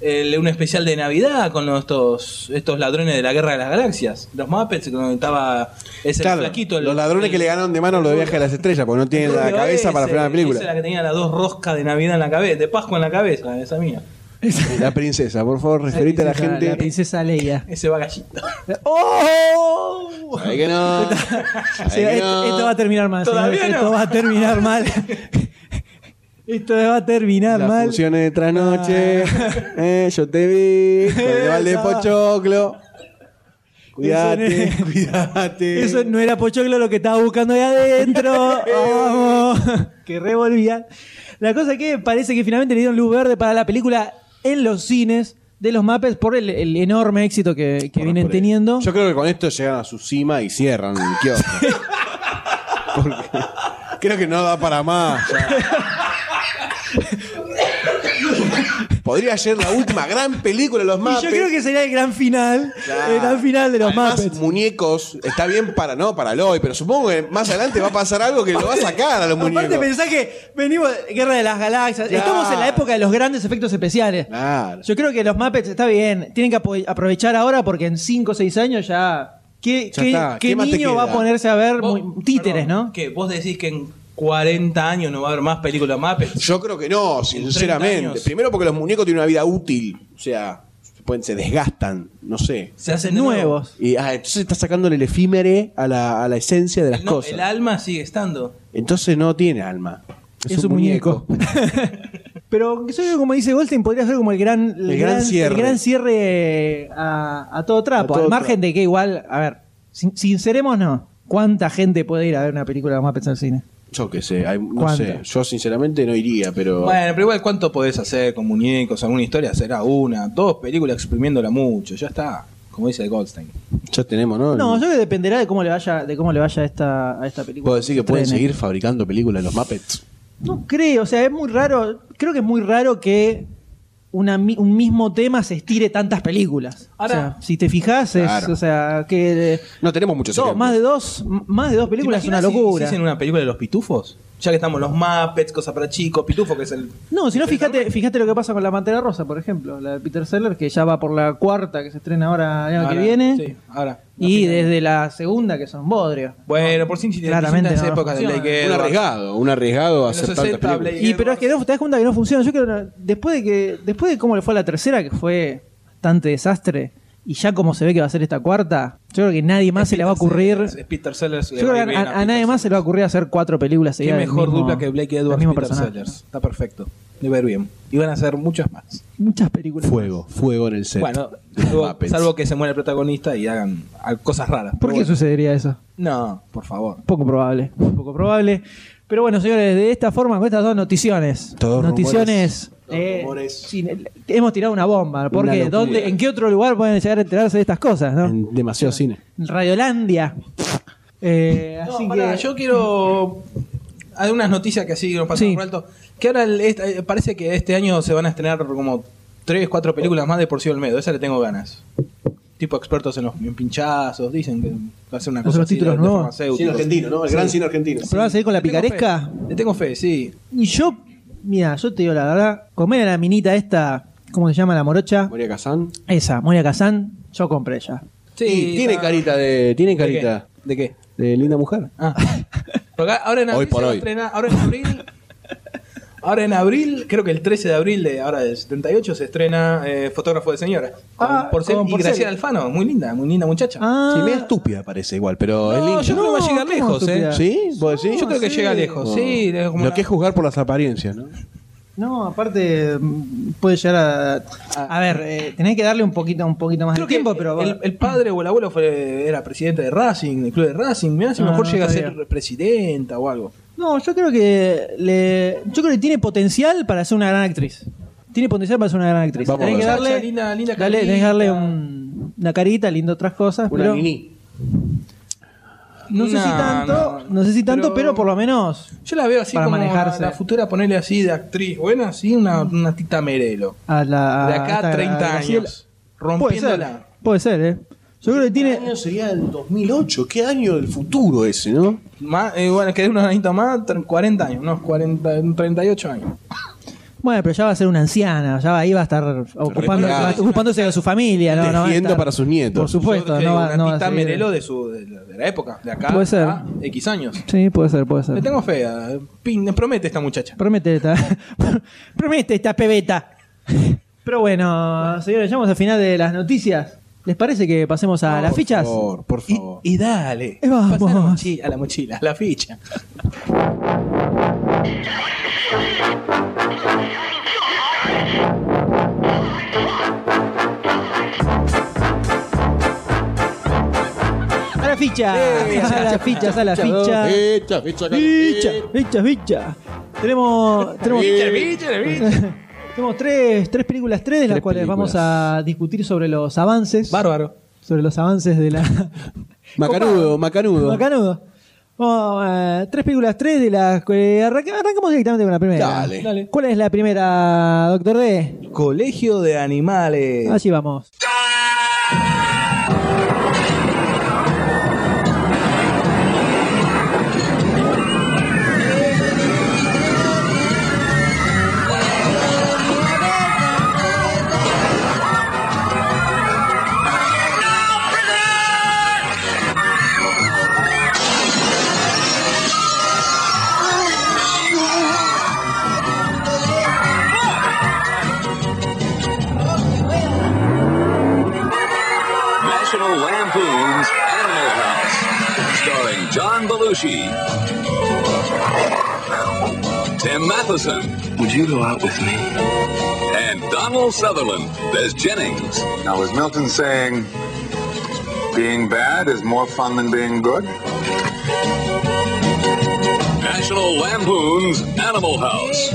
Speaker 6: el- un especial de Navidad con los- estos, estos ladrones de la Guerra de las Galaxias. Los Muppets, cuando estaba ese
Speaker 8: Claro,
Speaker 6: flaquito. el-
Speaker 8: los ladrones
Speaker 6: el-
Speaker 8: que le ganaron de mano lo de viaje a las estrellas, porque no tienen la
Speaker 6: Pero
Speaker 8: cabeza para frenar la
Speaker 6: ese- Esa era la
Speaker 8: película.
Speaker 6: que tenía las dos roscas de Navidad en la cabeza, de Pascua en la cabeza, esa mía.
Speaker 8: La princesa, por favor, referite a la gente.
Speaker 5: La princesa Leia.
Speaker 6: Ese bagallito.
Speaker 5: ¡Oh!
Speaker 8: Ay, que no. Ay,
Speaker 5: O sea,
Speaker 8: que
Speaker 5: esto,
Speaker 8: no.
Speaker 5: esto va a terminar mal. señor.
Speaker 6: Todavía no.
Speaker 5: Esto va a terminar mal. esto va a terminar
Speaker 8: Las
Speaker 5: mal.
Speaker 8: funciones de trasnoche. Eh, yo te vi. Carnaval de
Speaker 5: Ah. Esa.
Speaker 8: Pochoclo. Cuídate,
Speaker 5: Eso no-
Speaker 8: cuídate.
Speaker 5: Eso no era Pochoclo lo que estaba buscando ahí adentro. Vamos. que revolvía. La cosa que parece que finalmente le dieron luz verde para la película en los cines de los Muppets por el, el enorme éxito que, que
Speaker 8: Por-
Speaker 5: vienen
Speaker 8: por-
Speaker 5: teniendo.
Speaker 8: Yo creo que con esto llegan a su cima y cierran el kiosco. Porque creo que no da para más. ya. Podría ser la última gran película de los
Speaker 5: Y
Speaker 8: Muppets.
Speaker 5: yo creo que sería el gran final.
Speaker 8: Claro.
Speaker 5: El gran final de los
Speaker 8: Además,
Speaker 5: Muppets.
Speaker 8: muñecos está bien para no para el hoy, pero supongo que más adelante va a pasar algo que lo va a sacar a los
Speaker 5: Aparte
Speaker 8: muñecos.
Speaker 5: pensá que venimos de Guerra de las Galaxias,
Speaker 8: Claro.
Speaker 5: estamos en la época de los grandes efectos especiales.
Speaker 8: Claro.
Speaker 5: Yo creo que los Muppets está bien, tienen que apo- aprovechar ahora porque en 5 o 6 años ya... ¿Qué,
Speaker 8: Ya
Speaker 5: qué-
Speaker 8: está.
Speaker 5: qué
Speaker 8: ¿Qué más te
Speaker 5: niño
Speaker 8: queda?
Speaker 5: va a ponerse a ver
Speaker 6: Vos-
Speaker 5: mu- títeres,
Speaker 6: perdón,
Speaker 5: no?
Speaker 6: Que vos decís que en 40 años no va a haber más películas Muppets.
Speaker 8: Yo creo que no, sinceramente.
Speaker 6: años.
Speaker 8: Primero porque los muñecos tienen una vida útil, o sea, pueden, se desgastan, no sé.
Speaker 6: Se hacen de nuevo.
Speaker 5: Nuevos.
Speaker 8: Y, ah, entonces está sacándole el efímere a la, a la esencia de las
Speaker 6: No,
Speaker 8: cosas.
Speaker 6: el alma sigue estando.
Speaker 8: Entonces no tiene alma. Es, un, muñeco.
Speaker 5: Pero yo creo como dice Goldstein, podría ser como el gran, el
Speaker 8: gran cierre.
Speaker 5: el gran cierre a, a todo trapo.
Speaker 8: A todo
Speaker 5: Al margen
Speaker 8: trapo.
Speaker 5: de que igual, a ver, sin- sincerémonos, ¿cuánta gente puede ir a ver una película de los Muppets al cine?
Speaker 8: Yo qué sé, hay- no
Speaker 5: ¿Cuánto?
Speaker 8: sé. Yo sinceramente no iría, pero.
Speaker 6: Bueno, pero igual, ¿cuánto podés hacer con muñecos? ¿Alguna historia? Será una, dos películas exprimiéndola mucho. Ya está. Como dice Goldstein.
Speaker 8: Ya tenemos, ¿no?
Speaker 5: No, yo creo que dependerá de cómo le vaya, de cómo le vaya a esta, a esta película.
Speaker 8: Puedo decir que pueden
Speaker 5: Estrene.
Speaker 8: seguir fabricando películas los Muppets.
Speaker 5: No creo, o sea, es muy raro. Creo que es muy raro que una mi- un mismo tema se estire tantas películas.
Speaker 6: Ahora-
Speaker 5: o sea, si te fijas, es,
Speaker 8: Claro.
Speaker 5: o sea, que
Speaker 8: No tenemos muchos
Speaker 5: dos,
Speaker 8: ejemplos.
Speaker 5: más de dos, m- más de dos películas es
Speaker 6: ¿Te
Speaker 5: una
Speaker 6: imaginas si-
Speaker 5: locura.
Speaker 6: Si hacen una película de los pitufos. Ya que estamos los Muppets, cosa para chicos, pitufo que es el.
Speaker 5: No, si no, fíjate, fíjate lo que pasa con la Pantera Rosa, por ejemplo, la de Peter Seller, que ya va por la cuarta que se estrena ahora el año que
Speaker 6: Ahora,
Speaker 5: viene,
Speaker 6: sí, ahora.
Speaker 5: y desde la segunda que son bodrios.
Speaker 6: Bueno, por si si-
Speaker 5: Claramente
Speaker 6: distintas
Speaker 5: no
Speaker 6: épocas de
Speaker 5: funciona.
Speaker 6: Blake
Speaker 8: Un
Speaker 6: Edwards.
Speaker 8: arriesgado, un arriesgado a
Speaker 6: En los
Speaker 8: hacer tantas
Speaker 6: 60
Speaker 8: películas.
Speaker 6: Blade
Speaker 5: Y pero es que no te das cuenta que no funciona. Yo creo que después de que después de cómo le fue a la tercera, que fue bastante desastre, y ya como se ve que va a ser esta cuarta, yo creo que nadie más se le va a ocurrir.
Speaker 6: Es Peter Sellers. le
Speaker 5: Yo
Speaker 6: va
Speaker 5: creo
Speaker 6: ir
Speaker 5: que
Speaker 6: bien
Speaker 5: a, a
Speaker 6: Peter
Speaker 5: nadie más
Speaker 6: Sellers.
Speaker 5: se le va a ocurrir hacer cuatro películas
Speaker 6: Qué
Speaker 5: seguidas. del
Speaker 6: mejor
Speaker 5: mismo-
Speaker 6: dupla que Blake
Speaker 5: del
Speaker 6: Edwards y
Speaker 5: mismo
Speaker 6: Peter
Speaker 5: personaje.
Speaker 6: Sellers. Está perfecto. Le va a ir bien. Y van a hacer muchas más.
Speaker 5: Muchas películas.
Speaker 8: Fuego, fuego en el set.
Speaker 6: Bueno,
Speaker 8: Los
Speaker 6: salvo,
Speaker 8: Muppets.
Speaker 6: salvo que se muera el protagonista y hagan ah, cosas raras.
Speaker 5: ¿Por qué
Speaker 6: Pero bueno.
Speaker 5: sucedería eso?
Speaker 6: No, por favor.
Speaker 5: Poco probable. muy Poco probable. Pero bueno, señores, de esta forma, con estas dos noticiones.
Speaker 8: Todos
Speaker 5: noticiones.
Speaker 8: todos
Speaker 5: eh,
Speaker 8: rumores.
Speaker 5: sin- hemos tirado una bomba. Porque
Speaker 8: locura.
Speaker 5: ¿dónde, ¿en qué otro lugar pueden llegar a enterarse de estas cosas? ¿no?
Speaker 8: En demasiado cine.
Speaker 5: Radiolandia. Eh, así
Speaker 6: No, pará,
Speaker 5: que
Speaker 6: yo quiero. Hay unas noticias que así nos pasan
Speaker 5: Sí.
Speaker 6: por alto. Que ahora el- esta- eh, parece que este año se van a estrenar como tres, cuatro películas más de Por sí Olmedo. Esa le tengo ganas. Tipo expertos en los en pinchazos, dicen que va a ser una
Speaker 5: Esos
Speaker 6: cosa
Speaker 5: son
Speaker 6: así
Speaker 5: títulos
Speaker 6: de- de
Speaker 5: nuevos.
Speaker 6: farmacéuticos.
Speaker 8: Cine argentino, ¿no? El gran cine argentino.
Speaker 5: pero vas a ir con la
Speaker 6: Le tengo
Speaker 5: picaresca.
Speaker 6: fe, Le tengo fe, sí.
Speaker 5: Y yo, mira, yo te digo la verdad, comer a la minita esta, ¿cómo se llama la morocha?
Speaker 8: Moria Kazan.
Speaker 5: Esa, Moria Kazán, yo compré ya.
Speaker 6: Sí,
Speaker 8: Y tiene
Speaker 6: no.
Speaker 8: carita de. Tiene
Speaker 6: Ah, ¿De qué?
Speaker 8: carita
Speaker 6: ¿De qué?
Speaker 8: de, linda mujer.
Speaker 6: Ah. Porque ahora en
Speaker 8: Hoy
Speaker 6: abril
Speaker 8: por
Speaker 6: se va a
Speaker 8: hoy.
Speaker 6: estrenar- ahora en abril. Ahora en abril, creo que el 13 de abril de ahora del 78 se estrena eh, Fotógrafo de Señora. Con
Speaker 5: Ah,
Speaker 6: Porcel
Speaker 5: con
Speaker 6: y
Speaker 5: Porcel.
Speaker 6: Graciela Alfano, muy linda, muy linda muchacha.
Speaker 5: Ah,
Speaker 8: Sí, media estúpida parece igual, pero es
Speaker 6: no,
Speaker 8: linda.
Speaker 6: yo creo que va a llegar
Speaker 5: No,
Speaker 6: lejos,
Speaker 5: ¿cómo
Speaker 6: eh.
Speaker 5: estúpida?
Speaker 8: ¿Sí? ¿Vos decís?
Speaker 6: Yo creo que
Speaker 5: sí.
Speaker 6: llega lejos, sí. es como
Speaker 8: Lo
Speaker 6: una-
Speaker 8: que es juzgar por las apariencias, ¿no?
Speaker 5: no, aparte mm, puede llegar a... A ver, eh, tenés que darle un poquito, un poquito más de
Speaker 6: Ah. Creo que
Speaker 5: tiempo, pero...
Speaker 6: el, el padre o el abuelo fue, era presidente de Racing, del club de Racing. Mirá si
Speaker 5: No,
Speaker 6: mejor
Speaker 5: Ah, no
Speaker 6: llega a
Speaker 5: sabía.
Speaker 6: ser presidenta o algo.
Speaker 5: No, yo creo que le, yo creo que tiene potencial para ser una gran actriz. Tiene potencial para ser una gran actriz.
Speaker 8: Vamos
Speaker 5: tenés
Speaker 8: a
Speaker 5: que
Speaker 8: ver.
Speaker 5: darle,
Speaker 6: Linda- linda
Speaker 5: dale- tenés que
Speaker 6: carita.
Speaker 5: darle un- una carita, lindo otras cosas.
Speaker 8: Una
Speaker 5: pero
Speaker 8: nini.
Speaker 5: no sé si
Speaker 6: No,
Speaker 5: tanto,
Speaker 6: no.
Speaker 5: no sé si tanto,
Speaker 6: Pero-
Speaker 5: pero, por lo menos
Speaker 6: Yo la veo así
Speaker 5: Para
Speaker 6: como
Speaker 5: manejarse.
Speaker 6: a la futura ponerle así de actriz buena, así una, una tita Merelo.
Speaker 5: a la
Speaker 6: De
Speaker 5: a
Speaker 6: acá
Speaker 5: esta-
Speaker 6: a 30
Speaker 5: a Graciela.
Speaker 6: años.
Speaker 5: Puede ser,
Speaker 6: Rompiéndola.
Speaker 5: puede ser, eh. Yo creo que
Speaker 8: ¿Qué
Speaker 5: tiene
Speaker 8: año sería el 2008? ¿Qué año del futuro ese, no?
Speaker 6: Más, eh, bueno, que unos añitos más, tre- 40 años, unos 40, 38 años.
Speaker 5: bueno, pero ya va a ser una anciana, ya va, ahí va a estar ocupando-
Speaker 8: Recolgada.
Speaker 5: va- ocupándose de su familia, no, no va a
Speaker 8: Tejiendo
Speaker 5: estar-
Speaker 8: para sus nietos.
Speaker 5: Por supuesto,
Speaker 6: Yo- yo
Speaker 5: no
Speaker 6: digo,
Speaker 5: va,
Speaker 6: una
Speaker 5: no va a
Speaker 6: tita
Speaker 5: seguir.
Speaker 6: Merelo de, su, de, la, de la época, de acá
Speaker 5: Puede ser.
Speaker 6: a X años.
Speaker 5: Sí, puede ser, puede ser.
Speaker 6: Le tengo fe, a- pin- promete esta muchacha.
Speaker 5: Promete esta. Promete esta pebeta. Pero bueno, señores, llegamos al final de las noticias. ¿Les parece que pasemos a Ah, las fichas?
Speaker 8: Por favor, por
Speaker 6: Y,
Speaker 8: favor.
Speaker 6: y dale.
Speaker 5: Eh, vamos.
Speaker 6: Pasá la mochila, a la mochila, a la ficha.
Speaker 5: A la ficha. a las fichas, a la ficha.
Speaker 8: Ah, Ficha, ficha,
Speaker 5: Ficha,
Speaker 8: ficha.
Speaker 5: ficha, ficha. Tenemos, tenemos, tenemos tres, tres películas, tres de las
Speaker 8: Tres
Speaker 5: cuales vamos a discutir sobre los avances.
Speaker 6: Bárbaro.
Speaker 5: sobre los avances de la,
Speaker 8: Macanudo, macanudo.
Speaker 5: Macanudo. Vamos, eh, tres películas, tres de las que arranca- arrancamos directamente con la primera.
Speaker 8: Dale. Dale.
Speaker 5: ¿Cuál es la primera, Doctor D?
Speaker 6: Colegio de
Speaker 8: Eh.
Speaker 6: animales.
Speaker 5: Allí vamos.
Speaker 10: National Lampoon's Animal House, starring John Belushi, Tim Matheson. Would you go out with me? And Donald Sutherland as Jennings.
Speaker 11: Now, is Milton saying being bad is more fun than being good?
Speaker 10: National Lampoon's Animal House.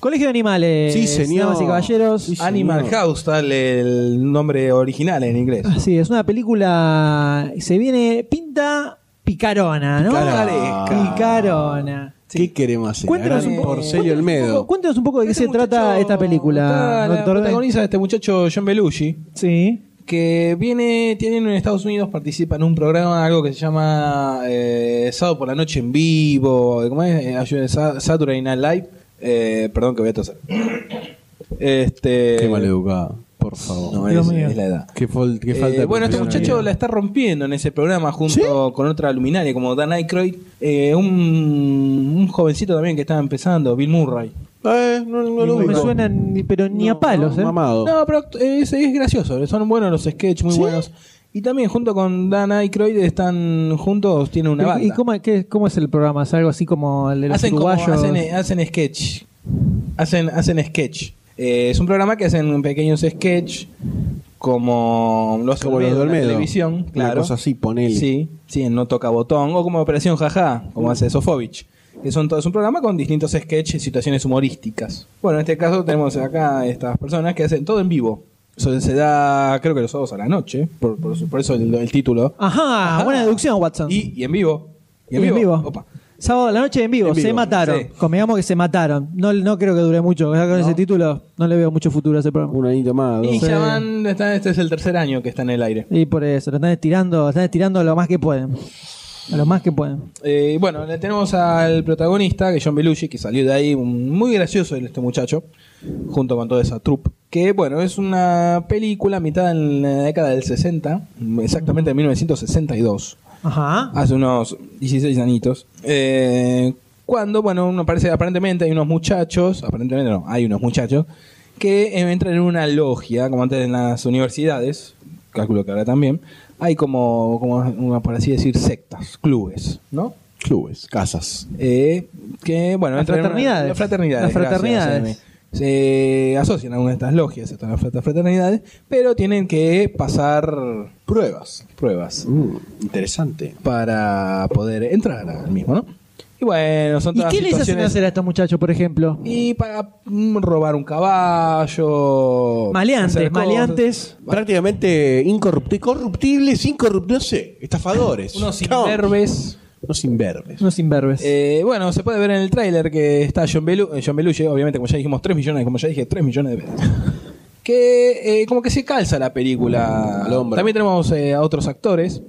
Speaker 5: Colegio de Animales.
Speaker 8: Sí, señor.
Speaker 5: damas y caballeros.
Speaker 8: Sí, señor.
Speaker 6: Animal House, tal el nombre original en inglés.
Speaker 5: Así es, una película. Se viene. Pinta picarona, ¿no?
Speaker 8: Picaresca.
Speaker 5: Picarona.
Speaker 8: ¿Qué queremos hacer?
Speaker 5: Cuéntanos un,
Speaker 8: Gran
Speaker 5: poco-
Speaker 8: Porcelio
Speaker 5: cuéntanos un poco-
Speaker 8: Olmedo.
Speaker 5: cuéntanos un poco de qué se trata esta película,
Speaker 6: La
Speaker 5: Doctor D.
Speaker 6: protagoniza este muchacho John Belushi,
Speaker 5: Sí.
Speaker 6: que viene, tiene en Estados Unidos, participa en un programa, algo que se llama eh, Sábado por la Noche en Vivo, ¿cómo es? Eh, ayúdenme, Sa- Saturday Night Live. Eh, perdón que voy a toser. Este,
Speaker 8: Qué maleducado, por favor.
Speaker 6: No,
Speaker 5: Dios
Speaker 6: es,
Speaker 5: mío.
Speaker 6: es la edad.
Speaker 8: Qué, fol- qué falta
Speaker 6: Eh,
Speaker 8: de
Speaker 6: bueno, este muchacho
Speaker 8: profesionalidad.
Speaker 6: la está rompiendo en ese programa junto con otra luminaria como Dan Aykroyd, eh, un, un jovencito también que estaba empezando, Bill Murray.
Speaker 8: Eh, no, no lo
Speaker 5: No me
Speaker 8: ubico.
Speaker 5: suenan, ni- pero ni a
Speaker 8: No,
Speaker 5: palos,
Speaker 8: no,
Speaker 5: ¿eh?
Speaker 8: Mamado.
Speaker 6: No, pero es, es gracioso, son buenos los sketches, muy buenos. Y también junto con Dan Aykroyd están juntos, tiene una
Speaker 5: Pero,
Speaker 6: banda.
Speaker 5: ¿Y cómo, qué- cómo es el programa? ¿Es algo así como el de los
Speaker 6: hacen, como-
Speaker 5: uruguayos?
Speaker 6: hacen, eh, hacen sketch. Hacen, hacen sketch. Eh, es un programa que hacen pequeños sketch como los
Speaker 8: Como los de
Speaker 6: en la
Speaker 8: Olmedo.
Speaker 6: televisión,
Speaker 8: Una
Speaker 6: claro.
Speaker 8: cosa así, ponele. Mm.
Speaker 6: Sí, sí, en No Toca Botón o como Operación Jaja, como hace Sofovich. Que son todos un programa con distintos sketches y situaciones humorísticas. Bueno, en este caso tenemos acá estas personas que hacen todo en vivo. Eso se da, creo que los sábados a la noche, por, por su- por eso el, el título.
Speaker 5: Ajá,
Speaker 6: Ajá.
Speaker 5: Ah, buena deducción, Watson.
Speaker 6: Y, y en vivo. Y en, vivo. Opa.
Speaker 5: Sábado a la noche en vivo,
Speaker 8: En vivo,
Speaker 5: se mataron.
Speaker 6: sí.
Speaker 5: Convengamos que se mataron. No, no creo que dure mucho. Ya Con ese título no le veo mucho futuro a ese programa.
Speaker 8: Un añito más.
Speaker 6: Y
Speaker 8: dos.
Speaker 6: ya van, está- este es el tercer año que está en el aire.
Speaker 5: Y por eso, lo están estirando, lo están estirando lo más que pueden. A lo más que pueden.
Speaker 6: Eh, bueno, le tenemos al protagonista, que es John Belushi, que salió de ahí, un- muy gracioso este muchacho, junto con toda esa troupe. Que bueno, es una película mitad en la década del 60, exactamente en 1962,
Speaker 5: Ajá.
Speaker 6: hace unos 16 añitos. Eh, cuando, bueno, uno parece, aparentemente hay unos muchachos, aparentemente no, hay unos muchachos, que eh, entran en una logia, como antes en las universidades, cálculo que ahora también, hay como, como una, por así decir, sectas, clubes, ¿no?
Speaker 8: Clubes, casas.
Speaker 6: Eh, que bueno,
Speaker 5: Las
Speaker 6: entran en una-
Speaker 5: fraternidades.
Speaker 6: las fraternidades.
Speaker 5: Las
Speaker 6: gracias,
Speaker 5: fraternidades.
Speaker 6: Amy. se asocian a una de estas logias, a estas frat- fraternidades, pero tienen que pasar
Speaker 8: Pruebas.
Speaker 6: pruebas
Speaker 8: Mm, interesante.
Speaker 6: para poder entrar al mismo, ¿no? Y bueno, son
Speaker 5: ¿Y
Speaker 6: todas
Speaker 5: qué les hacen
Speaker 6: situaciones-
Speaker 5: hacer a estos muchachos, por ejemplo?
Speaker 6: Y para mm, robar un caballo. hacer
Speaker 5: Maleantes,
Speaker 6: cosas.
Speaker 5: maleantes.
Speaker 8: Prácticamente incorruptibles, corruptibles, incorruptibles, no sé, estafadores.
Speaker 6: Unos
Speaker 8: No,
Speaker 6: imberbes.
Speaker 8: Unos imberbes.
Speaker 5: Unos imberbes.
Speaker 6: Eh, bueno, se puede ver en el tráiler que está John, Belu eh, John Belushi, obviamente, como ya dijimos, 3 millones, como ya dije, 3 millones de veces. Que eh, como que se calza la película.
Speaker 8: Al hombro.
Speaker 6: También tenemos eh, a otros actores.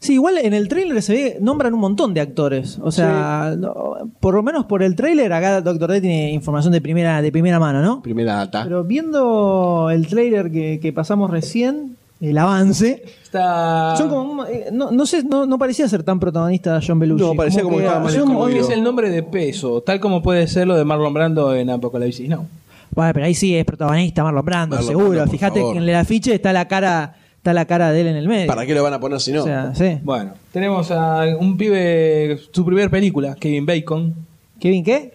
Speaker 5: Sí, igual en el tráiler se ve, nombran un montón de actores. O sea, no- por lo menos por el tráiler, acá Doctor D tiene información de primera, de primera mano, ¿no?
Speaker 8: Primera data.
Speaker 5: Pero viendo el tráiler que, que pasamos recién, el avance.
Speaker 8: Ah.
Speaker 6: Está...
Speaker 5: Son como un- eh, no, no sé, no, no parecía ser tan protagonista John Belushi.
Speaker 8: No, parecía como que estaba mal
Speaker 5: asumo-
Speaker 8: escondido.
Speaker 6: es el nombre de peso, tal como puede ser lo de Marlon Brando en Apocalipsis Now.
Speaker 5: Bueno, pero ahí sí es protagonista Marlon Brando,
Speaker 8: Marlon
Speaker 5: seguro.
Speaker 8: Brando, por
Speaker 5: Fíjate
Speaker 8: favor.
Speaker 5: que en el afiche está la cara, está la cara de él en el medio.
Speaker 8: ¿Para qué lo van a poner si no?
Speaker 5: O sea, sí.
Speaker 6: Bueno, tenemos a un pibe, su primer película, Kevin Bacon.
Speaker 5: ¿Kevin qué?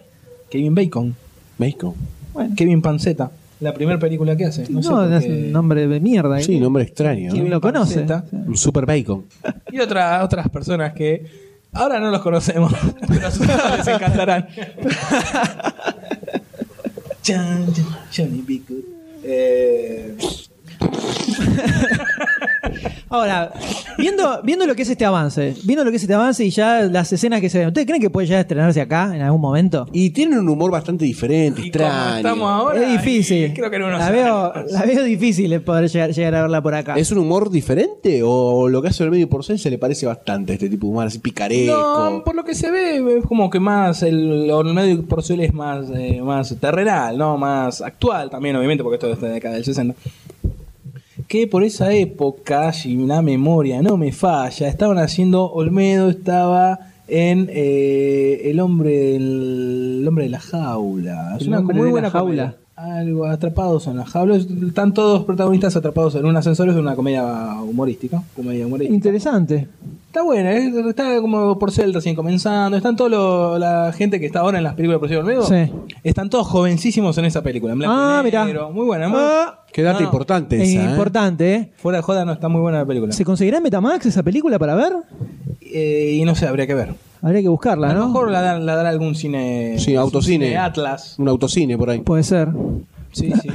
Speaker 6: Kevin Bacon.
Speaker 8: México.
Speaker 6: Kevin Panceta. La primera película que hace. No,
Speaker 5: No,
Speaker 6: sé por
Speaker 5: es
Speaker 6: qué.
Speaker 5: un nombre de mierda. ¿eh?
Speaker 8: Sí, nombre extraño.
Speaker 5: ¿Quién
Speaker 8: ¿no?
Speaker 5: lo conoce?
Speaker 6: Panceta.
Speaker 8: Un super bacon.
Speaker 6: Y otra- otras personas que ahora no los conocemos, pero a sus hijos les encantarán. Chan, chan, Johnny B. Good. Eh,
Speaker 5: Ahora, viendo, viendo lo que es este avance, viendo lo que es este avance y ya las escenas que se ven, ¿ustedes creen que puede ya estrenarse acá en algún momento?
Speaker 8: Y tienen un humor bastante diferente,
Speaker 6: y como
Speaker 8: extraño.
Speaker 6: estamos ahora,
Speaker 5: es difícil.
Speaker 6: y Creo que no nos
Speaker 5: la, veo, la veo difícil de poder llegar, llegar a verla por acá.
Speaker 8: ¿Es un humor diferente o lo que hace el medio porcel se le parece bastante a este tipo de humor así picaresco?
Speaker 6: No, por lo que se ve, es como que más el, el medio porcel es más, eh, más terrenal, ¿no? Más actual también, obviamente, porque esto es de la década del 60. Que por esa época, si la memoria no me falla, estaban haciendo Olmedo, estaba en eh, El hombre del, el hombre de la jaula.
Speaker 5: El hombre de la jaula.
Speaker 6: comedia. Algo atrapados en la jaula. Están todos protagonistas atrapados en un ascensor, es una comedia humorística. Comedia humorística.
Speaker 5: Interesante.
Speaker 6: Está buena, ¿eh? está como por ser recién comenzando. Están todos la gente que está ahora en las películas de Porcel Olmedo.
Speaker 5: Sí.
Speaker 6: Están todos jovencísimos en esa película. En blanco
Speaker 5: Ah,
Speaker 6: y
Speaker 5: mirá.
Speaker 6: negro. Muy buena. muy-
Speaker 5: Ah,
Speaker 8: Qué dato
Speaker 6: No,
Speaker 8: importante
Speaker 5: es
Speaker 8: esa, ¿eh?
Speaker 5: importante, ¿eh?
Speaker 6: Fuera de joda, no está muy buena la película.
Speaker 5: ¿Se conseguirá en Betamax esa película para ver?
Speaker 6: Eh, y no sé, habría que ver.
Speaker 5: Habría que buscarla,
Speaker 6: A lo
Speaker 5: ¿no?
Speaker 6: mejor la dan- la dará algún cine.
Speaker 8: Sí, autocine.
Speaker 6: cine Atlas.
Speaker 8: Un autocine por ahí.
Speaker 5: Puede ser.
Speaker 6: Sí, sí.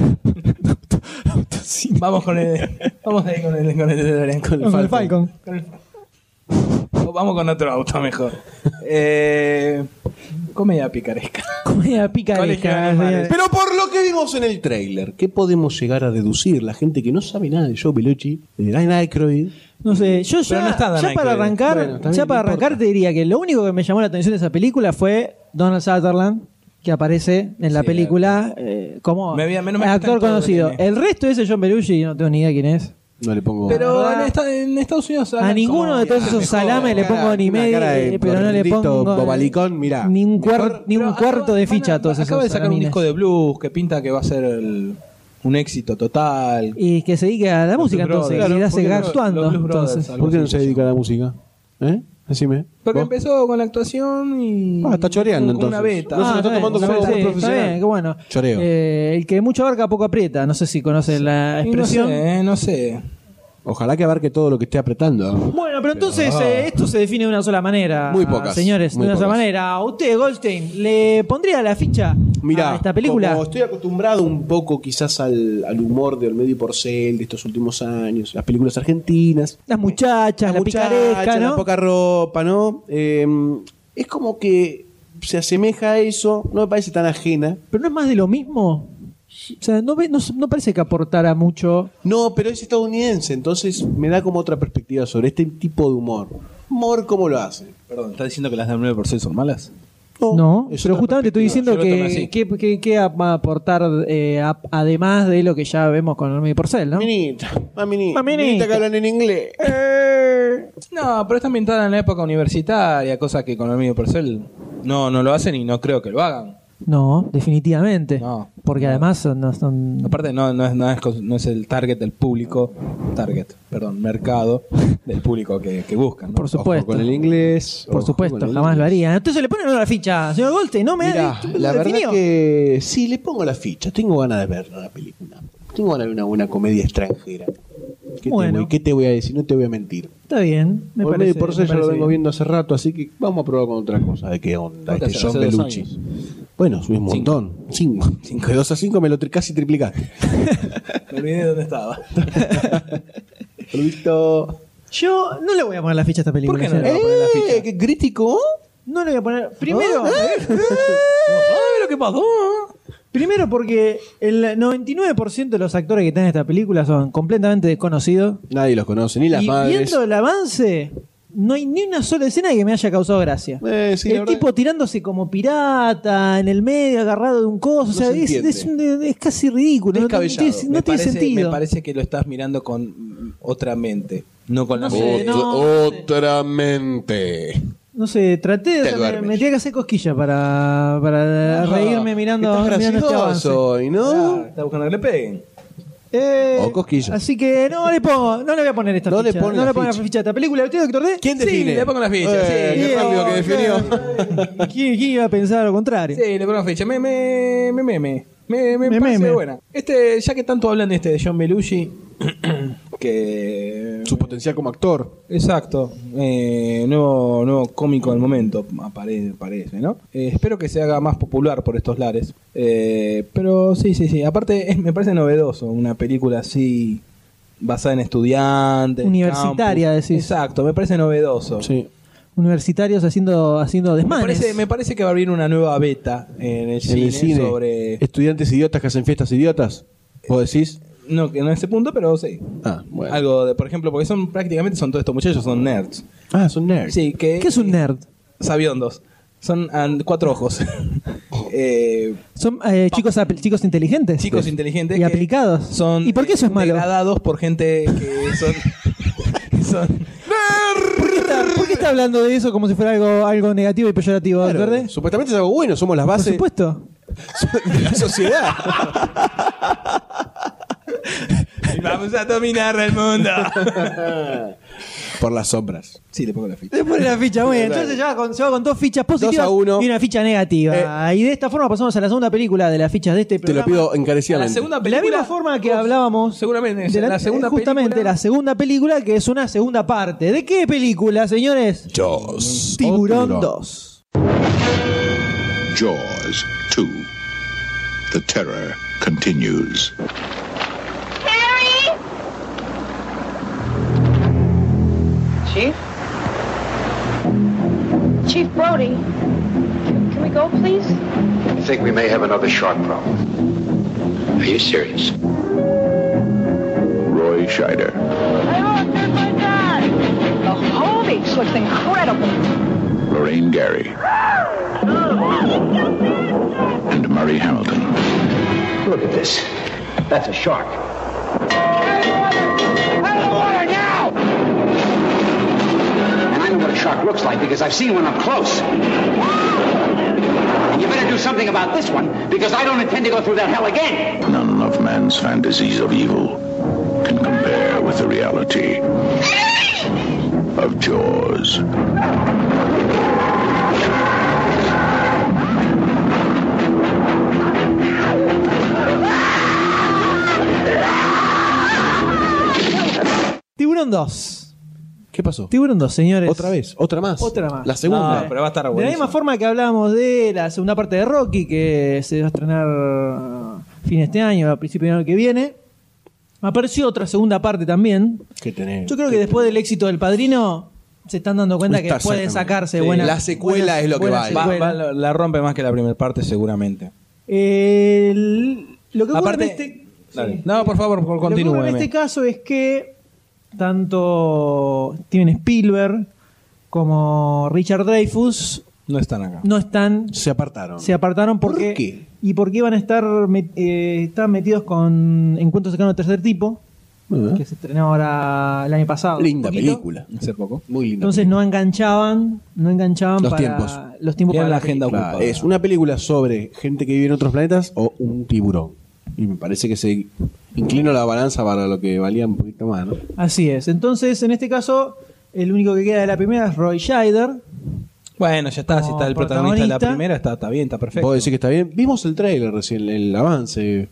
Speaker 6: Vamos con el. Vamos ahí con el. Con el, con el
Speaker 5: Con el Falcon.
Speaker 6: Con el- O Vamos con otro auto mejor. Eh, comedia picaresca.
Speaker 5: Comedia
Speaker 6: Colegio ¿eh? de
Speaker 5: picaresca.
Speaker 6: animales.
Speaker 8: Pero por lo que vimos en el tráiler, ¿qué podemos llegar a deducir? La gente que no sabe nada de Joe Bellucci, de Dan Aykroyd.
Speaker 5: No sé, yo ya,
Speaker 6: no está Dan
Speaker 5: ya
Speaker 6: Aykroyd.
Speaker 5: para arrancar,
Speaker 8: Bueno, está bien,
Speaker 5: ya para
Speaker 8: no importa.
Speaker 5: arrancar te diría que lo único que me llamó la atención de esa película fue Donald Sutherland, que aparece en la
Speaker 6: Sí,
Speaker 5: película eh, como
Speaker 6: Me había- menos mal que
Speaker 5: actor
Speaker 6: está en todo
Speaker 5: conocido.
Speaker 6: el cine.
Speaker 5: El resto ese John Belushi, no tengo ni idea quién es.
Speaker 8: No le pongo.
Speaker 6: Pero
Speaker 5: verdad.
Speaker 6: en, esta- en Estados Unidos.
Speaker 5: A ninguno de todos esos salames le
Speaker 8: Una cara-
Speaker 5: pongo ni
Speaker 8: una
Speaker 5: medio,
Speaker 8: cara de
Speaker 5: eh, pero no le
Speaker 8: gordito
Speaker 5: pongo eh,
Speaker 8: bobalicón, mirá.
Speaker 5: ni un, cuar-
Speaker 8: Mejor-
Speaker 5: ni un cuarto de ficha a todos esos
Speaker 6: Acaba de sacar un
Speaker 5: salamines.
Speaker 6: disco de blues que pinta que va a ser el- un éxito total.
Speaker 5: Y que se dedique a la música
Speaker 6: Blues
Speaker 5: entonces, que
Speaker 6: Brothers.
Speaker 5: le
Speaker 6: Claro,
Speaker 5: hace
Speaker 6: porque
Speaker 5: actuando.
Speaker 6: los Blues Brothers,
Speaker 5: entonces.
Speaker 6: algo
Speaker 8: ¿Por qué no
Speaker 6: así
Speaker 8: se
Speaker 6: se
Speaker 8: dedica a la música? ¿Eh? Decime.
Speaker 6: Porque
Speaker 8: ¿Vos?
Speaker 6: empezó con la actuación y.
Speaker 8: Ah, está choreando,
Speaker 6: Una
Speaker 8: entonces.
Speaker 6: beta.
Speaker 8: No se lo está
Speaker 5: Ah, está
Speaker 8: tomando
Speaker 5: bien, está
Speaker 8: como algo
Speaker 5: bien,
Speaker 8: muy
Speaker 5: está
Speaker 8: profesional.
Speaker 5: bien, qué bueno.
Speaker 8: Choreo.
Speaker 5: Eh, el que mucho abarca poco aprieta, no sé si conocen la
Speaker 6: Y no
Speaker 5: expresión.
Speaker 6: sé, eh, no sé.
Speaker 8: Ojalá que abarque todo lo que esté apretando.
Speaker 5: Bueno, pero entonces eh, esto se define de una sola manera.
Speaker 8: Ah. Muy pocas,
Speaker 5: Señores,
Speaker 8: muy
Speaker 5: de una sola
Speaker 8: pocas.
Speaker 5: manera. ¿A usted, Goldstein, le pondría la ficha
Speaker 8: Mirá,
Speaker 5: a Ah, esta película?
Speaker 8: como estoy acostumbrado un poco quizás al, al humor de Olmedo y Porcel de estos últimos años, las películas argentinas,
Speaker 5: Las muchachas, Ah, la,
Speaker 8: muchacha,
Speaker 5: picaresca,
Speaker 8: la
Speaker 5: ¿no?
Speaker 8: poca ropa, ¿no? Eh, es como que se asemeja a eso, no me parece tan ajena.
Speaker 5: Pero no es más de lo mismo. O sea, no, ve- no, no parece que aportara mucho.
Speaker 8: No, pero es estadounidense, entonces me da como otra perspectiva sobre este tipo de humor. Humor, ¿cómo lo hace?
Speaker 6: Perdón, ¿estás diciendo que las del 9% son malas?
Speaker 5: No,
Speaker 8: es
Speaker 5: pero
Speaker 8: otra
Speaker 5: justamente estoy
Speaker 8: perspectiva.
Speaker 5: diciendo
Speaker 6: yo lo tomé
Speaker 5: que,
Speaker 6: así.
Speaker 5: que, que- que va a aportar eh, a- además de lo que ya vemos con Olmedo y Porcel, ¿no?
Speaker 8: Maminita, maminita,
Speaker 5: Maminita.
Speaker 8: maminita que hablan en inglés.
Speaker 6: No, pero está ambientada en la época universitaria, cosa que con el medio Porcel no, no lo hacen y no creo que lo hagan.
Speaker 5: No, definitivamente.
Speaker 6: No.
Speaker 5: Porque además son, no son-
Speaker 6: Aparte, no, no, es, no, es, cos- no es el target del público, target, perdón, mercado del público que, que buscan. ¿no?
Speaker 5: Por supuesto.
Speaker 8: Ojo con el inglés.
Speaker 5: Por
Speaker 8: ojo
Speaker 5: supuesto,
Speaker 8: con el
Speaker 5: jamás lo
Speaker 8: inglés.
Speaker 5: haría. Entonces le ponen una ficha, señor Goldstein, no me
Speaker 8: Mirá,
Speaker 5: ha
Speaker 8: la verdad
Speaker 5: definido.
Speaker 8: que sí, le pongo la ficha. Tengo ganas de ver la película. Tengo ganas de ver una buena comedia extranjera. ¿Qué,
Speaker 5: Bueno.
Speaker 8: te, voy, qué te voy a decir? No te voy a mentir.
Speaker 5: Está bien, me
Speaker 8: por
Speaker 5: parece.
Speaker 8: medio por
Speaker 5: me
Speaker 8: eso ya lo
Speaker 5: parece
Speaker 8: vengo
Speaker 5: bien.
Speaker 8: viendo hace rato, así que vamos a probar con otra cosa. ¿De qué onda?
Speaker 6: ¿Cuántas
Speaker 8: Este
Speaker 6: hace?
Speaker 8: John
Speaker 6: Hace dos
Speaker 8: Belushi.
Speaker 6: años.
Speaker 8: Bueno, subí un
Speaker 6: Cinco.
Speaker 8: montón. Cinco. Cinco. De dos a cinco me lo tri- casi triplicaste.
Speaker 6: Me olvidé de dónde estaba.
Speaker 8: Listo.
Speaker 5: Yo no le voy a poner la ficha a esta película.
Speaker 6: qué no
Speaker 5: señor.
Speaker 6: le va a poner la ficha?
Speaker 8: ¡Eh! ¡Qué crítico! ¿Ah?
Speaker 5: No le voy a poner. Primero, eh,
Speaker 6: ¡Ay, lo que pasó!
Speaker 5: primero porque el 99% de los actores que están en esta película son completamente desconocidos.
Speaker 8: Nadie los conoce, ni las
Speaker 5: y
Speaker 8: madres.
Speaker 5: viendo el avance, no hay ni una sola escena que me haya causado gracia.
Speaker 8: Eh, sí, la
Speaker 5: el
Speaker 8: verdad-
Speaker 5: tipo tirándose como pirata en el medio, agarrado de un coso. o sea,
Speaker 8: se
Speaker 5: es,
Speaker 8: entiende.
Speaker 5: es un- es casi ridículo. No, no
Speaker 8: Descabellado.
Speaker 5: tiene, no
Speaker 6: Me
Speaker 5: tiene
Speaker 6: parece-
Speaker 5: sentido.
Speaker 6: Me parece que lo estás mirando con otra mente. No con la
Speaker 5: No sé,
Speaker 6: mente.
Speaker 5: no,
Speaker 12: Otra mente.
Speaker 5: No sé, traté de
Speaker 12: Te
Speaker 5: hacerme-
Speaker 12: duermes.
Speaker 5: me tenía que hacer cosquillas para, para
Speaker 6: Ah,
Speaker 5: reírme mirando,
Speaker 6: estás
Speaker 5: mirando este avance.
Speaker 6: gracioso
Speaker 8: hoy, ¿no?
Speaker 6: Ah, Está buscando que le peguen.
Speaker 5: Eh,
Speaker 6: O cosquillas.
Speaker 5: Así que no le pongo, no le voy a poner esta
Speaker 6: No le
Speaker 5: ficha.
Speaker 6: pone
Speaker 5: no
Speaker 6: la
Speaker 5: le pongo la
Speaker 6: ficha.
Speaker 5: ficha a esta película. ¿Usted, doctor D?
Speaker 6: ¿Quién define?
Speaker 5: Sí,
Speaker 6: Le pongo las fichas,
Speaker 5: Eh,
Speaker 6: sí.
Speaker 5: qué rápido que definió. ¿Quién, quién iba a pensar lo contrario?
Speaker 6: Sí, le pongo las fichas. Me, me, me, me, me. Me, me
Speaker 5: Me,
Speaker 6: parece
Speaker 5: me, me.
Speaker 6: buena. Este, ya que tanto hablan de este de John Belushi, que...
Speaker 8: Su potencial como actor.
Speaker 6: Exacto. Eh, nuevo, nuevo cómico del momento, apare- parece, ¿no? Eh, espero que se haga más popular por estos lares. Eh, pero sí, sí, sí. Aparte, es- me parece novedoso una película así basada en estudiantes.
Speaker 5: Universitaria,
Speaker 6: campus.
Speaker 5: decís.
Speaker 6: Exacto, me parece novedoso.
Speaker 5: Universitarios haciendo, haciendo
Speaker 6: Me
Speaker 5: desmanes.
Speaker 6: parece, me parece que va a haber una nueva beta en el,
Speaker 8: En
Speaker 6: cine,
Speaker 8: el cine.
Speaker 6: sobre...
Speaker 8: Estudiantes idiotas que hacen fiestas idiotas. ¿Vos decís?
Speaker 6: No, que no en ese punto, pero sí.
Speaker 8: Ah, bueno.
Speaker 6: Algo de, por ejemplo, porque son prácticamente son todos estos muchachos, son nerds.
Speaker 8: Ah, son nerds.
Speaker 6: Sí, que...
Speaker 5: ¿Qué es un nerd?
Speaker 6: Sabiondos. Son and- cuatro ojos. Eh,
Speaker 5: Son eh, chicos, apl- chicos inteligentes.
Speaker 6: chicos inteligentes.
Speaker 5: Pues, Y
Speaker 6: que
Speaker 5: aplicados.
Speaker 6: Son
Speaker 5: ¿Y por qué eso es malo?
Speaker 6: Degradados por gente que son. que son
Speaker 5: ¿Por qué, está, por qué está hablando de eso como si fuera algo, algo negativo y peyorativo,
Speaker 8: Claro,
Speaker 5: Verde?
Speaker 8: Supuestamente es algo bueno, somos las
Speaker 5: Por
Speaker 8: bases
Speaker 5: supuesto.
Speaker 8: de la sociedad.
Speaker 6: Vamos a dominar el mundo.
Speaker 8: Por las sombras.
Speaker 6: sí, le pongo la ficha.
Speaker 5: Le pone la ficha, muy bien. Entonces se va, con, se va con dos fichas positivas
Speaker 8: Dos a uno. Eh,
Speaker 5: y una ficha negativa. y de esta forma pasamos a la segunda película de las fichas de este
Speaker 8: Te lo
Speaker 5: programa.
Speaker 8: pido encarecidamente.
Speaker 6: La segunda
Speaker 5: De la misma
Speaker 6: película.
Speaker 5: forma que hablábamos.
Speaker 6: Seguramente,
Speaker 5: de
Speaker 6: la segunda
Speaker 5: Justamente
Speaker 6: película-
Speaker 5: la segunda película, que es una segunda parte. ¿De qué película, señores?
Speaker 12: Jaws.
Speaker 5: Tiburón
Speaker 12: Otro.
Speaker 5: 2.
Speaker 10: Jaws 2. The terror continues.
Speaker 13: Chief? Chief Brody, can we go, please?
Speaker 14: I think we may have another shark problem. Are you serious?
Speaker 10: Roy Scheider.
Speaker 13: The whole beach looks incredible.
Speaker 10: Lorraine Gary. And Murray Hamilton.
Speaker 14: Look at this. That's a shark. And I know what a shark looks like because I've seen one up close. And you better do something about this one because I don't intend to go through that hell again.
Speaker 10: None of man's fantasies of evil can compare with the reality of Jaws.
Speaker 5: Tiburón 2.
Speaker 8: ¿Qué pasó?
Speaker 5: Tiburón 2, señores.
Speaker 8: Otra vez, otra más.
Speaker 5: Otra más.
Speaker 8: La segunda.
Speaker 6: No, Ah, pero va a estar
Speaker 5: De la
Speaker 6: buenísimo.
Speaker 5: misma forma que hablábamos de la segunda parte de Rocky, que Eh, se va a estrenar a fin de este año, a principio del año que viene, apareció otra segunda parte también.
Speaker 8: ¿Qué tenés?
Speaker 5: Yo creo que después del éxito del Padrino, se están dando cuenta
Speaker 8: Muy
Speaker 5: que
Speaker 8: tarde,
Speaker 5: pueden
Speaker 8: también.
Speaker 5: sacarse
Speaker 8: Sí.
Speaker 5: buenas...
Speaker 8: La secuela
Speaker 5: buenas-
Speaker 8: es lo que
Speaker 5: buenas
Speaker 8: vale.
Speaker 6: Va-
Speaker 5: secuelas.
Speaker 6: va- la- la rompe más que la primera parte, seguramente.
Speaker 5: El- lo que ocurre
Speaker 6: Aparte.
Speaker 5: en este...
Speaker 6: Dale. No, por favor, por-
Speaker 5: Lo que
Speaker 6: continúe.
Speaker 5: ocurre en este caso es que tanto Steven Spielberg como Richard Dreyfus
Speaker 6: No están acá.
Speaker 5: no están,
Speaker 8: Se apartaron.
Speaker 5: se apartaron porque
Speaker 8: ¿Por qué?
Speaker 5: y porque iban a estar met- eh, estaban metidos con Encuentros cercanos de tercer tipo que se estrenó ahora el año pasado.
Speaker 8: Linda
Speaker 5: un poquito.
Speaker 8: película.
Speaker 6: Hace poco.
Speaker 8: Muy linda.
Speaker 5: Entonces no enganchaban, no enganchaban
Speaker 8: Los
Speaker 5: para
Speaker 8: tiempos.
Speaker 5: los tiempos
Speaker 6: Era
Speaker 5: para
Speaker 6: la
Speaker 5: la
Speaker 6: agenda
Speaker 5: película.
Speaker 8: Claro, es una película sobre gente que vive en otros planetas o un tiburón. Y me parece que se inclina la balanza para lo que valía un poquito más, ¿no?
Speaker 5: Así es. Entonces, en este caso, el único que queda de la primera es Roy Scheider.
Speaker 6: Bueno, ya está. Si
Speaker 5: Como
Speaker 6: está el protagonista de la
Speaker 5: protagonista.
Speaker 6: primera, está, está bien, está perfecto.
Speaker 8: ¿Puedo decir que está bien? Vimos el trailer recién, el avance.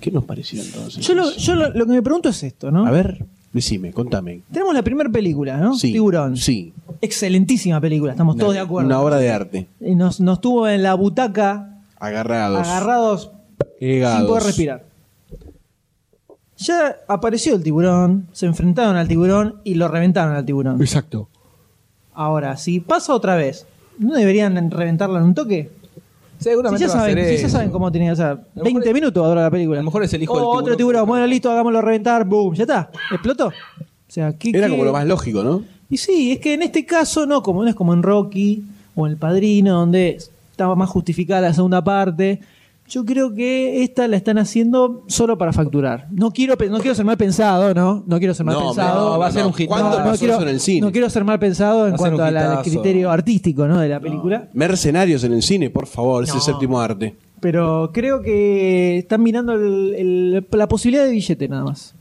Speaker 8: ¿Qué nos pareció entonces?
Speaker 5: Yo, lo, yo lo- lo que me pregunto es esto, ¿no?
Speaker 8: A ver, decime, contame.
Speaker 5: Tenemos la primera película, ¿no?
Speaker 8: Sí,
Speaker 5: Tiburón.
Speaker 8: sí.
Speaker 5: Excelentísima película, estamos todos de acuerdo.
Speaker 8: Una obra de arte.
Speaker 5: Y nos, nos tuvo en la butaca
Speaker 8: Agarrados.
Speaker 5: agarrados
Speaker 8: Pegados.
Speaker 5: sin poder respirar. Ya apareció el tiburón, se enfrentaron al tiburón y lo reventaron al tiburón.
Speaker 8: Exacto.
Speaker 5: Ahora, si pasa otra vez, ¿no deberían reventarlo en un toque? Si
Speaker 6: Seguramente
Speaker 5: ya,
Speaker 6: va a
Speaker 5: saben,
Speaker 6: ser
Speaker 5: si ya
Speaker 6: eso.
Speaker 5: saben cómo tenía que ser.
Speaker 6: mejor
Speaker 5: 20
Speaker 6: es-
Speaker 5: minutos va a durar la película.
Speaker 6: A lo mejor es el hijo
Speaker 5: Oh,
Speaker 6: del tiburón.
Speaker 5: otro tiburón. Bueno, listo, hagámoslo reventar. Boom, ya está. Explotó. O sea, ¿qué-
Speaker 8: Era
Speaker 5: qué-
Speaker 8: como lo más lógico, ¿no?
Speaker 5: Y sí, es que en este caso no, como no es como en Rocky o en El Padrino, donde estaba más justificada la segunda parte. Yo creo que esta la están haciendo solo para facturar. No quiero, pe- no quiero ser mal pensado, ¿no? No quiero ser mal
Speaker 8: No,
Speaker 5: pensado.
Speaker 8: no, va a ser un hitazo. ¿Cuándo pasó eso en el cine?
Speaker 5: No quiero ser mal pensado en
Speaker 8: Va a ser
Speaker 5: cuanto
Speaker 8: un
Speaker 5: al al
Speaker 8: hitazo.
Speaker 5: criterio artístico, ¿no? De la película.
Speaker 8: Mercenarios en el cine, por favor, es el
Speaker 5: No.
Speaker 8: séptimo arte.
Speaker 5: Pero creo que están mirando el- el- la posibilidad de billete nada más.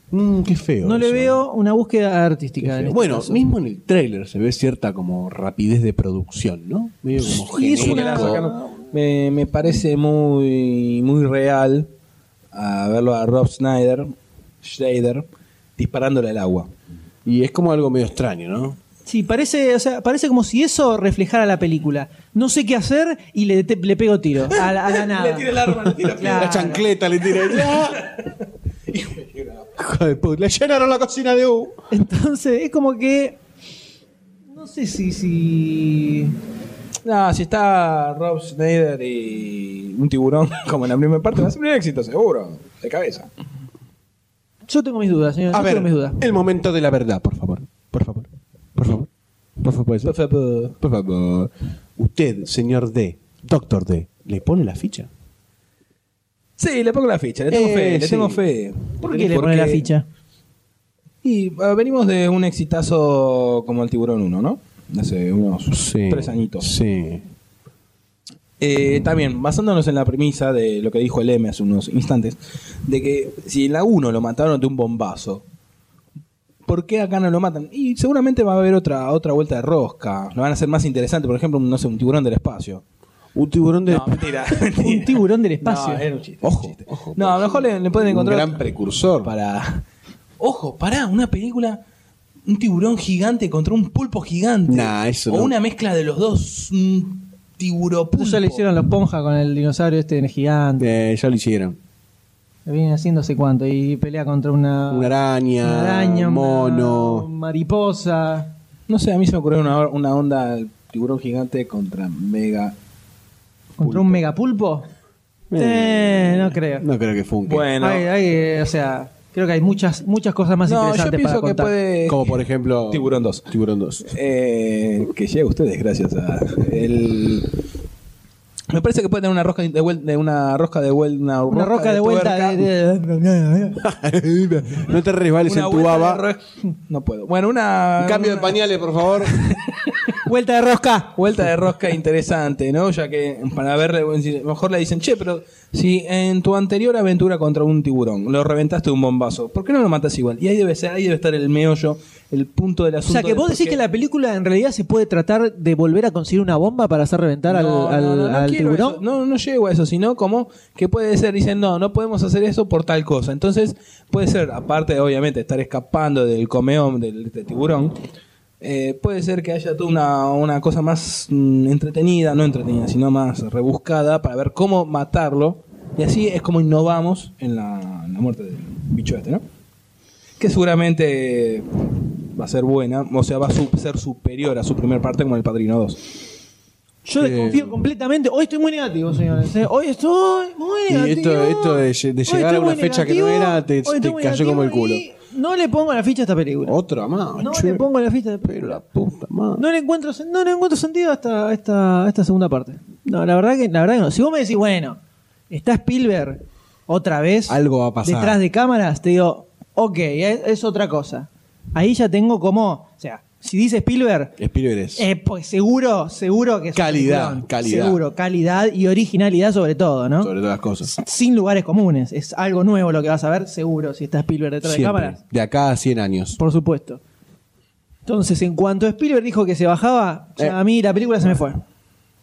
Speaker 8: qué feo.
Speaker 5: Mm, No le veo una búsqueda artística. en este
Speaker 8: Bueno,
Speaker 5: caso.
Speaker 8: mismo en el tráiler se ve cierta como rapidez de producción, ¿no? Medio como
Speaker 6: Y es una-
Speaker 8: genérico.
Speaker 6: me, me parece muy, muy real a verlo a Rob Snyder, Schneider, disparándole al agua.
Speaker 8: Y es como algo medio extraño, ¿no?
Speaker 5: Sí, parece, o sea, parece como si eso reflejara la película. No sé qué hacer y le, te- le pego tiro a la, a la nada.
Speaker 6: Le tira el arma, le tira
Speaker 5: Claro.
Speaker 8: La chancleta le tira. ¡Ah! Hijo de puta, Le llenaron la cocina de U.
Speaker 5: Entonces, es como que. No sé si. si...
Speaker 6: No, si está Rob Schneider y un tiburón como en la primera parte, va a ser un éxito seguro, de cabeza.
Speaker 5: Yo tengo mis dudas, señor.
Speaker 8: A
Speaker 5: yo
Speaker 8: ver,
Speaker 5: tengo mis dudas.
Speaker 8: el momento de la verdad, por favor. Por favor. Por favor. Por favor. ¿puede ser? Por favor. Usted, señor D, doctor D, ¿le pone la ficha?
Speaker 6: Sí, le pongo la ficha, le tengo
Speaker 8: Eh,
Speaker 6: fe, le
Speaker 8: sí.
Speaker 6: tengo fe.
Speaker 5: ¿Por qué le pone la ficha?
Speaker 6: Y ah, venimos de un exitazo como el Tiburón 1, ¿no? Hace unos tres añitos.
Speaker 8: Sí.
Speaker 6: Eh, también, basándonos en la premisa de lo que dijo el M hace unos instantes, de que si en la 1 lo mataron de un bombazo, ¿por qué acá no lo matan? Y seguramente va a haber otra, otra vuelta de rosca. Lo van a hacer más interesante, por ejemplo, un, no sé, un tiburón del espacio.
Speaker 8: Un tiburón del
Speaker 6: mentira, mentira.
Speaker 5: Un tiburón del espacio.
Speaker 6: No, era un chiste.
Speaker 8: Ojo, ojo.
Speaker 6: No, a lo mejor le, le pueden
Speaker 8: Un
Speaker 6: encontrar.
Speaker 8: gran precursor.
Speaker 6: Para. Ojo, pará, una película. Un tiburón gigante contra un pulpo gigante.
Speaker 8: Nah, eso
Speaker 6: o
Speaker 8: no.
Speaker 6: una mezcla de los dos. Un tiburopulpo.
Speaker 5: Ya le hicieron los ponja con el dinosaurio este gigante.
Speaker 8: Eh, ya lo hicieron.
Speaker 5: Lo vienen haciendo sé cuánto. Y pelea contra una.
Speaker 8: Una araña,
Speaker 5: una araña, una
Speaker 8: mono.
Speaker 5: mariposa.
Speaker 6: No sé, a mí se me ocurrió una, una onda tiburón gigante contra mega.
Speaker 5: ¿Contra un megapulpo? Eh, no creo.
Speaker 8: No creo que funque.
Speaker 6: Bueno.
Speaker 5: Hay- hay, eh, o sea, creo que hay muchas, muchas cosas más
Speaker 6: No, yo
Speaker 5: interesantes para
Speaker 6: pienso que
Speaker 5: contar.
Speaker 6: puede.
Speaker 8: Como por ejemplo.
Speaker 6: Tiburón 2.
Speaker 8: Tiburón 2.
Speaker 6: Eh, que llega a ustedes gracias a el me parece que puede tener una rosca de vuelta de una rosca de vuelta una,
Speaker 5: Una roca de vuelta.
Speaker 6: tuerca,
Speaker 5: de- de-
Speaker 8: no te resbales
Speaker 6: una
Speaker 8: en tu
Speaker 6: vuelta de
Speaker 8: baba.
Speaker 6: ro- no puedo bueno una
Speaker 8: Cambio de pañales, por favor.
Speaker 5: vuelta de rosca
Speaker 6: vuelta de rosca interesante no ya que para ver a lo mejor le dicen che pero si en tu anterior aventura contra un tiburón lo reventaste de un bombazo ¿por qué no lo matas igual? y ahí debe ser ahí debe estar el meollo el punto del
Speaker 5: O
Speaker 6: asunto
Speaker 5: sea, que
Speaker 6: de
Speaker 5: vos
Speaker 6: por
Speaker 5: decís
Speaker 6: qué-
Speaker 5: que la película en realidad se puede tratar de volver a conseguir una bomba para hacer reventar al,
Speaker 6: No,
Speaker 5: al-
Speaker 6: no, no, no
Speaker 5: al
Speaker 6: quiero
Speaker 5: tiburón.
Speaker 6: eso. No, no llego a eso, sino como que puede ser, dicen, no, no podemos hacer eso por tal cosa. Entonces, puede ser, aparte de obviamente estar escapando del comeón del, del tiburón, eh, puede ser que haya toda una, una cosa más mm, entretenida, no entretenida, sino más rebuscada para ver cómo matarlo. Y así es como innovamos en la, en la muerte del bicho este, ¿no? Que seguramente va a ser buena, o sea, va a su- ser superior a su primer parte como el Padrino 2.
Speaker 5: Yo
Speaker 8: Eh,
Speaker 5: desconfío completamente. Hoy estoy muy negativo, señores. eh. Hoy estoy muy
Speaker 8: Y
Speaker 5: negativo.
Speaker 8: esto, esto de, lle- de
Speaker 5: Hoy
Speaker 8: llegar a
Speaker 5: estoy
Speaker 8: una
Speaker 5: muy
Speaker 8: fecha que no
Speaker 5: negativo.
Speaker 8: era, te,
Speaker 5: Hoy estoy
Speaker 8: te
Speaker 5: muy
Speaker 8: cayó como el culo. Oh,
Speaker 5: negativo y No le pongo la ficha a esta película.
Speaker 8: Otra más.
Speaker 5: No
Speaker 8: che.
Speaker 5: le pongo la ficha a esta película.
Speaker 8: Pero la puta madre.
Speaker 5: No le encuentro, sen- no le encuentro sentido hasta esta, esta segunda parte. No, la verdad que, la verdad que no. Si vos me decís, bueno, está Spielberg otra vez
Speaker 8: Algo va a pasar.
Speaker 5: detrás de cámaras, te digo, ok, es, es otra cosa. Ahí ya tengo como, o sea, si dice Spielberg,
Speaker 8: Spielberg es-
Speaker 5: eh, pues seguro, seguro que es un
Speaker 8: Calidad,
Speaker 5: peliculón.
Speaker 8: calidad.
Speaker 5: Seguro, calidad y originalidad sobre todo, ¿no?
Speaker 8: Sobre todas las cosas.
Speaker 5: Sin lugares comunes. Es algo nuevo lo que vas a ver, seguro, si está Spielberg detrás de
Speaker 8: Siempre.
Speaker 5: cámaras.
Speaker 8: De acá a 100 años.
Speaker 5: Por supuesto. Entonces, en cuanto Spielberg dijo que se bajaba, ya
Speaker 8: Eh.
Speaker 5: a mí la película se me fue.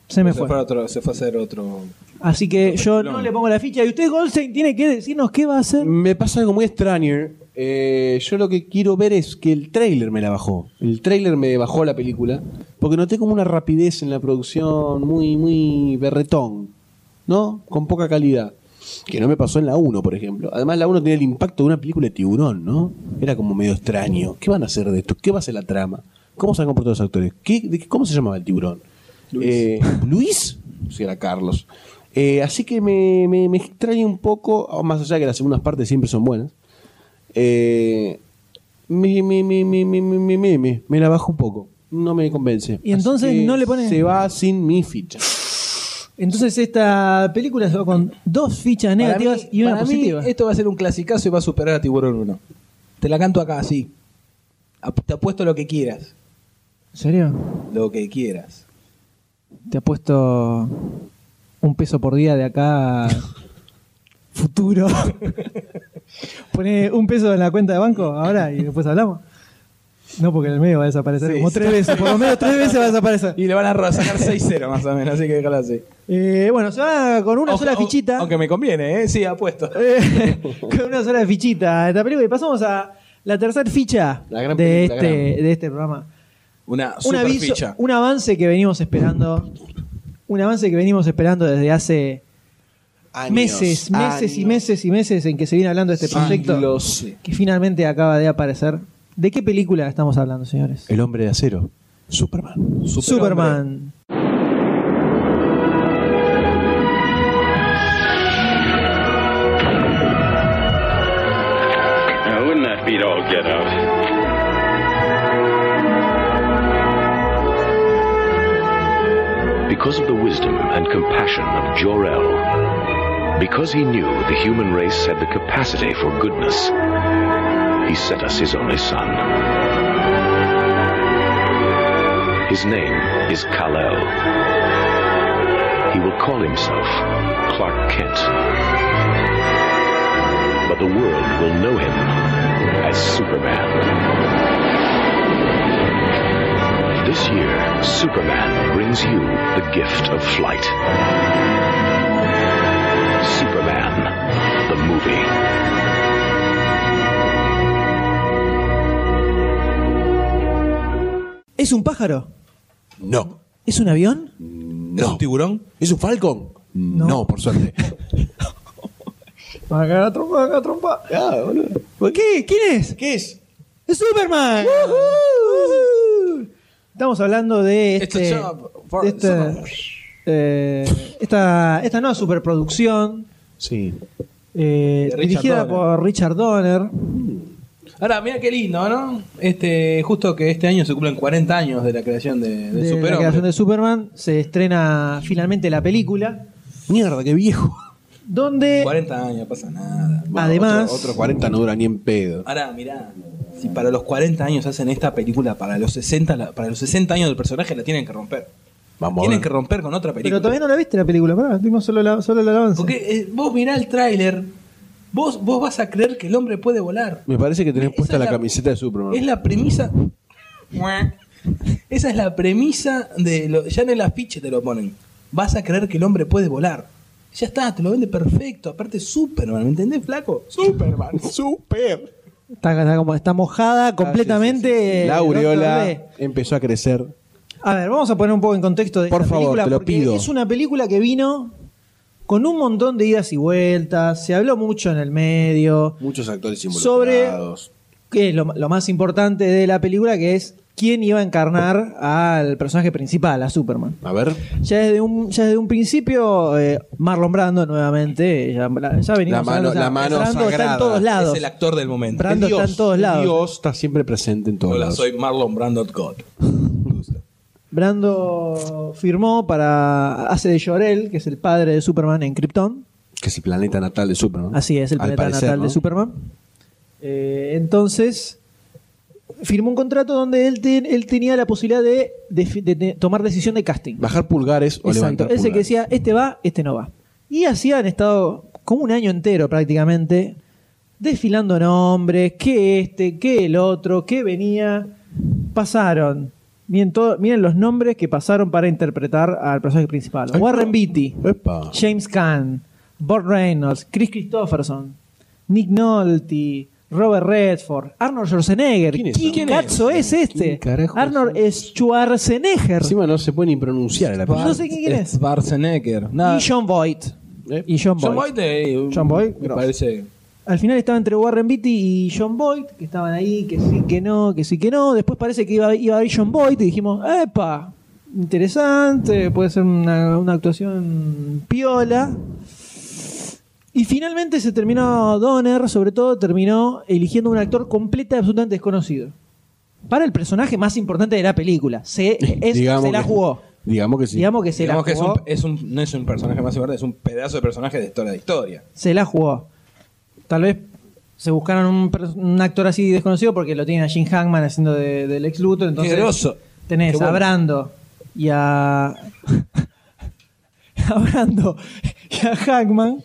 Speaker 5: Se me
Speaker 6: se
Speaker 5: fue.
Speaker 6: fue. a otro- se fue a hacer otro.
Speaker 5: Así que yo no le pongo la ficha. Y usted, Goldstein, tiene que decirnos qué va a hacer.
Speaker 8: Me pasa algo muy extraño. Eh, yo lo que quiero ver es que el tráiler me la bajó. El tráiler me bajó la película. Porque noté como una rapidez en la producción muy, muy berretón. ¿No? Con poca calidad. Que no me pasó en la 1, por ejemplo. Además, la 1 tenía el impacto de una película de tiburón, ¿no? Era como medio extraño. ¿Qué van a hacer de esto? ¿Qué va a ser la trama? ¿Cómo se han comportado los actores? ¿Qué, de qué- ¿Cómo se llamaba el tiburón? Luis. Luis, si era Carlos. Eh, así que me, me, me extraña un poco, más allá de que las segundas partes siempre son buenas. Eh, me, me, me, me, me, me, me, me, me- me la bajo un poco. No me convence.
Speaker 5: Y entonces
Speaker 8: Así que
Speaker 5: no le pone-
Speaker 8: Se va sin mi ficha.
Speaker 3: Entonces esta película se va con dos fichas
Speaker 6: Para
Speaker 3: negativas
Speaker 6: mí-
Speaker 3: y una
Speaker 6: para mí,
Speaker 3: positiva.
Speaker 6: esto va a ser un clasicazo y va a superar a Tiburón 1. Te la canto acá, así. Ap- Te apuesto lo que quieras.
Speaker 5: ¿En serio?
Speaker 6: Lo que quieras.
Speaker 5: Te apuesto un peso por día de acá. a Futuro. Pone un peso en la cuenta de banco ahora y después hablamos. No, porque en el medio va a desaparecer
Speaker 6: Sí.
Speaker 5: como tres veces. Por lo menos tres veces va a desaparecer.
Speaker 6: Y le van a ro- sacar 6-0 más o menos, así que déjala así.
Speaker 5: Eh, bueno, se va con una
Speaker 6: Aunque-
Speaker 5: sola
Speaker 6: aunque-
Speaker 5: fichita. Eh,
Speaker 6: Aunque me conviene, ¿eh? Sí, apuesto.
Speaker 5: con una sola fichita a esta película. Y pasamos a la tercera ficha
Speaker 6: La gran
Speaker 5: de,
Speaker 6: película,
Speaker 5: este,
Speaker 6: gran.
Speaker 5: de este programa.
Speaker 6: Una
Speaker 5: Un
Speaker 6: super
Speaker 5: aviso,
Speaker 6: ficha.
Speaker 5: un avance que venimos esperando. Un avance que venimos esperando desde hace meses, meses y meses y meses en que se viene hablando de este proyecto. Que finalmente acaba de aparecer. ¿De qué película estamos hablando, señores?
Speaker 8: El hombre de acero. Superman.
Speaker 5: Superman.
Speaker 15: Now, wouldn't that beat all get out?
Speaker 14: Because of the wisdom and compassion of Jor-El, because he knew the human race had the capacity for goodness, he sent us his only son. His name is Kal-El. He will call himself Clark Kent. But the world will know him as Superman. This year, Superman brings you the gift of flight. Superman, the movie.
Speaker 5: ¿Es un pájaro?
Speaker 12: No.
Speaker 5: ¿Es un avión?
Speaker 12: No. ¿Es un tiburón? ¿Es un falcón? No, por suerte.
Speaker 5: Acá trompa, acá trompa. ¿Qué? ¿Quién es?
Speaker 6: ¿Qué es?
Speaker 5: ¡Es Superman! Ujú. Estamos hablando de este.
Speaker 6: It's a job for
Speaker 5: de este-
Speaker 6: Superman.
Speaker 5: eh, esta, esta nueva superproducción.
Speaker 8: Sí.
Speaker 5: eh,
Speaker 6: De Richard
Speaker 5: dirigida
Speaker 6: Donner.
Speaker 5: por Richard Donner.
Speaker 6: Ahora, mira qué lindo, ¿no? Este, justo que este año se cumplen 40 años de la creación de, de
Speaker 5: de la
Speaker 6: Superhombre.
Speaker 5: creación de Superman. Se estrena finalmente la película.
Speaker 8: Mierda, qué viejo.
Speaker 5: Donde
Speaker 6: 40 años, pasa nada.
Speaker 5: además.
Speaker 8: Otros 40 no dura ni en pedo.
Speaker 6: Ahora, mirá, si para los 40 años hacen esta película, para los 60, la- para los 60 años del personaje la tienen que romper.
Speaker 8: Vamos
Speaker 6: tienen que romper con otra película.
Speaker 5: Pero todavía no la viste la película, pará, dimos solo la, solo la alabanza.
Speaker 6: Porque eh, vos mirá el tráiler, vos, vos vas a creer que el hombre puede volar.
Speaker 8: Me parece que tenés puesta
Speaker 6: es
Speaker 8: la,
Speaker 6: la-
Speaker 8: camiseta de Superman.
Speaker 6: Es la premisa. Esa es la premisa de. Lo, ya en el afiche te lo ponen. Vas a creer que el hombre puede volar. Ya está, te lo vende perfecto. Aparte, Superman, ¿me entendés, flaco? Superman, super.
Speaker 5: Está, está como- está
Speaker 8: Ah,
Speaker 5: mojada completamente.
Speaker 8: La
Speaker 5: Doctor
Speaker 8: aureola
Speaker 5: D.
Speaker 8: empezó a crecer.
Speaker 5: A ver, vamos a poner un poco en contexto de
Speaker 8: Por
Speaker 5: esta
Speaker 8: favor,
Speaker 5: película,
Speaker 8: te lo
Speaker 5: porque
Speaker 8: pido.
Speaker 5: es una película que vino con un montón de idas y vueltas, se habló mucho en el medio,
Speaker 8: Muchos actores
Speaker 5: sobre que es lo, lo más importante de la película, que es quién iba a encarnar al personaje principal, a Superman.
Speaker 8: A ver,
Speaker 5: Ya desde un, ya desde un principio, eh, Marlon Brando nuevamente, ya, ya venimos
Speaker 8: La
Speaker 5: hablando,
Speaker 8: mano-
Speaker 5: o sea,
Speaker 8: la mano
Speaker 5: Brando está en
Speaker 8: sagrada.
Speaker 5: todos lados.
Speaker 6: Es el actor del momento.
Speaker 5: Brando está en todos lados.
Speaker 8: Dios está siempre presente en todos
Speaker 6: Hola,
Speaker 8: lados.
Speaker 6: soy Marlon Brando God.
Speaker 5: Brando firmó para hace de Llorel, que es el padre de Superman en Krypton.
Speaker 8: Que es el planeta natal de Superman.
Speaker 5: Así es, el
Speaker 8: Al
Speaker 5: planeta
Speaker 8: parecer,
Speaker 5: natal
Speaker 8: ¿no?
Speaker 5: de Superman. Eh, entonces, firmó un contrato donde él, ten- él tenía la posibilidad de, defi- de te- tomar decisión de casting.
Speaker 8: Bajar pulgares o
Speaker 5: Exacto.
Speaker 8: levantar
Speaker 5: Ese que
Speaker 8: pulgares.
Speaker 5: decía, este va, este no va. Y así han estado como un año entero prácticamente, desfilando nombres, que este, que el otro, que venía. Pasaron. Miren, todo- miren los nombres que pasaron para interpretar al personaje principal.
Speaker 8: Ay,
Speaker 5: Warren Beatty.
Speaker 8: Epa.
Speaker 5: James Caan, Burt Reynolds, Chris Christopherson, Nick Nolte, Robert Redford, Arnold Schwarzenegger.
Speaker 8: ¿Quién
Speaker 5: ¿Quién,
Speaker 8: es Arnold?
Speaker 5: cazzo es este?
Speaker 8: ¿Quién carajo este?
Speaker 5: Arnold Schwarzenegger.
Speaker 8: Encima no se puede ni pronunciar el apellido.
Speaker 5: No sé quién es.
Speaker 6: Schwarzenegger.
Speaker 5: Y John Boyd. Y John Boyd.
Speaker 6: John Boyd, eh, un-
Speaker 5: John Boyd,
Speaker 6: me
Speaker 5: grosso.
Speaker 6: parece.
Speaker 5: Al final estaba entre Warren Beatty y John Boyd, que estaban ahí, que sí, que no, que sí, que no. Después parece que iba, iba a ir John Boyd y dijimos, ¡epa! Interesante, puede ser una, una actuación piola. Y finalmente se terminó Donner, sobre todo, terminó eligiendo un actor completa y absolutamente desconocido. Para el personaje más importante de la película. Se, es-
Speaker 8: Digamos
Speaker 5: se la
Speaker 8: que-
Speaker 5: jugó.
Speaker 8: Digamos que sí.
Speaker 5: Digamos que se
Speaker 6: Digamos
Speaker 5: la
Speaker 6: que es un,
Speaker 5: jugó.
Speaker 6: es un- no es un personaje más importante, es un pedazo de personaje de toda la historia.
Speaker 5: Se la jugó. Tal vez se buscaron un, per- un actor así desconocido porque lo tienen a Jim Hackman haciendo de- del ex Luthor. Entonces
Speaker 6: ¡Qué groso!
Speaker 5: Tenés
Speaker 6: Qué bueno.
Speaker 5: a Brando y a. a Brando y a Hackman.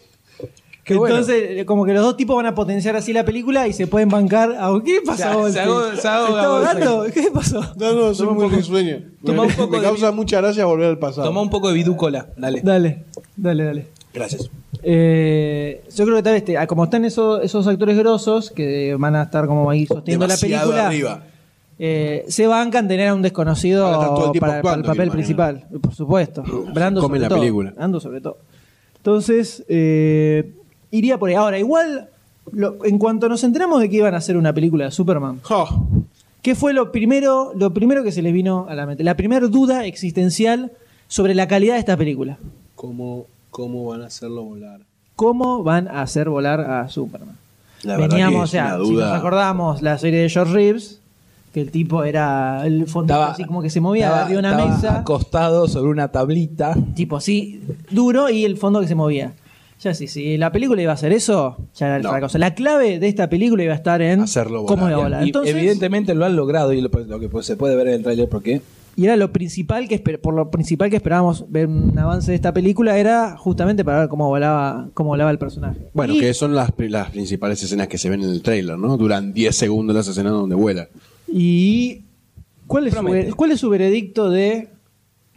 Speaker 6: Qué bueno.
Speaker 5: Entonces, eh, como que los dos tipos van a potenciar así la película y se pueden bancar. A... ¿Qué pasa,
Speaker 6: Se-
Speaker 5: Volpi?
Speaker 6: se ahoga- se ahoga
Speaker 5: ¿Está
Speaker 6: Volpi.
Speaker 5: ahogando? ¿Qué pasó?
Speaker 8: No, no, soy un poco sueño.
Speaker 6: Toma un poco
Speaker 8: Me
Speaker 6: de
Speaker 8: causa mucha gracia volver al pasado.
Speaker 6: Toma un poco de bidúcola, dale.
Speaker 5: Dale, dale, dale.
Speaker 6: Gracias.
Speaker 5: Eh, yo creo que tal vez, te- ah, como están esos, esos actores grosos que van a estar como ahí sosteniendo la
Speaker 8: Demasiado
Speaker 5: película,
Speaker 8: arriba.
Speaker 5: eh, se bancan tener a un desconocido
Speaker 8: Van a estar todo el
Speaker 5: para,
Speaker 8: tiempo
Speaker 5: para el
Speaker 8: actuando, me
Speaker 5: papel
Speaker 8: imagino.
Speaker 5: principal, por supuesto. Brando
Speaker 8: come
Speaker 5: sobre
Speaker 8: la
Speaker 5: todo.
Speaker 8: película.
Speaker 5: Brando sobre todo. Entonces, eh, iría por ahí. Ahora, igual, lo- en cuanto nos enteramos de que iban a hacer una película de Superman, ¿qué fue lo primero, lo primero que se les vino a la mente? La primera duda existencial sobre la calidad de esta película.
Speaker 8: ¿Cómo, ¿Cómo van a hacerlo volar?
Speaker 5: ¿Cómo van a hacer volar a Superman?
Speaker 8: La verdad
Speaker 5: Veníamos, o
Speaker 8: que es
Speaker 5: sea,
Speaker 8: una
Speaker 5: si
Speaker 8: duda.
Speaker 5: nos acordamos la serie de George Reeves, que el tipo era el fondo
Speaker 6: Estaba-
Speaker 5: así como que se movía
Speaker 6: Estaba-
Speaker 5: arriba de una
Speaker 6: estaba
Speaker 5: mesa,
Speaker 6: acostado sobre una tablita.
Speaker 5: tipo así duro y el fondo que se movía. Ya sí, si la película iba a hacer eso, ya era el fracaso. La clave de esta película iba a estar en
Speaker 6: Hacerlo
Speaker 5: cómo iba a volar.
Speaker 6: Y
Speaker 5: Entonces,
Speaker 6: evidentemente lo han logrado y lo, lo que pues, se puede ver en el tráiler porque
Speaker 5: y era lo principal que esper- por lo principal que esperábamos ver un avance de esta película era justamente para ver cómo volaba, cómo volaba el personaje.
Speaker 8: Bueno,
Speaker 5: Y-
Speaker 8: que son las, pri- las principales escenas que se ven en el trailer, ¿no? Duran 10 segundos las escenas donde vuela.
Speaker 5: ¿Y cuál es, su, ver- cuál es su veredicto de,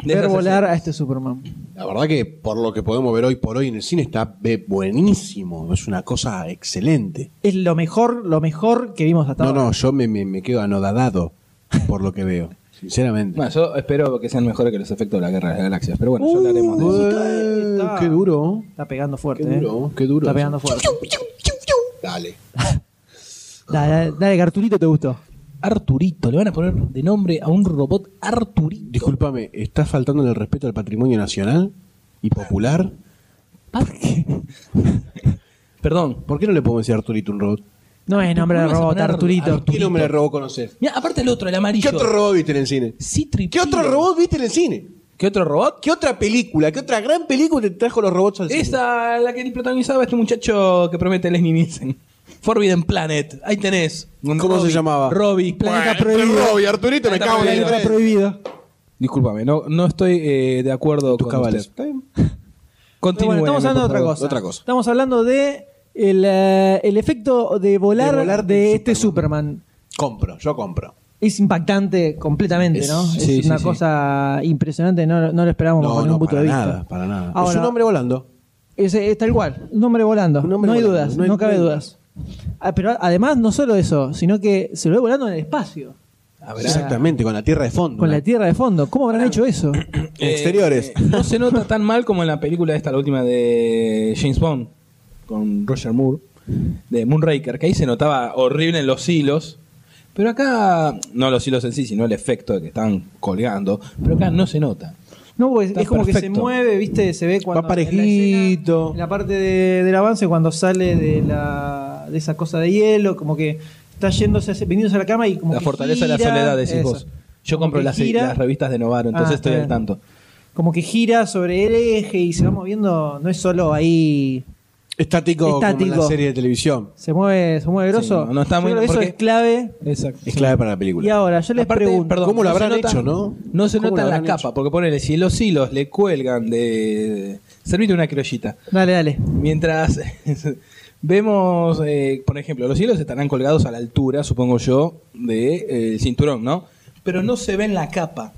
Speaker 8: De
Speaker 5: ver
Speaker 8: esas
Speaker 5: volar a este Superman?
Speaker 8: La verdad que por lo que podemos ver hoy por hoy en el cine está be- buenísimo. Es una cosa excelente.
Speaker 5: Es lo mejor, lo mejor que vimos hasta
Speaker 8: No,
Speaker 5: ahora.
Speaker 8: no, yo me, me, me quedo anodadado por lo que veo. Sinceramente.
Speaker 6: Bueno, yo espero que sean mejores que los efectos de la Guerra de las Galaxias, pero
Speaker 5: Uh,
Speaker 6: bueno, ya hablaremos de eso.
Speaker 5: Está-
Speaker 8: Eh, qué duro.
Speaker 5: Está pegando fuerte.
Speaker 8: Qué duro,
Speaker 5: eh.
Speaker 8: qué duro.
Speaker 5: Está pegando fuerte.
Speaker 8: Dale.
Speaker 5: Dale, dale, dale, que Arturito te gustó.
Speaker 6: Arturito, le van a poner de nombre a un robot Arturito.
Speaker 8: Discúlpame, ¿estás faltando el respeto al patrimonio nacional y popular?
Speaker 6: Perdón.
Speaker 8: ¿Por qué no le podemos decir Arturito un robot?
Speaker 5: No es nombre de
Speaker 6: ¿Cómo vas a
Speaker 5: robot,
Speaker 6: poner
Speaker 5: Arturito.
Speaker 8: ¿Qué nombre de robot conoces?
Speaker 6: Mira, aparte el otro, el amarillo.
Speaker 8: ¿Qué otro robot viste en el cine? ¿Qué otro robot viste en el cine?
Speaker 6: ¿Qué otro robot?
Speaker 8: ¿Qué otra película? ¿Qué otra gran película te trajo los robots al cine?
Speaker 6: Esta, la que protagonizaba este muchacho que promete Leslie Nielsen. Forbidden Planet, ahí tenés.
Speaker 8: ¿Cómo se llamaba?
Speaker 6: Robbie.
Speaker 8: Planeta Prohibido. Robbie, Arturito, me cago en la
Speaker 5: Está prohibido.
Speaker 6: Discúlpame, no, no estoy eh, de acuerdo con
Speaker 8: cabales.
Speaker 6: usted. Continúe,
Speaker 5: Pero bueno, estamos
Speaker 6: por
Speaker 5: hablando de otra
Speaker 6: favor.
Speaker 5: cosa. Estamos hablando de el, eh, el efecto de volar de,
Speaker 8: De volar
Speaker 5: este Superman.
Speaker 8: Compro, yo compro.
Speaker 5: Es impactante completamente,
Speaker 8: Es-
Speaker 5: ¿no?
Speaker 8: sí,
Speaker 5: es
Speaker 8: sí,
Speaker 5: una
Speaker 8: sí.
Speaker 5: cosa impresionante, no, no lo esperábamos
Speaker 8: No,
Speaker 5: con ningún
Speaker 8: no,
Speaker 5: punto
Speaker 8: para
Speaker 5: de vista.
Speaker 8: nada, para nada. es
Speaker 5: Ahora-
Speaker 8: un hombre volando.
Speaker 5: Es, es tal cual, un hombre volando.
Speaker 8: hombre
Speaker 5: no hay
Speaker 8: volando,
Speaker 5: dudas,
Speaker 8: no
Speaker 5: no,
Speaker 8: hay-
Speaker 5: cabe
Speaker 8: no hay-
Speaker 5: dudas. Ah, pero además, no solo eso, sino que se lo ve volando en el espacio,
Speaker 8: Exactamente, con la tierra de fondo.
Speaker 5: con la tierra de fondo. ¿Cómo habrán hecho eso?
Speaker 6: Eh,
Speaker 8: Exteriores.
Speaker 6: eh, no se nota tan mal como en la película esta, la última de James Bond, con Roger Moore, de Moonraker, que ahí se notaba horrible en los hilos. Pero acá, no los hilos en sí, sino el efecto de que están colgando. Pero acá no se nota.
Speaker 5: No, pues,
Speaker 6: Está
Speaker 5: es como que se
Speaker 6: perfecto.
Speaker 5: mueve, ¿viste? Se ve cuando.
Speaker 8: Va
Speaker 5: parejito. En la, escena, en la parte de- del avance, cuando sale de, la, de esa cosa de hielo, como que está yéndose, hacia- viniéndose a la cama y como
Speaker 6: la
Speaker 5: que
Speaker 6: fortaleza de la
Speaker 5: gira,
Speaker 6: soledad, decís
Speaker 5: eso.
Speaker 6: vos. Yo
Speaker 5: Como
Speaker 6: compro
Speaker 5: que
Speaker 6: las,
Speaker 5: gira.
Speaker 6: las revistas de Novaro, entonces
Speaker 5: Ah, está
Speaker 6: estoy al
Speaker 5: bien.
Speaker 6: tanto.
Speaker 5: Como que gira sobre el eje y se va moviendo, no es solo ahí.
Speaker 8: Estático, como en
Speaker 5: Estático.
Speaker 8: la serie de televisión.
Speaker 5: Se mueve, se mueve grosso.
Speaker 6: no, no está
Speaker 5: Yo
Speaker 6: muy-
Speaker 5: creo que eso
Speaker 6: porque-
Speaker 5: es clave.
Speaker 6: Exacto.
Speaker 8: Es clave para la
Speaker 5: Y
Speaker 8: película.
Speaker 5: ahora, yo les
Speaker 6: Aparte,
Speaker 5: pregunto.
Speaker 6: perdón,
Speaker 8: ¿Cómo lo
Speaker 6: se
Speaker 8: habrán
Speaker 6: nota-
Speaker 8: hecho, no?
Speaker 6: No se
Speaker 8: ¿Cómo
Speaker 6: nota
Speaker 8: lo
Speaker 6: la
Speaker 8: habrán
Speaker 6: capa, porque ponele, si los hilos le cuelgan de. Servite una criollita.
Speaker 5: Dale, dale.
Speaker 6: Mientras vemos, eh, por ejemplo, los hilos estarán colgados a la altura, supongo yo, del cinturón, ¿no? Pero no se ve en la capa.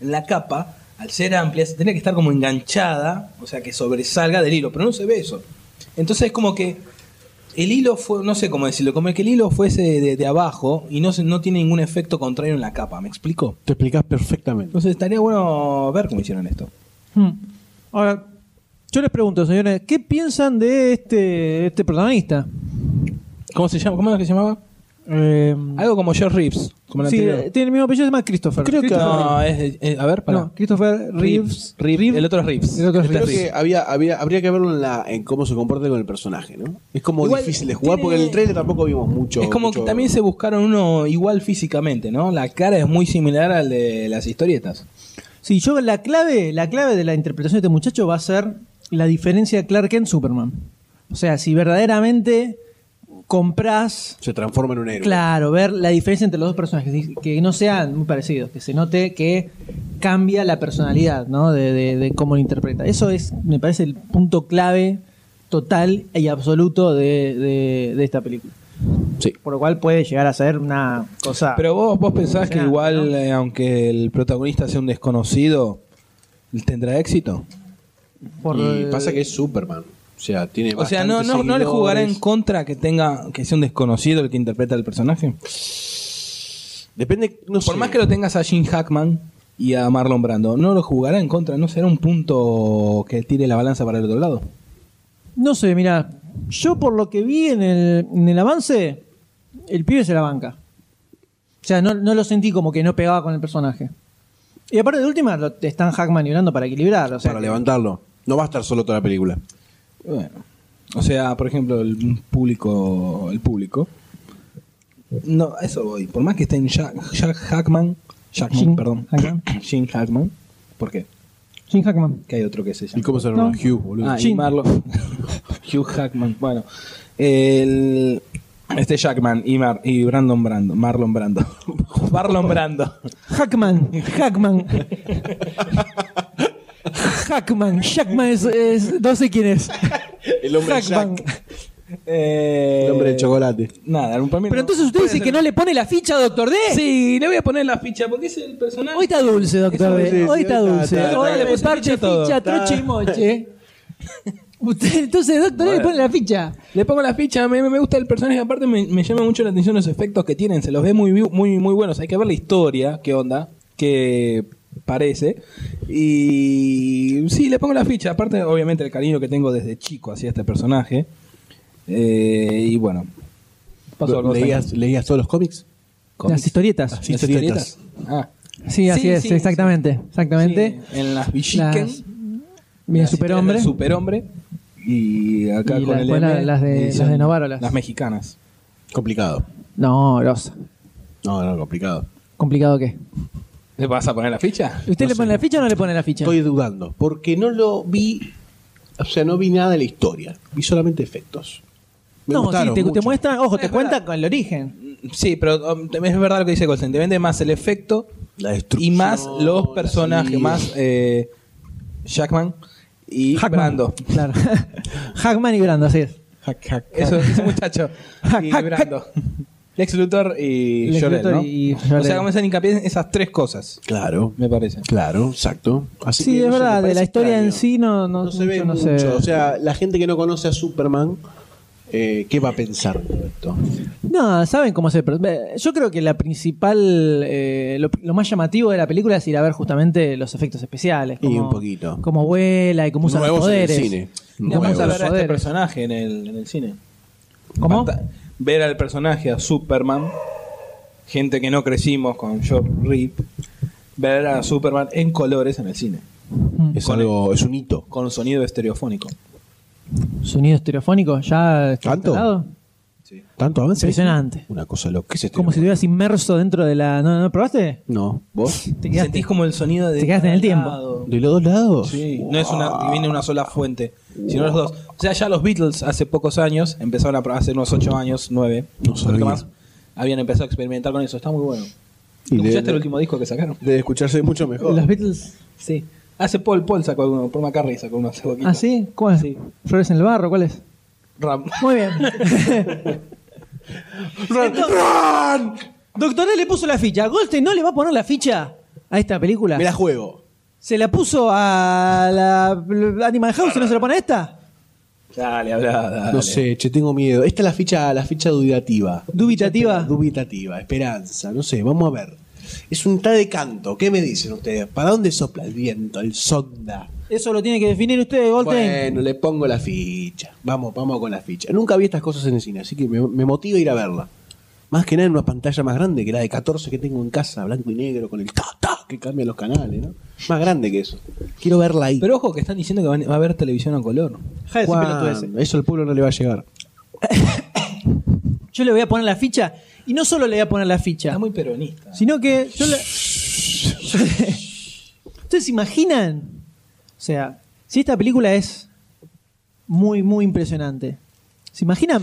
Speaker 6: En la capa, al ser amplia, se tendría que estar como enganchada, o sea, que sobresalga del hilo, pero no se ve eso. Entonces es como que el hilo fue, no sé cómo decirlo, como que el hilo fuese de, de abajo y no, se, no tiene ningún efecto contrario en la capa, ¿me explico?
Speaker 8: Te explicás perfectamente.
Speaker 6: Entonces estaría bueno ver cómo hicieron esto.
Speaker 5: Hmm. Ahora, yo les pregunto, señores, ¿qué piensan de este, este protagonista?
Speaker 6: ¿Cómo se llama? ¿Cómo es que se llamaba?
Speaker 5: Eh,
Speaker 6: Algo como George Reeves, como el
Speaker 5: sí,
Speaker 6: anterior.
Speaker 5: tiene el mismo apellido, se llama Christopher.
Speaker 6: Creo que
Speaker 5: Christopher
Speaker 6: no,
Speaker 5: Reeves.
Speaker 6: es, es- a ver, para.
Speaker 5: No, Christopher Reeves.
Speaker 6: El otro es Reeves.
Speaker 5: El otro es
Speaker 8: Creo
Speaker 6: Este es
Speaker 8: que
Speaker 6: Reeves.
Speaker 8: Eh, había, había, habría que verlo en, la, en cómo se comporta con el personaje, ¿no? Es como
Speaker 6: Igual
Speaker 8: difícil de jugar
Speaker 6: tiene-
Speaker 8: porque en el trailer tampoco vimos mucho.
Speaker 6: Es como
Speaker 8: mucho-
Speaker 6: que también se buscaron uno igual físicamente, ¿no? La cara es muy similar al de las historietas.
Speaker 5: Sí, yo la clave, la clave de la interpretación de este muchacho va a ser la diferencia Clark Kent Superman. O sea, si verdaderamente compras
Speaker 8: Se transforma en un héroe.
Speaker 5: Claro, ver la diferencia entre los dos personajes, que no sean muy parecidos, que se note que cambia la personalidad, ¿no? De, de- de cómo lo interpreta. Eso es, me parece, el punto clave total y absoluto de, de- de esta película.
Speaker 8: Sí.
Speaker 5: Por lo cual puede llegar a ser una cosa.
Speaker 6: Pero vos, vos pensás que igual, eh, aunque el protagonista sea un desconocido, ¿tendrá éxito?
Speaker 5: Por
Speaker 8: y
Speaker 6: el-
Speaker 8: pasa que es Superman. O sea, tiene
Speaker 6: O sea, no, no,
Speaker 8: bastantes
Speaker 6: no le jugará en
Speaker 8: seguidores.
Speaker 6: contra que tenga que sea un desconocido el que interpreta el personaje.
Speaker 8: Depende,
Speaker 6: Por más que lo tengas a Jim Hackman y a Marlon Brando, no lo jugará en contra, no será un punto que tire la balanza para el otro lado.
Speaker 5: No sé, mira, yo por lo que vi en el, en el avance, el pibe se la banca. O sea, no, no lo sentí como que no pegaba con el personaje. Y aparte de última, lo- están Hackman y Brando para equilibrar. O sea,
Speaker 8: Para levantarlo. No va a estar solo toda la película.
Speaker 6: Bueno. O sea, por ejemplo, el público, el público. No, a eso voy. Por más que estén Jack, Jack Hackman, Jackman,
Speaker 5: Jim
Speaker 6: perdón, Jim Hackman. ¿Por qué?
Speaker 5: Jim Hackman.
Speaker 6: Que hay otro que se llama.
Speaker 8: ¿Y cómo se llama? No. Hugh, boludo.
Speaker 6: Ah, y
Speaker 8: Jim.
Speaker 6: Marlon. Hugh Hackman. Bueno, el- este Jackman y, Mar- y Brandon Brando, Marlon Brando. Marlon Brando.
Speaker 5: Hackman, Hackman. Hackman, Jackman es, es- No sé quién es.
Speaker 8: El hombre
Speaker 5: Hackman.
Speaker 6: Eh,
Speaker 8: El hombre de chocolate.
Speaker 6: Nada, para mí
Speaker 5: Pero
Speaker 6: no.
Speaker 5: entonces usted
Speaker 6: Puede
Speaker 5: dice
Speaker 6: ser.
Speaker 5: que no le pone la ficha, doctor D.
Speaker 6: Sí, le voy a poner la ficha porque es el personaje.
Speaker 5: Hoy está dulce, doctor
Speaker 6: Eso
Speaker 5: D.
Speaker 6: es,
Speaker 5: Hoy está
Speaker 6: hoy está-
Speaker 5: dulce.
Speaker 6: está-
Speaker 5: Hoy
Speaker 6: está-
Speaker 5: le
Speaker 6: está-
Speaker 5: parte
Speaker 6: está-
Speaker 5: ficha,
Speaker 6: está-
Speaker 5: troche y moche. Usted, entonces, doctor D le
Speaker 6: Bueno.
Speaker 5: pone la ficha.
Speaker 6: Le pongo la ficha, me, me gusta el personaje, aparte me, me llama mucho la atención los efectos que tienen, se los ve muy, vi- muy, muy buenos, hay que ver la historia, qué onda, qué parece. Y sí, le pongo la ficha, aparte obviamente el cariño que tengo desde chico hacia este personaje. Eh, y bueno, pasó algo.
Speaker 8: ¿Leías, leías todos los cómics?
Speaker 5: Las historietas.
Speaker 8: Las historietas.
Speaker 6: Ah.
Speaker 5: Sí, así
Speaker 6: Sí,
Speaker 5: es,
Speaker 6: sí,
Speaker 5: exactamente. Exactamente.
Speaker 6: En las Villiquen,
Speaker 5: Las- Bien,
Speaker 6: las historias
Speaker 5: superhombre.
Speaker 6: del superhombre. Y acá
Speaker 5: Y
Speaker 6: con
Speaker 5: la-
Speaker 6: el
Speaker 5: después la-
Speaker 6: M,
Speaker 5: las de-
Speaker 6: edición-
Speaker 5: las de Novaro, las-
Speaker 6: las mexicanas.
Speaker 8: Complicado.
Speaker 5: No, grosa.
Speaker 8: No, no, complicado.
Speaker 5: ¿Complicado qué?
Speaker 6: ¿Le vas a poner la ficha?
Speaker 5: ¿Usted le pone la ficha o no le pone la ficha?
Speaker 8: Estoy dudando, porque no lo vi, o sea, no vi nada de la historia, vi solamente efectos. Me
Speaker 5: no, sí,
Speaker 8: gustaron
Speaker 5: te, te
Speaker 8: mucho.
Speaker 5: muestra, ojo, te
Speaker 6: Es
Speaker 5: cuenta con el origen.
Speaker 6: Sí, pero um, es verdad lo que dice Colson. Te vende más el efecto
Speaker 8: La
Speaker 6: y
Speaker 8: destrucción,
Speaker 6: más los personajes,
Speaker 8: salida.
Speaker 6: más eh, Jackman y Brando.
Speaker 5: Claro. Hackman y Brando, así es.
Speaker 6: Eso, ese muchacho. y
Speaker 5: hack,
Speaker 6: Brando. Lex Luthor y
Speaker 5: Lex
Speaker 6: Jor-El,
Speaker 5: Luthor
Speaker 6: ¿no?
Speaker 5: y
Speaker 6: O
Speaker 5: Jor-El.
Speaker 6: sea, como hacen hincapié en esas tres cosas.
Speaker 8: Claro,
Speaker 6: me parece.
Speaker 8: Claro, exacto. Así
Speaker 5: Sí,
Speaker 8: que,
Speaker 5: es
Speaker 8: no sé, me
Speaker 5: verdad, de
Speaker 8: parece
Speaker 5: la historia en
Speaker 8: extraño.
Speaker 5: sí no, no,
Speaker 8: No se ve
Speaker 5: yo no
Speaker 8: mucho.
Speaker 5: sé.
Speaker 8: O sea, la gente que no conoce a Superman, eh, ¿qué va a pensar de esto?
Speaker 5: No, saben cómo se. eh, Yo creo que la principal. eh, lo, lo más llamativo de la película es ir a ver justamente los efectos especiales.
Speaker 8: Y
Speaker 5: como-
Speaker 8: un poquito.
Speaker 5: Cómo vuela y cómo usa los
Speaker 8: Nuevos en el
Speaker 5: poderes.
Speaker 8: cine.
Speaker 5: Cómo
Speaker 8: Nuevos.
Speaker 5: usa
Speaker 6: Vamos
Speaker 5: los
Speaker 6: a ver a este
Speaker 5: poderes.
Speaker 6: personaje en el, en el cine.
Speaker 5: ¿Cómo?
Speaker 6: Panta- Ver al personaje, a Superman, gente que no crecimos con Job Rip, ver a Superman en colores en el cine,
Speaker 8: Es algo, es un hito.
Speaker 6: con sonido estereofónico.
Speaker 5: Sonido estereofónico, ya. está
Speaker 8: ¿Tanto?
Speaker 5: instalado.
Speaker 8: Tanto avance.
Speaker 5: Impresionante.
Speaker 8: Una cosa loca. ¿Qué es este?
Speaker 5: Como si estuvieras inmerso dentro de la. ¿No, no probaste?
Speaker 8: No, vos.
Speaker 5: Te quedaste.
Speaker 6: Sentís como el sonido de
Speaker 5: Te quedaste en el tiempo.
Speaker 6: lado.
Speaker 8: ¿De los dos lados?
Speaker 6: Sí, no es una, que viene de una sola fuente, sino los dos. O sea, ya los Beatles hace pocos años, empezaron a pro- hace unos 8 años, 9,
Speaker 8: No sabía.
Speaker 6: más, habían empezado a experimentar con eso. Está muy bueno.
Speaker 8: Y de-
Speaker 6: ¿Escuchaste el último disco que sacaron?
Speaker 8: Debe escucharse mucho mejor.
Speaker 5: Los Beatles.
Speaker 6: Sí. Hace Paul, Paul sacó uno, Paul McCartney sacó uno hace poquito.
Speaker 5: ¿Ah, sí? ¿Cuál? ¿Flores en el barro? ¿Cuál es?
Speaker 6: Ram.
Speaker 5: Muy bien. Doctor D le puso la ficha. ¿Goldstein no le va a poner la ficha a esta película?
Speaker 8: Me la juego.
Speaker 5: ¿Se la puso a la Animal House y no se la pone a esta?
Speaker 6: Dale, habla, dale.
Speaker 8: No sé, che, tengo miedo. Esta es la ficha, la ficha dubitativa.
Speaker 5: ¿Dubitativa?
Speaker 8: Dubitativa, esperanza, no sé, vamos a ver. Es un tal de canto, ¿qué me dicen ustedes? ¿Para dónde sopla el viento, el sonda?
Speaker 5: Eso lo tiene que definir usted, Goldstein.
Speaker 8: Bueno, le pongo la ficha. Vamos, vamos con la ficha. Nunca vi estas cosas en el cine, así que me, me motiva a ir a verla. Más que nada en una pantalla más grande que la de 14 que tengo en casa, blanco y negro, con el ta, ta, que cambia los canales, ¿no? Más grande que eso. Quiero verla ahí.
Speaker 6: Pero ojo que están diciendo que van- va a haber televisión a color.
Speaker 5: Deja de decir pelotudeces.
Speaker 8: ¿Cuándo? Eso al pueblo no le va a llegar.
Speaker 5: Yo le voy a poner la ficha y no solo le voy a poner la ficha,
Speaker 6: Está muy peronista.
Speaker 5: sino que yo le... ¿Ustedes se imaginan? O sea, si esta película es muy, muy impresionante, ¿se imaginan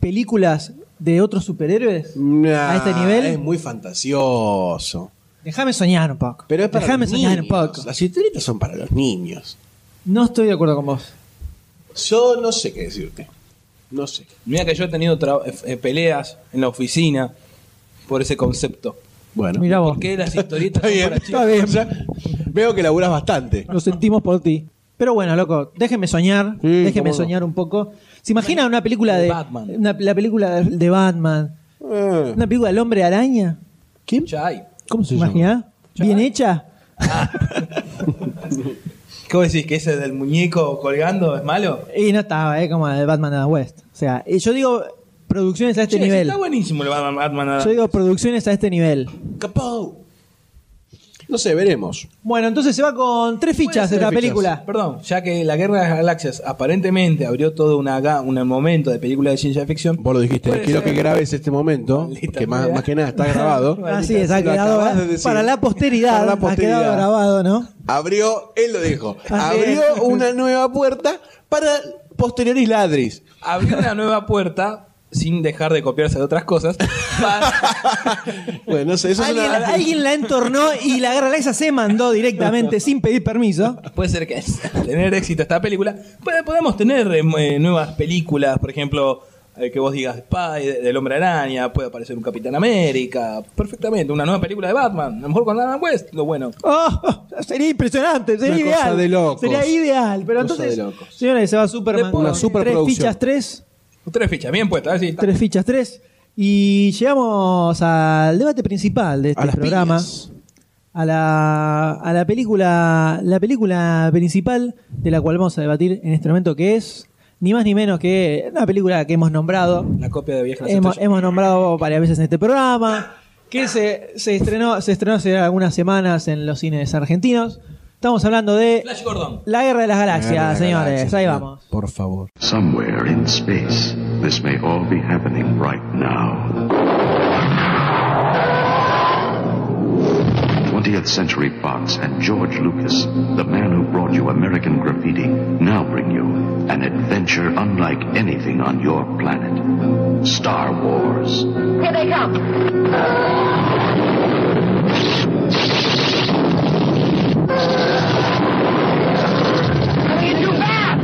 Speaker 5: películas de otros superhéroes a este nivel?
Speaker 8: Es muy fantasioso.
Speaker 5: Déjame soñar un poco.
Speaker 8: Pero es para
Speaker 5: Déjame
Speaker 8: los
Speaker 5: soñar un
Speaker 8: niños.
Speaker 5: poco.
Speaker 8: Las historietas son para los niños.
Speaker 5: No estoy de acuerdo con vos.
Speaker 8: Yo no sé qué decirte. No sé.
Speaker 6: Mira que yo he tenido tra- eh, eh, peleas en la oficina por ese concepto.
Speaker 8: Bueno.
Speaker 5: Mirá vos.
Speaker 6: ¿Por qué las historietas son para chicos?
Speaker 8: veo que laburas bastante.
Speaker 5: Lo sentimos por ti. Pero bueno, loco, déjenme soñar, déjenme
Speaker 8: cómo no.
Speaker 5: soñar un poco. ¿Se imaginan una película de, Una, la película de Batman? ¿Una película del hombre araña?
Speaker 8: Ah, ¿Quién?
Speaker 6: Chai.
Speaker 5: ¿Cómo se imagina? ¿Bien hecha?
Speaker 6: ¿Qué vos decís? ¿Que ese del muñeco colgando es malo?
Speaker 5: Y no estaba, ¿eh? Como la de Batman and West. O sea, y yo digo producciones a este
Speaker 6: Che, sí,
Speaker 5: nivel.
Speaker 6: Está buenísimo el Batman. Batman
Speaker 5: Yo digo producciones a este nivel.
Speaker 8: Capó. No sé, veremos.
Speaker 5: Bueno, entonces se va con tres fichas esta película.
Speaker 6: Perdón, ya que la Guerra de las Galaxias aparentemente abrió todo una ga- un momento de película de ciencia ficción.
Speaker 8: Vos lo dijiste,
Speaker 6: Puede
Speaker 8: quiero
Speaker 6: ser.
Speaker 8: que grabes este momento, que más,
Speaker 6: sea.
Speaker 8: más que nada está grabado.
Speaker 5: Así es, ha
Speaker 8: Lo
Speaker 5: quedado
Speaker 8: acabas de decir.
Speaker 5: para la posteridad.
Speaker 8: Para la
Speaker 5: Ha
Speaker 8: posteridad.
Speaker 5: quedado grabado, ¿no?
Speaker 8: Abrió, él lo dijo, abrió
Speaker 6: es.
Speaker 8: una nueva puerta para posteriores ladris.
Speaker 6: Abrió una nueva puerta sin dejar de copiarse de otras cosas.
Speaker 8: Bueno, no sé, eso es
Speaker 5: Alguien,
Speaker 8: una...
Speaker 5: alguien la entornó y la galaxia se mandó directamente sin pedir permiso.
Speaker 6: Puede ser que al tener éxito esta película. pod- Podemos tener eh, mu- eh, nuevas películas, por ejemplo, eh, que vos digas Spy, del Hombre Araña, puede aparecer un Capitán América, perfectamente, una nueva película de Batman, a lo mejor con Adam West, lo bueno.
Speaker 5: Oh, oh, sería impresionante, sería
Speaker 6: Una
Speaker 5: ideal.
Speaker 6: cosa de locos.
Speaker 5: Sería ideal. Pero
Speaker 6: Cosa
Speaker 5: entonces,
Speaker 6: de locos.
Speaker 5: señores, se va Superman.
Speaker 6: Después,
Speaker 5: con
Speaker 6: una
Speaker 5: tres
Speaker 6: superproducción.
Speaker 5: fichas, tres.
Speaker 6: Tres fichas, bien puestas, a ver si está.
Speaker 5: Tres fichas, tres. Y llegamos al debate principal de este programa. A la, a la película la película principal de la cual vamos a debatir en este momento, que es ni más ni menos que una película que hemos nombrado
Speaker 6: La copia de Viejas
Speaker 5: hemos, hemos nombrado varias veces en este programa, que se, se estrenó, se estrenó hace algunas semanas en los cines argentinos. Estamos hablando de
Speaker 6: Flash Gordon.
Speaker 5: La Guerra de las Galaxias,
Speaker 6: La Guerra de las
Speaker 5: señores.
Speaker 6: Galaxias,
Speaker 5: Ahí
Speaker 6: señor.
Speaker 5: vamos.
Speaker 8: Por favor.
Speaker 14: Somewhere in space, this may all be happening right now. 20th Century Fox and George Lucas, the man who brought you American Graffiti, now bring you an adventure unlike anything on your planet Star Wars.
Speaker 13: Here they come.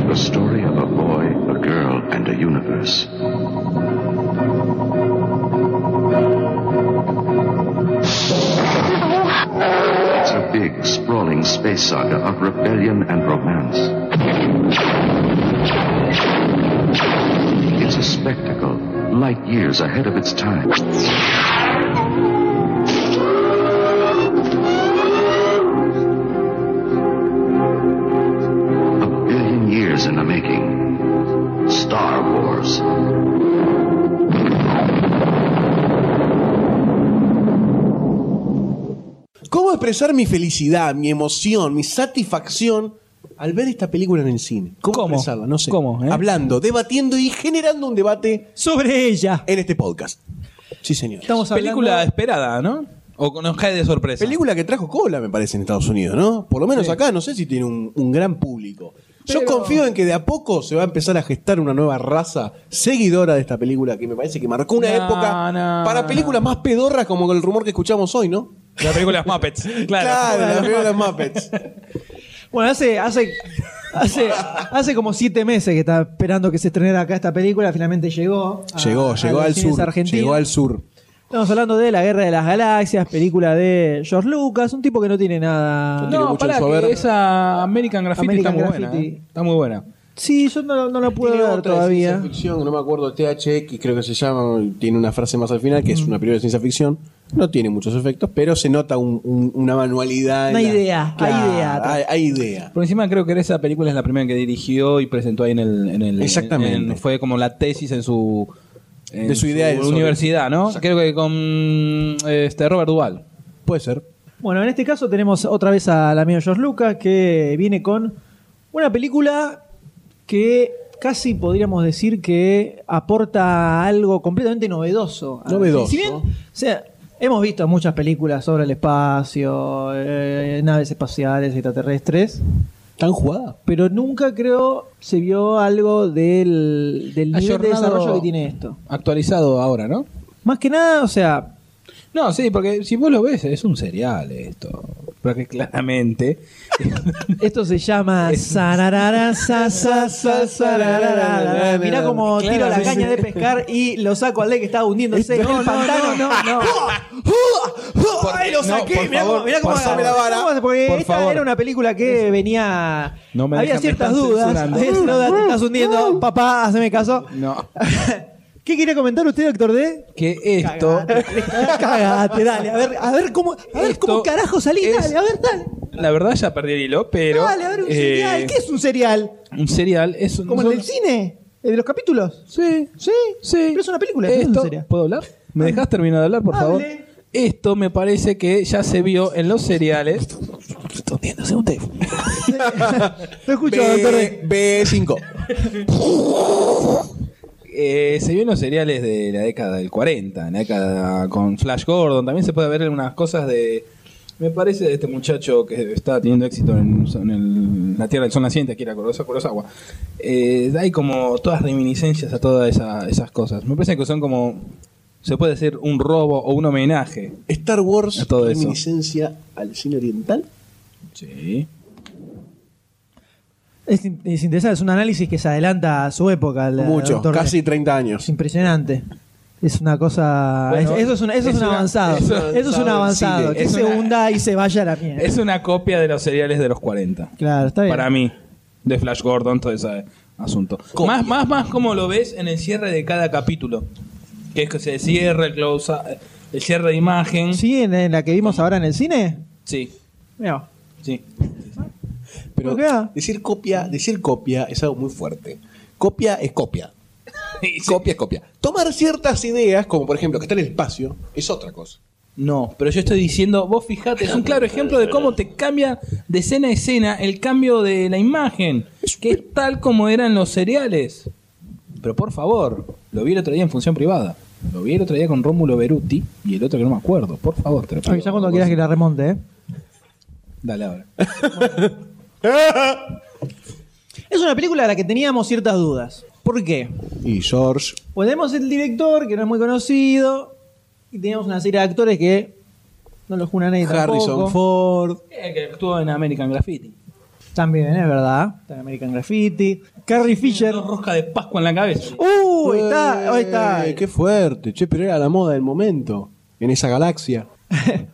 Speaker 14: The story of a boy, a girl, and a universe. It's a big, sprawling space saga of rebellion and romance. It's a spectacle, light years ahead of its time. A billion years in the making. Star Wars.
Speaker 8: ¿Cómo expresar mi felicidad, mi emoción, mi satisfacción al ver esta película en el cine? ¿Cómo, expresarla? No sé.
Speaker 6: eh?
Speaker 8: Hablando, debatiendo y generando un debate
Speaker 5: sobre ella
Speaker 8: en este podcast. Sí, señor.
Speaker 5: Estamos hablando-
Speaker 6: Película esperada, ¿no? O con nos cae de sorpresa.
Speaker 8: Película que trajo cola, me parece, en Estados Unidos, ¿no? Por lo menos
Speaker 6: Sí.
Speaker 8: acá, no sé si tiene un, un gran público. Yo confío en que de a poco se va a empezar a gestar una nueva raza seguidora de esta película que me parece que marcó una
Speaker 6: No,
Speaker 8: época
Speaker 6: no,
Speaker 8: para películas más pedorras como el rumor que escuchamos hoy, ¿no?
Speaker 6: La película es Muppets. Claro.
Speaker 8: la película de los Muppets.
Speaker 5: Bueno, hace, hace, hace, hace como siete meses que estaba esperando que se estrenara acá esta película, finalmente llegó. a-
Speaker 8: llegó,
Speaker 5: a
Speaker 8: llegó
Speaker 5: los
Speaker 8: al
Speaker 5: cines
Speaker 8: sur.
Speaker 5: argentinos.
Speaker 8: Llegó al sur.
Speaker 5: Estamos hablando de La Guerra de las Galaxias, película de George Lucas, un tipo que no tiene nada.
Speaker 6: Ah. No, pará, que esa American Graffiti
Speaker 5: American
Speaker 6: está muy
Speaker 5: Graffiti.
Speaker 6: buena. ¿eh? Está muy buena.
Speaker 5: Sí, yo no, no la pude
Speaker 8: Tiene
Speaker 5: ver
Speaker 8: otra de
Speaker 5: todavía.
Speaker 8: ciencia ficción, no me acuerdo, THX creo que se llama, y tiene una frase más al final, que es
Speaker 5: Mm.
Speaker 8: una película de ciencia ficción. No tiene muchos efectos, pero se nota un- un- una manualidad. en
Speaker 5: Una
Speaker 8: la-
Speaker 5: idea, hay
Speaker 8: Claro,
Speaker 5: idea atrás.
Speaker 8: Hay, hay idea.
Speaker 6: Por encima creo que esa película es la primera que dirigió y presentó ahí en el... en el-
Speaker 8: Exactamente.
Speaker 6: en- fue como la tesis en su... en
Speaker 8: De su idea de-
Speaker 6: universidad, ¿no? Creo que con este Robert Duvall.
Speaker 8: Puede ser.
Speaker 5: Bueno, en este caso tenemos otra vez al amigo George Lucas que viene con una película que casi podríamos decir que aporta algo completamente novedoso.
Speaker 8: Novedoso.
Speaker 5: Si bien, o sea, Hemos visto muchas películas sobre el espacio, eh, naves espaciales, extraterrestres.
Speaker 7: Tan jugada.
Speaker 5: Pero nunca creo se vio algo del, del nivel de
Speaker 6: Ayornado-
Speaker 5: desarrollo que tiene esto.
Speaker 6: Actualizado ahora, ¿no?
Speaker 5: Más que nada, o sea.
Speaker 6: No, sí, porque si vos lo ves, es un cereal esto. Porque claramente.
Speaker 5: Esto se llama. sararara, sa, sa, sa, sararara. Mirá como tiro la
Speaker 6: Claro, sí,
Speaker 5: caña
Speaker 6: sí.
Speaker 5: de pescar y lo saco al de que estaba hundiéndose en
Speaker 6: No,
Speaker 5: el
Speaker 6: no,
Speaker 5: pantano.
Speaker 6: no, no, no.
Speaker 5: ¡Ah! ¡Ay, lo
Speaker 6: no,
Speaker 5: saqué!
Speaker 6: por
Speaker 5: mirá cómo,
Speaker 6: favor,
Speaker 5: mirá cómo
Speaker 6: pasame la vara.
Speaker 5: ¿Cómo? Porque
Speaker 6: Por
Speaker 5: esta
Speaker 6: favor.
Speaker 5: era una película que venía.
Speaker 6: No me
Speaker 5: Había
Speaker 6: dejan, me
Speaker 5: ciertas
Speaker 6: están
Speaker 5: dudas.
Speaker 6: censurando.
Speaker 5: Es, Loda, te estás hundiendo. Papá, hazme caso.
Speaker 6: No.
Speaker 5: ¿Qué quería comentar usted, doctor D?
Speaker 6: Que esto.
Speaker 5: Cagate, dale. A ver, a ver cómo, a ver cómo
Speaker 6: Esto
Speaker 5: carajo salís.
Speaker 6: es-
Speaker 5: Dale, a ver, dale.
Speaker 6: La verdad ya perdí el hilo, pero.
Speaker 5: dale, a ver, un
Speaker 6: eh,
Speaker 5: cereal. ¿Qué es un cereal?
Speaker 6: Un cereal es un.
Speaker 5: ¿Como el
Speaker 6: son-
Speaker 5: del cine? ¿El de los capítulos?
Speaker 6: Sí.
Speaker 5: Sí.
Speaker 6: Sí.
Speaker 5: Pero es una película. no es un
Speaker 6: Esto,
Speaker 5: cereal.
Speaker 6: ¿Puedo hablar? ¿Me dejas terminar de hablar, por favor?
Speaker 5: Hable.
Speaker 6: Esto me parece que ya se vio en los cereales. Estoy hundiéndose un teléfono.
Speaker 5: Lo escucho, doctor D.
Speaker 6: B5. Eh, se vio en los seriales de la década del 40, en la década con Flash Gordon. También se puede ver algunas cosas de. Me parece de este muchacho que está teniendo éxito en, en el- la Tierra del Sol Naciente, aquí era Kurosa- Kurosawa. Eh, hay como todas reminiscencias a todas esa- esas cosas. Me parece que son como. Se puede decir un robo o un homenaje.
Speaker 7: Star Wars,
Speaker 6: A todo eso.
Speaker 7: reminiscencia al cine oriental.
Speaker 6: Sí.
Speaker 5: Es, in- es interesante, es un análisis que se adelanta a su época. al- al
Speaker 7: Mucho,
Speaker 5: doctor D.
Speaker 7: casi 30 años.
Speaker 5: Es impresionante. Es una cosa.
Speaker 6: Bueno,
Speaker 5: es- eso es, un- eso es
Speaker 6: es
Speaker 5: un
Speaker 6: una-
Speaker 5: avanzado.
Speaker 6: es un
Speaker 5: eso es un
Speaker 6: avanzado del
Speaker 5: avanzado.
Speaker 6: cine.
Speaker 5: Que
Speaker 6: Es
Speaker 5: se
Speaker 6: una-
Speaker 5: hunda y se vaya a la mierda.
Speaker 6: Es una copia de los seriales de los 40.
Speaker 5: Claro, está bien.
Speaker 6: Para mí, de Flash Gordon, todo ese asunto. Más, más, más como lo ves en el cierre de cada capítulo. Que es que se cierra el close el cierre de imagen.
Speaker 5: ¿Sí? ¿En, en la que vimos ahora en el cine?
Speaker 6: Sí,
Speaker 5: Mirá.
Speaker 6: sí.
Speaker 7: Pero
Speaker 5: Ok.
Speaker 7: decir copia, decir copia es algo muy fuerte. Copia es copia. Copia es copia. Tomar ciertas ideas, como por ejemplo que está en el espacio, es otra cosa.
Speaker 6: No, pero yo estoy diciendo, vos fijate, es un claro ejemplo de cómo te cambia de escena a escena el cambio de la imagen, que es tal como eran los seriales. Pero por favor, lo vi el otro día en función privada, lo vi el otro día con Rómulo Beruti y el otro que no me acuerdo, por favor, te lo
Speaker 5: Ay,
Speaker 6: pido.
Speaker 5: ya cuando quieras que la remonte, ¿eh?
Speaker 6: Dale ahora.
Speaker 5: Es una película de la que teníamos ciertas dudas. ¿Por qué?
Speaker 7: Y George.
Speaker 5: Podemos el director, que no es muy conocido. Y teníamos una serie de actores que no los juna nadie
Speaker 7: Harrison
Speaker 5: tampoco.
Speaker 7: Ford.
Speaker 6: Eh, que actuó en American Graffiti.
Speaker 5: También, es verdad. Está en American Graffiti. Carrie Fisher.
Speaker 6: Dos rosca de Pascua en la cabeza.
Speaker 5: ¡Uh! Ahí está, ahí está.
Speaker 7: Eh, Qué fuerte, che, pero era la moda del momento. En esa galaxia.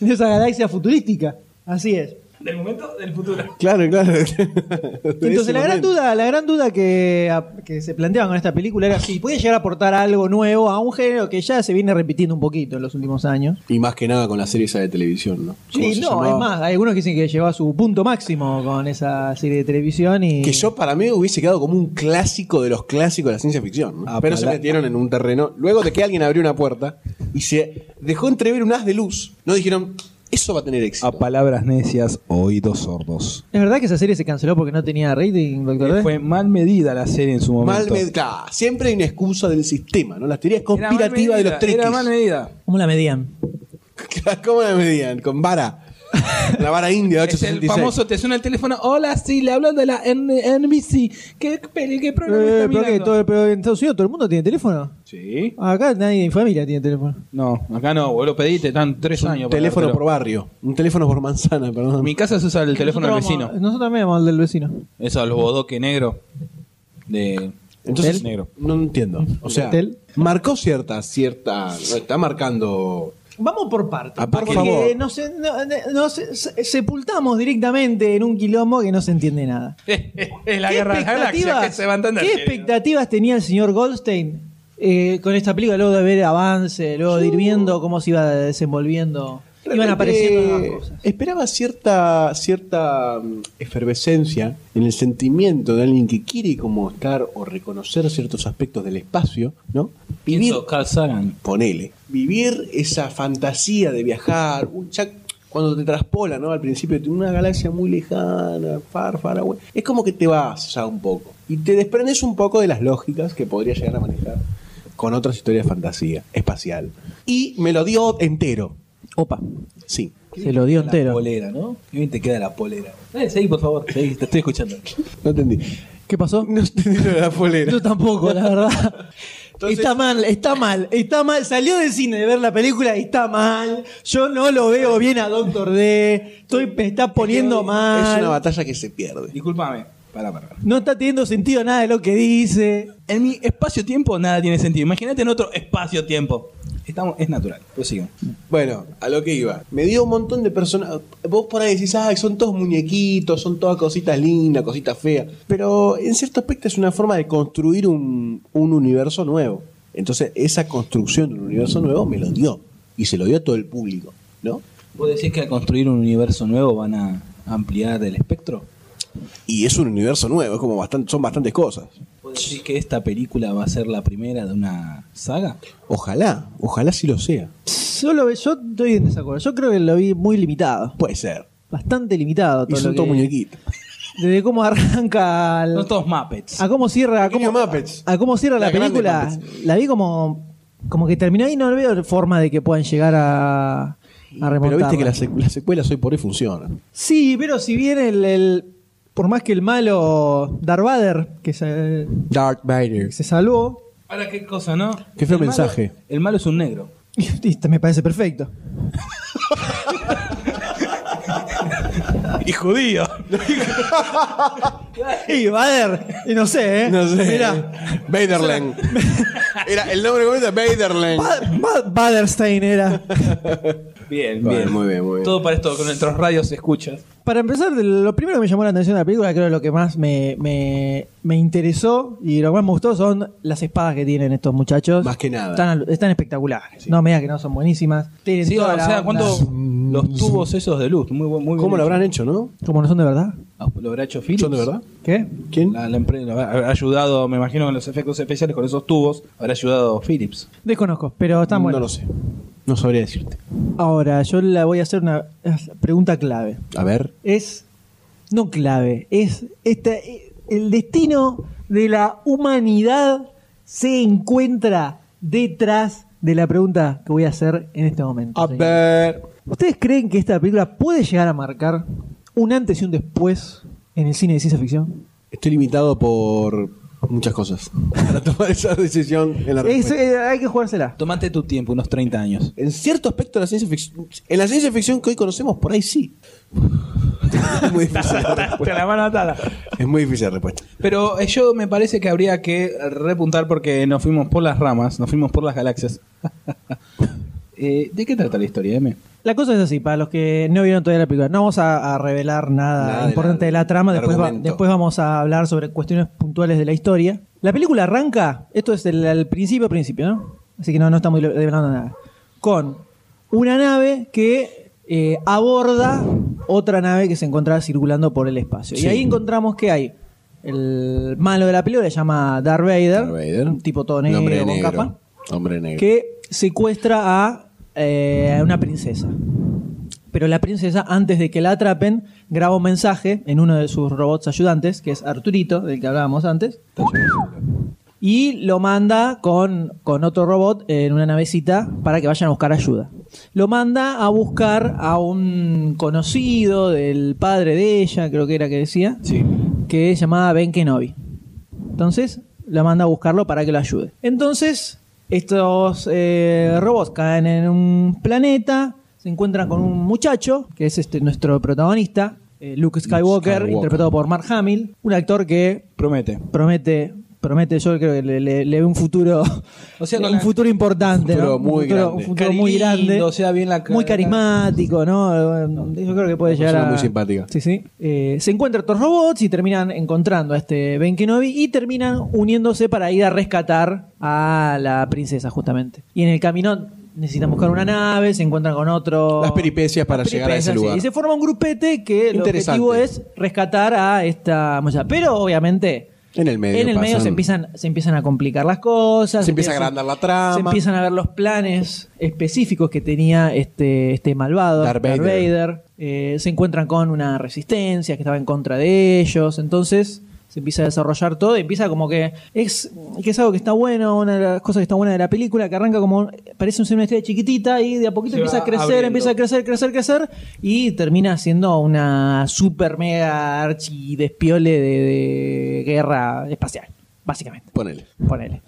Speaker 5: de esa galaxia futurística. Así es.
Speaker 6: Del momento, del futuro.
Speaker 7: Claro, claro.
Speaker 5: Entonces la gran duda, la gran duda que, a- que se planteaban con esta película era si podía llegar a aportar algo nuevo a un género que ya se viene repitiendo un poquito en los últimos años.
Speaker 7: Y más que nada con la serie esa de televisión, ¿no? ¿Cómo
Speaker 5: Sí,
Speaker 7: se
Speaker 5: no,
Speaker 7: llamaba?
Speaker 5: es más, hay algunos que dicen que llegó a su punto máximo con esa serie de televisión y
Speaker 7: Que yo para mí hubiese quedado como un clásico de los clásicos de la ciencia ficción. ¿no?
Speaker 6: Ah,
Speaker 7: Pero se
Speaker 6: pala-
Speaker 7: metieron en un terreno. Luego de que alguien abrió una puerta y se dejó entrever un haz de luz, no dijeron, eso va a tener éxito.
Speaker 5: Ah,
Speaker 6: A palabras necias, oídos sordos.
Speaker 5: ¿Es verdad que esa serie se canceló porque no tenía rating, doctor D?
Speaker 6: Eh, Fue mal medida la serie en su
Speaker 7: Mal
Speaker 6: momento.
Speaker 7: med- claro, siempre hay una excusa del sistema, ¿no? Las teorías
Speaker 6: Era mal
Speaker 7: conspirativas de
Speaker 6: medida,
Speaker 7: los tres.
Speaker 6: Era mal medida.
Speaker 5: ¿Cómo la medían?
Speaker 7: ¿Cómo la medían? Con vara. La vara india
Speaker 6: Es el
Speaker 7: 866.
Speaker 6: famoso, te suena el teléfono. Hola, sí, le hablo de la N- NBC. ¿Qué, peli- qué programa está
Speaker 5: Eh, pero, que
Speaker 6: mirando?
Speaker 5: todo- pero en Estados Unidos todo el mundo tiene teléfono.
Speaker 6: Sí.
Speaker 5: Acá nadie en familia tiene teléfono.
Speaker 6: No, acá no, vos lo pediste, están tres años.
Speaker 7: Un
Speaker 6: para
Speaker 7: teléfono por
Speaker 6: dártelo.
Speaker 7: barrio. Un teléfono por manzana,
Speaker 6: En
Speaker 7: perdón.
Speaker 6: mi casa se usa el teléfono del
Speaker 5: Nosotros
Speaker 6: vecino.
Speaker 5: vamos- Nosotros también vamos al del vecino.
Speaker 6: Eso, los bodoque negro. De...
Speaker 7: Entonces,
Speaker 6: Del negro.
Speaker 7: no entiendo. O sea,
Speaker 5: Del-
Speaker 7: marcó cierta, cierta. no, Está marcando.
Speaker 5: Vamos por partes.
Speaker 7: Ah, por
Speaker 5: Porque
Speaker 7: favor.
Speaker 5: nos, eh, no- no- nos eh, se- sepultamos directamente en un quilombo que no se entiende nada.
Speaker 6: Es la guerra de las galaxias que se va a entender.
Speaker 5: qué
Speaker 6: querido.
Speaker 5: expectativas tenía el señor Goldstein eh, con esta película? Luego de ver avance, luego de ir viendo cómo se iba desenvolviendo. Iban
Speaker 7: Realmente,
Speaker 5: apareciendo nuevas cosas.
Speaker 7: Esperaba cierta, cierta mm, efervescencia en el sentimiento de alguien que quiere como estar o reconocer ciertos aspectos del espacio, ¿no? Vivir,
Speaker 6: Pienso Carl Sagan.
Speaker 7: ponele, vivir esa fantasía de viajar, un chac- cuando te traspola, ¿no? Al principio de una galaxia muy lejana, far, far away. Es como que te vas ya un poco y te desprendes un poco de las lógicas que podría llegar a manejar con otras historias de fantasía espacial.
Speaker 8: y me lo dio entero.
Speaker 5: Opa.
Speaker 8: Sí.
Speaker 5: Se lo dio entero.
Speaker 6: La polera, ¿no? Qué bien te queda la polera. Eh, seguí, por favor. Seguí, te estoy escuchando.
Speaker 8: No entendí.
Speaker 5: ¿Qué pasó?
Speaker 8: No entendí lo de la polera.
Speaker 5: Yo tampoco, la verdad. está mal, está mal, está mal. Salió del cine de ver la película y está mal. Yo no lo veo bien a Doctor D. Estoy, me está poniendo mal.
Speaker 8: Es una batalla que se pierde.
Speaker 6: Disculpame. Pará, pará.
Speaker 5: No está teniendo sentido nada de lo que dice.
Speaker 6: En mi espacio-tiempo nada tiene sentido. Imagínate en otro espacio-tiempo. Estamos, es natural. Prosigo.
Speaker 8: Bueno, a lo que iba. Me dio un montón de personas. Vos por ahí decís, ah, son todos muñequitos, son todas cositas lindas, cositas feas. Pero en cierto aspecto es una forma de construir un, un universo nuevo. Entonces, esa construcción de un universo nuevo me lo dio. Y se lo dio a todo el público, ¿no?
Speaker 6: ¿Vos decís que al construir un universo nuevo van a ampliar el espectro?
Speaker 8: Y es un universo nuevo, es como bastante, son bastantes cosas.
Speaker 6: ¿Vos decís que esta película va a ser la primera de una saga?
Speaker 8: Ojalá, ojalá sí lo sea.
Speaker 5: Yo, lo, yo estoy en desacuerdo. Yo creo que lo vi muy limitado.
Speaker 8: Puede ser.
Speaker 5: Bastante limitado.
Speaker 8: Y
Speaker 5: Todo
Speaker 8: son
Speaker 5: lo
Speaker 8: todos
Speaker 5: que-
Speaker 8: muñequitos.
Speaker 5: Desde cómo arranca. al-
Speaker 6: Son todos Muppets.
Speaker 5: a cómo cierra. A cómo,
Speaker 8: Pequeños Muppets.
Speaker 5: a cómo cierra la,
Speaker 8: La grande
Speaker 5: película. La vi como. Como que terminó ahí. No veo forma de que puedan llegar a. A
Speaker 8: Pero
Speaker 5: remontarla.
Speaker 8: viste que las, sec- las secuelas hoy por hoy funcionan.
Speaker 5: Sí, pero si bien el, el- por más que el malo Darth Vader, que se,
Speaker 8: Dark Vader.
Speaker 5: se salvó,
Speaker 6: Ahora, qué cosa, ¿no?
Speaker 8: Qué feo
Speaker 6: El malo-
Speaker 8: mensaje.
Speaker 6: el malo es un negro.
Speaker 5: y, y me parece perfecto.
Speaker 6: Y judío.
Speaker 5: Y Vader, y no sé, ¿eh?
Speaker 8: No sé.
Speaker 5: Mirá,
Speaker 8: Vaderland. Era el nombre completo de Vaderland.
Speaker 5: Va- Va- Vaderstein era.
Speaker 6: Bien,
Speaker 8: Vale,
Speaker 6: bien.
Speaker 8: muy bien, muy bien.
Speaker 6: Todo para esto, con nuestros radios se escucha.
Speaker 5: Para empezar, de lo primero que me llamó la atención de la película, creo que lo que más me, me- me interesó y lo que más me gustó son las espadas que tienen estos muchachos.
Speaker 8: Más que nada.
Speaker 5: Están, están espectaculares. No me digas que no son buenísimas. Tienen
Speaker 6: Sí, o
Speaker 5: toda la
Speaker 6: sea,
Speaker 5: onda.
Speaker 6: ¿cuánto los tubos esos de luz? Muy, buen- muy bien
Speaker 8: ¿Cómo lo
Speaker 6: hecho.
Speaker 8: habrán hecho, no?
Speaker 5: Como no son de verdad.
Speaker 6: Ah, ¿Lo habrá hecho Philips?
Speaker 8: ¿Son de verdad?
Speaker 5: ¿Qué?
Speaker 8: ¿Quién?
Speaker 6: La, la empresa lo habrá habrá ayudado, me imagino, con los efectos especiales, con esos tubos, habrá ayudado Philips.
Speaker 5: Desconozco, pero están
Speaker 8: No
Speaker 5: buenos.
Speaker 8: lo sé. No sabría decirte.
Speaker 5: Ahora, yo le voy a hacer una es- pregunta clave.
Speaker 8: A ver.
Speaker 5: Es. No clave, es. Esta, eh, el destino de la humanidad se encuentra detrás de la pregunta que voy a hacer en este momento.
Speaker 8: A
Speaker 5: señor.
Speaker 8: ver.
Speaker 5: ¿Ustedes creen que esta película puede llegar a marcar un antes y un después en el cine de ciencia ficción?
Speaker 8: Estoy limitado por muchas cosas para tomar esa decisión en la
Speaker 5: Es,
Speaker 8: respuesta.
Speaker 5: eh, hay que jugársela.
Speaker 6: Tomate tu tiempo, unos 30 años.
Speaker 8: En cierto aspecto de la ciencia ficción, en la ciencia ficción que hoy conocemos, por ahí sí. Es muy difícil la
Speaker 6: Te
Speaker 8: respuesta.
Speaker 6: la van a atar.
Speaker 8: Es muy difícil la respuesta.
Speaker 6: Pero eh, yo me parece que habría que repuntar porque nos fuimos por las ramas, nos fuimos por las galaxias. Eh, ¿De qué trata la historia, M?
Speaker 5: La cosa es así, para los que no vieron todavía la película, no vamos a, a revelar nada,
Speaker 8: Nada de
Speaker 5: importante
Speaker 8: la-
Speaker 5: de la, trama,
Speaker 8: del
Speaker 5: después, va-
Speaker 8: argumento.
Speaker 5: después vamos a hablar sobre cuestiones puntuales de la historia. La película arranca, esto es el, el principio, principio, ¿no? Así que no, no estamos revelando nada. Con una nave que eh, aborda otra nave que se encontraba circulando por el espacio.
Speaker 8: Sí.
Speaker 5: Y ahí encontramos que hay el malo de la película, se llama Darth Vader, un tipo todo negro,
Speaker 8: Hombre
Speaker 5: con
Speaker 8: negro.
Speaker 5: capa
Speaker 8: Hombre negro.
Speaker 5: que secuestra a eh, a una princesa. Pero la princesa, antes de que la atrapen, graba un mensaje en uno de sus robots ayudantes, que es Arturito, del que hablábamos antes, y lo manda con, con otro robot en una navecita para que vayan a buscar ayuda. Lo manda a buscar a un conocido del padre de ella, creo que era que decía, que se llamaba Ben Kenobi. Entonces la manda a buscarlo para que lo ayude. Entonces, estos eh, robots caen en un planeta, se encuentran con un muchacho, que es este nuestro protagonista, eh, Luke Skywalker,
Speaker 8: Skywalker.
Speaker 5: interpretado por Mark Hamill, un actor que
Speaker 6: Promete.
Speaker 5: promete, promete, yo creo que le, le- le veo un futuro,
Speaker 6: O sea, con
Speaker 5: un
Speaker 6: la-
Speaker 5: futuro importante,
Speaker 8: un
Speaker 5: ¿no?
Speaker 8: futuro muy
Speaker 5: un futuro,
Speaker 8: grande.
Speaker 5: un futuro muy
Speaker 6: Lindo,
Speaker 5: grande,
Speaker 6: o sea, bien la cara.
Speaker 5: muy carismático, ¿no? Eh, Yo creo que puede
Speaker 8: Una
Speaker 5: llegar
Speaker 8: persona
Speaker 5: a
Speaker 8: muy simpática.
Speaker 5: Sí, sí. Eh, se encuentran otros robots y terminan encontrando a este Ben Kenobi y terminan uniéndose para ir a rescatar a la princesa justamente. Y en el camino necesitan buscar una nave, se encuentran con otro
Speaker 8: Las peripecias para llegar a ese
Speaker 5: sí.
Speaker 8: lugar.
Speaker 5: Y se forma un grupete que el
Speaker 8: Interesante.
Speaker 5: objetivo es rescatar a esta moza. Pero obviamente
Speaker 8: En el medio.
Speaker 5: en el medio
Speaker 8: pasan-
Speaker 5: se empiezan, se empiezan a complicar las cosas.
Speaker 8: Se empieza a
Speaker 5: empiezan-
Speaker 8: agrandar la trama.
Speaker 5: Se empiezan a ver los planes específicos que tenía este, este malvado,
Speaker 8: Darth Vader.
Speaker 5: Vader. Eh, se encuentran con una resistencia que estaba en contra de ellos. Entonces se empieza a desarrollar todo y empieza como que es que es algo que está bueno, una de las cosas que está buena de la película, que arranca como parece ser una estrella chiquitita y de a poquito
Speaker 6: Se
Speaker 5: empieza
Speaker 6: va
Speaker 5: a crecer,
Speaker 6: abriendo.
Speaker 5: empieza a crecer, crecer, crecer y termina siendo una super mega archi despiole de, de guerra espacial, básicamente.
Speaker 8: Ponele.
Speaker 5: Ponele.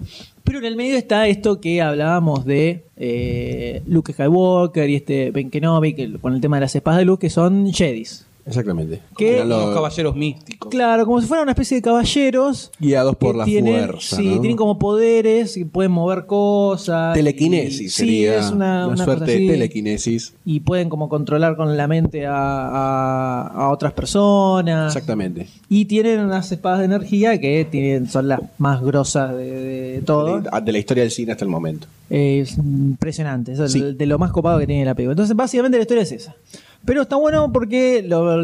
Speaker 5: Pero en el medio está esto que hablábamos de eh, Luke Skywalker y este Ben Kenobi que- con el tema de las espadas de luz que son Jedis.
Speaker 8: Exactamente.
Speaker 5: Que-
Speaker 8: Eran los-
Speaker 6: Los caballeros místicos.
Speaker 5: Claro, como si fuera una especie de caballeros
Speaker 8: Guiados por
Speaker 5: que
Speaker 8: la
Speaker 5: tienen,
Speaker 8: fuerza.
Speaker 5: Sí,
Speaker 8: ¿no?
Speaker 5: tienen como poderes y pueden mover cosas.
Speaker 8: Telequinesis
Speaker 5: y-
Speaker 8: sería
Speaker 5: Sí, es una, una
Speaker 8: suerte
Speaker 5: cosa
Speaker 8: de
Speaker 5: así. Ah.
Speaker 8: telequinesis.
Speaker 5: Y pueden como controlar con la mente a, a- a otras personas.
Speaker 8: Exactamente.
Speaker 5: Y tienen unas espadas de energía que tienen, son las más grosas de, de todo.
Speaker 8: De la- de la historia del cine hasta el momento.
Speaker 5: Eh, es impresionante, eso es
Speaker 8: Sí.
Speaker 5: el- de lo más copado que tiene la película. Entonces, básicamente la historia es esa. Pero está bueno porque lo-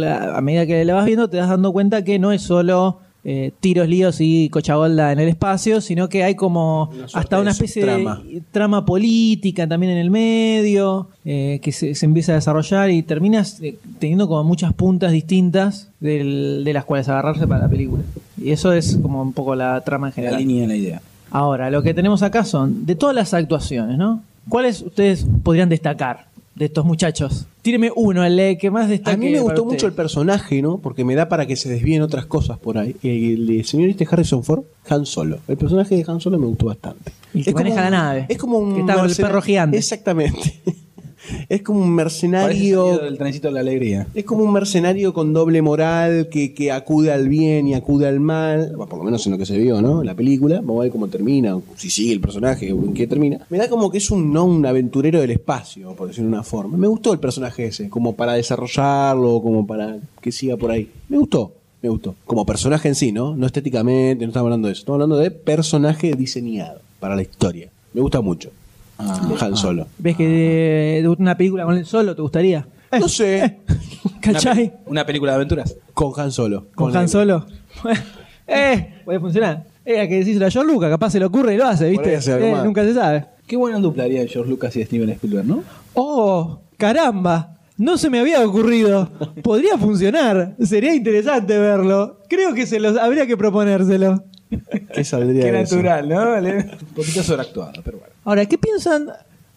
Speaker 5: la- a medida que la vas viendo te das dando cuenta que no es solo eh, tiros, líos y cochabolda en el espacio, sino que hay como hasta una
Speaker 8: de
Speaker 5: especie
Speaker 8: subtrama.
Speaker 5: de trama política también en el medio, eh, que se, se empieza a desarrollar y terminas eh, teniendo como muchas puntas distintas del- de las cuales agarrarse para la película. Y eso es como un poco la trama en general.
Speaker 6: La línea de la idea.
Speaker 5: Ahora, lo que tenemos acá son de todas las actuaciones, ¿no? ¿Cuáles ustedes podrían destacar de estos muchachos? Tíreme uno, el que más destaque.
Speaker 8: A mí me
Speaker 5: para
Speaker 8: gustó
Speaker 5: usted.
Speaker 8: mucho el personaje, ¿no? Porque me da para que se desvíen otras cosas por ahí. El, el señor este Harrison Ford, Han Solo. El personaje de Han Solo me gustó bastante.
Speaker 5: El que maneja la nave.
Speaker 8: Es como un
Speaker 5: Que está con el
Speaker 8: mercena-
Speaker 5: perro gigante.
Speaker 8: Exactamente. Es como un
Speaker 6: Parece
Speaker 8: mercenario.
Speaker 6: salido del trencito de la alegría.
Speaker 8: Es como un mercenario con doble moral que, que acude al bien y acude al mal, Bueno, por lo menos en lo que se vio, ¿no? En la película. Vamos a ver cómo termina, o si sigue el personaje, o en qué termina. Me da como que es un no un aventurero del espacio, por decirlo de una forma. Me gustó el personaje ese, como para desarrollarlo, como para que siga por ahí. Me gustó, me gustó. Como personaje en sí, ¿no? No estéticamente, no estamos hablando de eso. Estamos hablando de personaje diseñado para la historia. Me gusta mucho.
Speaker 5: Ah.
Speaker 8: Han Solo.
Speaker 5: ¿Ves que de, de una película con él solo te gustaría?
Speaker 8: Eh, No sé.
Speaker 5: ¿Cachai?
Speaker 6: Una, pe- una película de aventuras.
Speaker 8: Con Han Solo.
Speaker 5: ¿Con Han Solo? eh, puede funcionar. Eh, a que decís a George Lucas, capaz se le ocurre y lo hace, ¿viste?
Speaker 6: ahí hace algo
Speaker 5: Eh,
Speaker 6: más.
Speaker 5: nunca se sabe.
Speaker 6: Qué buena dupla haría George Lucas y Steven Spielberg, ¿no?
Speaker 5: ¡Oh! ¡Caramba! No se me había ocurrido. Podría funcionar. Sería interesante verlo. Creo que se los habría que proponérselo.
Speaker 8: ¿Qué saldría
Speaker 6: Qué
Speaker 8: de eso?
Speaker 6: natural, ¿no? Le- Un poquito sobreactuado, pero bueno.
Speaker 5: Ahora, ¿qué piensan?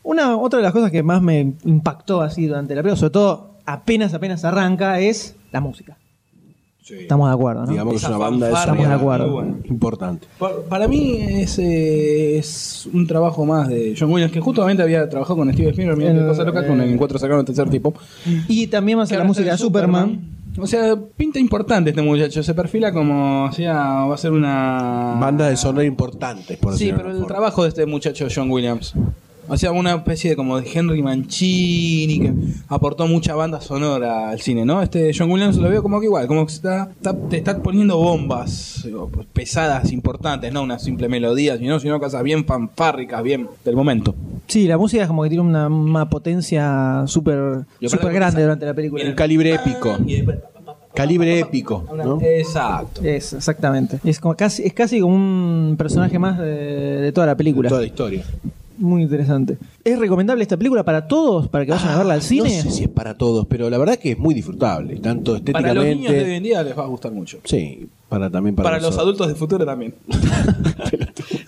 Speaker 5: Una, otra de las cosas que más me impactó así durante la película, sobre todo apenas, apenas arranca, es la música. Estamos de acuerdo, ¿no?
Speaker 8: Digamos que es una banda de
Speaker 5: Estamos de
Speaker 8: sonido
Speaker 5: acuerdo.
Speaker 8: importante.
Speaker 6: Pa- Para mí es, eh, es un trabajo más de John Williams, que justamente había trabajado con Steve Spielberg, mirá qué
Speaker 5: Eh,
Speaker 6: cosa loca, con el encuentro sacaron el tercer tipo.
Speaker 5: Y también más a la música de Superman.
Speaker 6: O sea, pinta importante este muchacho, se perfila como, o sea, va a ser una...
Speaker 8: Bandas de sonido importantes, por
Speaker 6: Sí,
Speaker 8: decirlo
Speaker 6: pero el trabajo de este muchacho John Williams. O sea, una especie de como de Henry Mancini que aportó mucha banda sonora al cine, ¿no? Este John Williams lo veo como que igual, como que está, está- te está poniendo bombas digo, pues, pesadas, importantes, no una simple melodía, sino, sino cosas bien fanfárricas, bien del momento.
Speaker 5: Sí, la música es como que tiene una, una potencia súper
Speaker 6: Y aparte
Speaker 5: súper
Speaker 6: porque
Speaker 5: grande
Speaker 6: sale-
Speaker 5: durante la película.
Speaker 8: Un calibre épico. Calibre épico. ¿no?
Speaker 6: Exacto.
Speaker 5: Es, exactamente. Es, como casi, es casi como un personaje más de, de toda la película.
Speaker 8: Toda la historia.
Speaker 5: Muy interesante. ¿Es recomendable esta película para todos? ¿Para que vayan a verla al
Speaker 8: Ah, No
Speaker 5: cine?
Speaker 8: sé si es para todos, pero la verdad que es muy disfrutable, tanto
Speaker 6: Para
Speaker 8: estéticamente.
Speaker 6: los niños de hoy en día les va a gustar mucho.
Speaker 8: Sí, para también para,
Speaker 6: Para los
Speaker 8: nosotros.
Speaker 6: adultos del futuro también.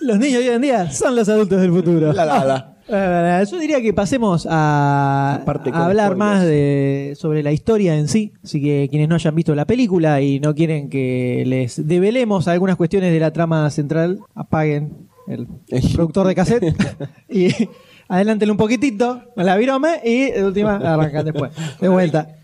Speaker 5: Los niños de hoy en día son los adultos del futuro.
Speaker 8: La, la, la.
Speaker 5: Ah, la, la, la. Yo diría que pasemos a,
Speaker 8: Aparte con
Speaker 5: a hablar
Speaker 8: spoilers.
Speaker 5: más de, sobre la historia en sí. Así que quienes no hayan visto la película y no quieren que les develemos algunas cuestiones de la trama central, apaguen el productor de cassette y adelántele un poquitito a la viroma y de última arrancan después. De vuelta.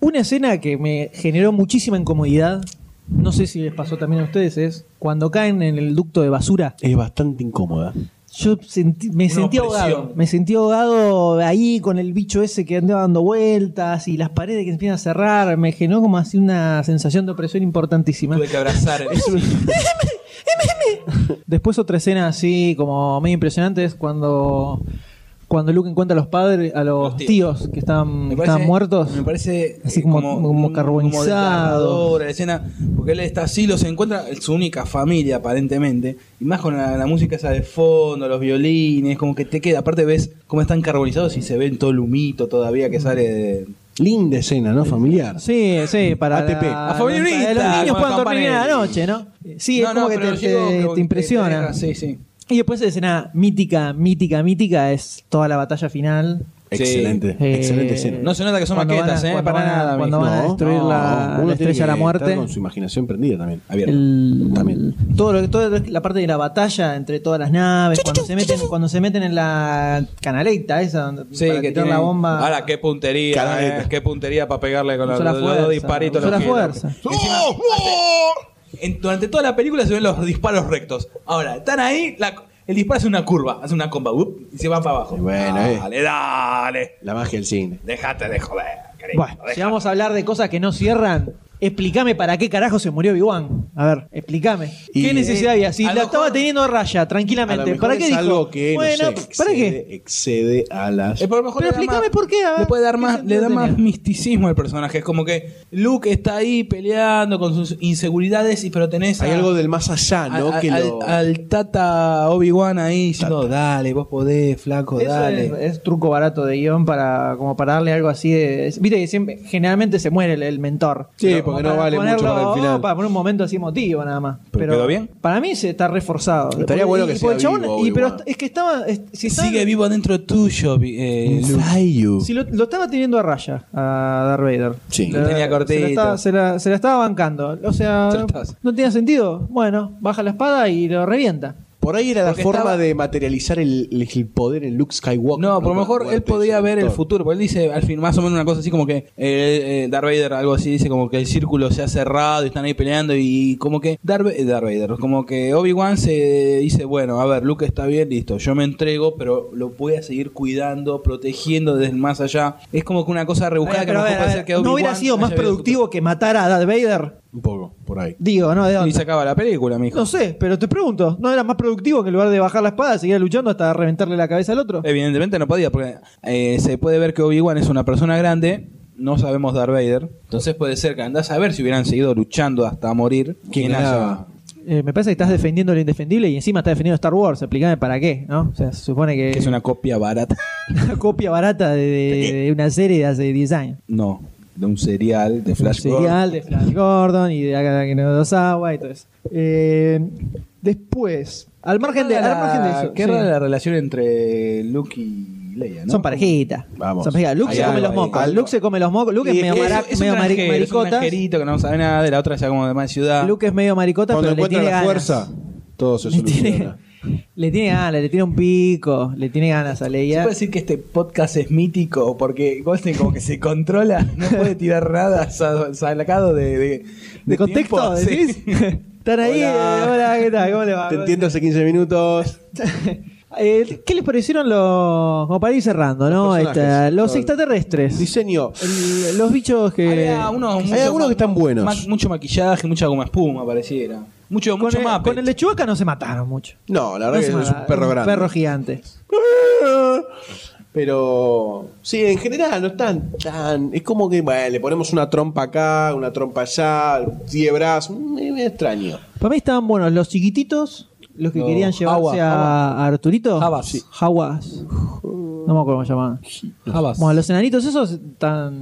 Speaker 5: Una escena que me generó muchísima incomodidad, no sé si les pasó también a ustedes, es cuando caen en el ducto de basura.
Speaker 8: Es bastante incómoda.
Speaker 5: Yo sentí- me
Speaker 6: Una
Speaker 5: sentí
Speaker 6: opresión.
Speaker 5: ahogado. Me sentí ahogado ahí con el bicho ese que andaba dando vueltas y las paredes que se empiezan a cerrar. Me generó como así una sensación de opresión importantísima.
Speaker 6: Tuve que abrazar. el-
Speaker 5: Después otra escena así como medio impresionante es cuando cuando Luke encuentra a los padres, a los,
Speaker 6: Los
Speaker 5: tíos.
Speaker 6: tíos.
Speaker 5: que estaban,
Speaker 6: Me
Speaker 5: estaban
Speaker 6: parece-
Speaker 5: muertos.
Speaker 6: Me parece
Speaker 5: Así
Speaker 6: eh,
Speaker 5: como- como carbonizados.
Speaker 6: desgarradora la escena, porque él está así, los encuentra, es su única familia aparentemente, y más con la, la música esa de fondo, los violines, como que te queda, aparte ves cómo están carbonizados y se ven todo el humito todavía que sale de,
Speaker 8: Linda escena, ¿no? Familiar.
Speaker 5: Sí, sí, para.
Speaker 8: ATP.
Speaker 5: la-
Speaker 8: A familia
Speaker 5: para-
Speaker 8: unida,
Speaker 5: Los niños
Speaker 8: con
Speaker 5: puedan dormir bien a la
Speaker 8: campanelli.
Speaker 5: noche, ¿no? Sí,
Speaker 6: No,
Speaker 5: es como
Speaker 6: no,
Speaker 5: que te,
Speaker 6: pero yo
Speaker 5: te-
Speaker 6: creo
Speaker 5: te
Speaker 6: que
Speaker 5: impresiona.
Speaker 6: te deja, sí, sí.
Speaker 5: Y después la escena mítica, mítica, mítica es toda la batalla final.
Speaker 8: Excelente,
Speaker 5: Eh,
Speaker 8: excelente escena.
Speaker 6: No se nota que son
Speaker 5: Cuando
Speaker 6: maquetas,
Speaker 5: van a-
Speaker 6: ¿eh?
Speaker 5: cuando
Speaker 6: Para
Speaker 5: van a-
Speaker 6: nada.
Speaker 5: cuando
Speaker 6: mi-
Speaker 5: van a
Speaker 6: No.
Speaker 5: destruir la-
Speaker 8: uno
Speaker 5: la
Speaker 8: tiene
Speaker 5: estrella de la
Speaker 8: que
Speaker 5: muerte.
Speaker 8: estar Con su imaginación prendida también. Abierta. También.
Speaker 5: Todo lo, toda la parte de la batalla entre todas las naves, cuando se meten, cuando se meten en la canaleta esa, donde
Speaker 6: Sí,
Speaker 5: para
Speaker 6: que
Speaker 5: tirar
Speaker 6: tienen-
Speaker 5: la bomba.
Speaker 6: Ahora, qué puntería, eh, qué puntería para pegarle con los,
Speaker 5: Usó la
Speaker 6: los- los
Speaker 5: fuerza,
Speaker 6: disparitos.
Speaker 5: usó
Speaker 6: los
Speaker 5: la
Speaker 6: que-
Speaker 5: fuerza.
Speaker 6: Encima, hace- en- durante toda la película se ven los disparos rectos. Ahora, están ahí, la- el disparo hace una curva, hace una comba, up, y se va para abajo. Ah,
Speaker 8: bueno, eh.
Speaker 6: dale, dale.
Speaker 8: La magia del cine.
Speaker 6: Dejate de joder. querido,
Speaker 5: Bueno, si vamos a hablar de cosas que no cierran, explícame para qué carajo se murió Obi-Wan. A ver, explícame.
Speaker 8: Y-
Speaker 5: ¿Qué necesidad había? Si la estaba teniendo a raya,
Speaker 8: A lo
Speaker 5: tranquilamente.
Speaker 8: mejor
Speaker 5: ¿Para qué
Speaker 8: es
Speaker 5: dijo?
Speaker 8: algo que, no
Speaker 5: bueno,
Speaker 8: sé,
Speaker 5: ¿para qué?
Speaker 8: excede- Excede a las.
Speaker 6: Eh, pero a lo mejor
Speaker 5: Pero
Speaker 6: le da
Speaker 5: explícame
Speaker 6: más-
Speaker 5: por qué. a ver.
Speaker 6: Le puede dar más, le da
Speaker 5: sentido
Speaker 6: más misticismo al personaje. Es como que Luke está ahí peleando con sus inseguridades, y pero tenés.
Speaker 8: Hay
Speaker 6: a-
Speaker 8: algo del más allá, ¿no?
Speaker 6: al,
Speaker 8: que
Speaker 6: al-
Speaker 8: lo-
Speaker 6: al Tata Obi-Wan ahí diciendo, dale, vos podés, flaco,
Speaker 5: Eso
Speaker 6: dale.
Speaker 5: es, es truco barato de guión para como para darle algo así de. es- Viste que siempre, generalmente se muere el, el mentor.
Speaker 8: Sí,
Speaker 5: Pero
Speaker 8: porque
Speaker 5: como
Speaker 8: no vale mucho para el
Speaker 5: oh,
Speaker 8: final.
Speaker 5: para poner un momento así emotivo nada más.
Speaker 6: ¿Pero quedó bien?
Speaker 5: Para mí se está reforzado.
Speaker 8: Estaría bueno que sea
Speaker 5: el chabón-
Speaker 8: vivo,
Speaker 5: y, pero
Speaker 8: Obi-Wan.
Speaker 5: es que estaba. es- si estaba-
Speaker 6: Sigue vivo adentro tuyo, vi- eh,
Speaker 8: Inside you.
Speaker 5: Si lo, lo estaba teniendo a raya a Darth Vader.
Speaker 8: Sí.
Speaker 6: Lo tenía cortito.
Speaker 5: Se la, estaba, se la- se la estaba bancando. O sea,
Speaker 6: Se la estaba-
Speaker 5: no tenía sentido. Bueno, baja la espada y lo revienta.
Speaker 8: Por ahí era la
Speaker 6: Porque
Speaker 8: forma
Speaker 6: estaba-
Speaker 8: de materializar el, el- el poder en Luke Skywalker.
Speaker 6: No, por lo
Speaker 8: Con
Speaker 6: mejor
Speaker 8: la
Speaker 6: él
Speaker 8: muerte
Speaker 6: podía
Speaker 8: del
Speaker 6: ver el
Speaker 8: Doctor.
Speaker 6: futuro. Porque él dice, al fin, más o menos una cosa así como que eh, eh, Darth Vader, algo así, dice como que el círculo se ha cerrado y están ahí peleando. Y como que Darth, eh, Darth Vader, como que Obi-Wan se dice, bueno, a ver, Luke está bien, listo, yo me entrego, pero lo voy a seguir cuidando, protegiendo desde el más allá. Es como que una cosa rebuscada
Speaker 5: Ay,
Speaker 6: que
Speaker 5: pero
Speaker 6: a lo
Speaker 5: a ver,
Speaker 6: mejor puede
Speaker 5: a ver,
Speaker 6: ser que
Speaker 5: no
Speaker 6: Obi-Wan
Speaker 5: hubiera sido más
Speaker 6: haya visto-
Speaker 5: productivo que matar a Darth Vader.
Speaker 8: Un poco, por ahí.
Speaker 5: Digo, ¿no? ¿De
Speaker 6: Y
Speaker 5: dónde?
Speaker 6: se acaba la película, mijo.
Speaker 5: No sé, pero te pregunto, ¿no era más productivo que en lugar de bajar la espada, seguir luchando hasta reventarle la cabeza al otro?
Speaker 6: Evidentemente no podía, porque eh, se puede ver que Obi-Wan es una persona grande, no sabemos Darth Vader, entonces puede ser que andás a ver si hubieran seguido luchando hasta morir.
Speaker 8: ¿Quién
Speaker 6: haya-
Speaker 8: ganaba?
Speaker 5: Eh, me parece que estás defendiendo lo indefendible y encima estás defendiendo Star Wars, explícame para qué, ¿no? O sea, se supone que,
Speaker 6: Que es una copia barata.
Speaker 5: una copia barata de, de- de una serie de hace 10 años.
Speaker 6: No, de un serial de Flash
Speaker 5: Un
Speaker 6: Gordon.
Speaker 5: serial de Flash Gordon y de Akira Kurosawa y todo eso. Eh, después, al margen de, al margen de eso,
Speaker 6: Ah, Qué
Speaker 5: sí.
Speaker 6: rara la relación entre Luke y Leia, ¿no?
Speaker 5: Son parejitas.
Speaker 8: Vamos.
Speaker 5: Son parejitas. Luke
Speaker 6: Hay
Speaker 5: se come
Speaker 6: algo
Speaker 5: los
Speaker 6: ahí.
Speaker 5: mocos. Luke se come los mocos. Luke es
Speaker 6: Y
Speaker 5: medio,
Speaker 6: es-
Speaker 5: mara-
Speaker 6: es un
Speaker 5: medio mari-
Speaker 6: granjero, es un
Speaker 5: maricota.
Speaker 6: granjerito que no sabe nada, de la otra ya como de más de ciudad.
Speaker 5: Luke es medio maricota,
Speaker 8: Cuando
Speaker 5: pero le
Speaker 8: encuentra
Speaker 5: tiene
Speaker 8: la
Speaker 5: ganas.
Speaker 8: fuerza, todo se
Speaker 5: Le tiene-
Speaker 8: soluciona.
Speaker 5: Le tiene ganas, le tiene un pico, le tiene ganas a
Speaker 6: ¿Se
Speaker 5: Leia.
Speaker 6: puede decir que este podcast es mítico? Porque Goldstein como que se controla, no puede tirar nada sa- sacado de... De, de
Speaker 5: ¿De contexto
Speaker 6: tiempo, sí.
Speaker 5: decís? Están ahí, eh,
Speaker 8: Hola.
Speaker 5: hola. ¿qué tal? ¿Cómo le va?
Speaker 8: Te entiendo hace 15 minutos.
Speaker 5: Eh, ¿Qué les parecieron los. como para ir cerrando, ¿no? Esta- Los,
Speaker 8: personajes. Todo.
Speaker 5: extraterrestres.
Speaker 8: Diseño.
Speaker 5: El- los bichos que.
Speaker 6: Había
Speaker 8: Eh,
Speaker 6: unos,
Speaker 8: Hay
Speaker 6: mucho
Speaker 8: algunos que están buenos.
Speaker 6: ma- mucho maquillaje, mucha goma espuma, pareciera. Mucho,
Speaker 5: con,
Speaker 6: mucho
Speaker 5: el,
Speaker 6: Muppet.
Speaker 5: con el de Chewbacca no se mataron mucho.
Speaker 8: No, la
Speaker 5: No
Speaker 8: verdad
Speaker 5: se
Speaker 8: que es
Speaker 5: mataron,
Speaker 8: un perro grande.
Speaker 5: Perro gigante.
Speaker 8: Pero sí, en general no están tan. Es como que, bueno, le ponemos una trompa acá, una trompa allá, diebras. Me, me extraño.
Speaker 5: Para mí estaban buenos los chiquititos, los que
Speaker 6: Los
Speaker 5: querían llevarse
Speaker 6: Jawa,
Speaker 5: a, a Arturito.
Speaker 6: Jawas. Sí.
Speaker 5: Jawas. No me acuerdo cómo se llamaban.
Speaker 6: Jabas.
Speaker 5: Bueno, los enanitos esos tan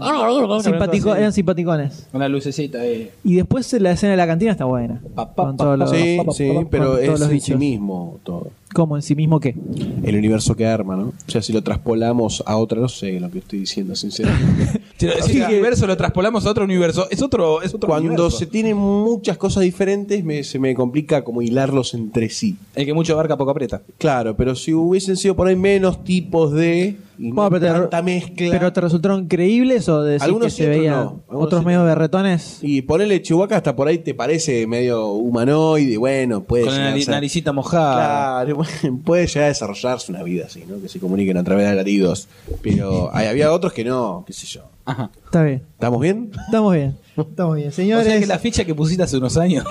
Speaker 5: simpatico- eran simpaticones.
Speaker 6: Con la lucecita eh. ahí.
Speaker 5: Y después la escena de la cantina está buena.
Speaker 6: Pa, pa,
Speaker 5: Con
Speaker 6: pa,
Speaker 5: todos los-
Speaker 8: Sí,
Speaker 5: con
Speaker 8: sí, pero
Speaker 5: todos
Speaker 8: es
Speaker 5: los
Speaker 8: en sí
Speaker 5: bichos.
Speaker 8: mismo todo.
Speaker 5: ¿Cómo? ¿En sí mismo qué?
Speaker 8: El universo que arma, ¿no? O sea, si lo traspolamos a otra, no sé lo que estoy diciendo, sinceramente.
Speaker 6: Si, lo- si el universo lo traspolamos a otro universo, es otro, es otro
Speaker 8: Cuando
Speaker 6: universo.
Speaker 8: se tienen muchas cosas diferentes, me- se me complica como hilarlos entre sí.
Speaker 6: El que mucho abarca, poco aprieta.
Speaker 8: Claro, pero si hubiesen sido por ahí menos tipos de. y no
Speaker 5: Bueno, pero, te,
Speaker 8: tanta mezcla.
Speaker 5: ¿Pero te resultaron creíbles o decís
Speaker 8: Algunos
Speaker 5: que
Speaker 8: sí,
Speaker 5: se
Speaker 8: otros
Speaker 5: veían
Speaker 8: no. Algunos
Speaker 5: otros
Speaker 8: sí.
Speaker 5: medio berretones?
Speaker 8: Y ponerle Chewbacca hasta por ahí te parece medio humanoide, bueno, puede
Speaker 6: Con la
Speaker 8: llegar a
Speaker 6: nari-
Speaker 8: ser-
Speaker 6: naricita mojada.
Speaker 8: Claro, puede llegar a desarrollarse una vida así, ¿no? Que se comuniquen a través de latidos. Pero hay- había otros que no, qué sé yo.
Speaker 6: Ajá.
Speaker 5: Está bien.
Speaker 8: ¿Estamos bien?
Speaker 5: Estamos bien. Estamos bien.
Speaker 6: O
Speaker 5: Señores.
Speaker 6: sea que la ficha que pusiste hace unos años.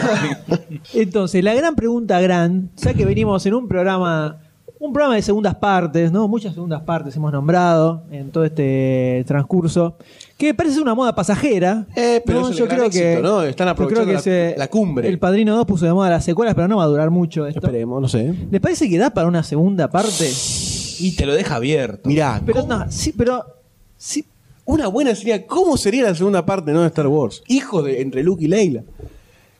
Speaker 5: Entonces, la gran pregunta gran, ya que venimos en un programa, un programa de segundas partes, ¿no? Muchas segundas partes hemos nombrado en todo este transcurso, que parece una moda pasajera.
Speaker 8: Eh, pero es el gran éxito, ¿no? Están
Speaker 5: yo creo
Speaker 8: aprovechando
Speaker 5: que
Speaker 8: la- la cumbre.
Speaker 5: El Padrino 2 puso de moda las secuelas, pero no va a durar mucho esto.
Speaker 8: Esperemos, no sé.
Speaker 5: ¿Les parece que da para una segunda parte?
Speaker 6: y te lo deja abierto.
Speaker 8: Mirá,
Speaker 5: Pero no, sí, pero sí,
Speaker 8: Una buena sería, ¿cómo sería la segunda parte no de Star Wars? Hijo de entre Luke y Leila.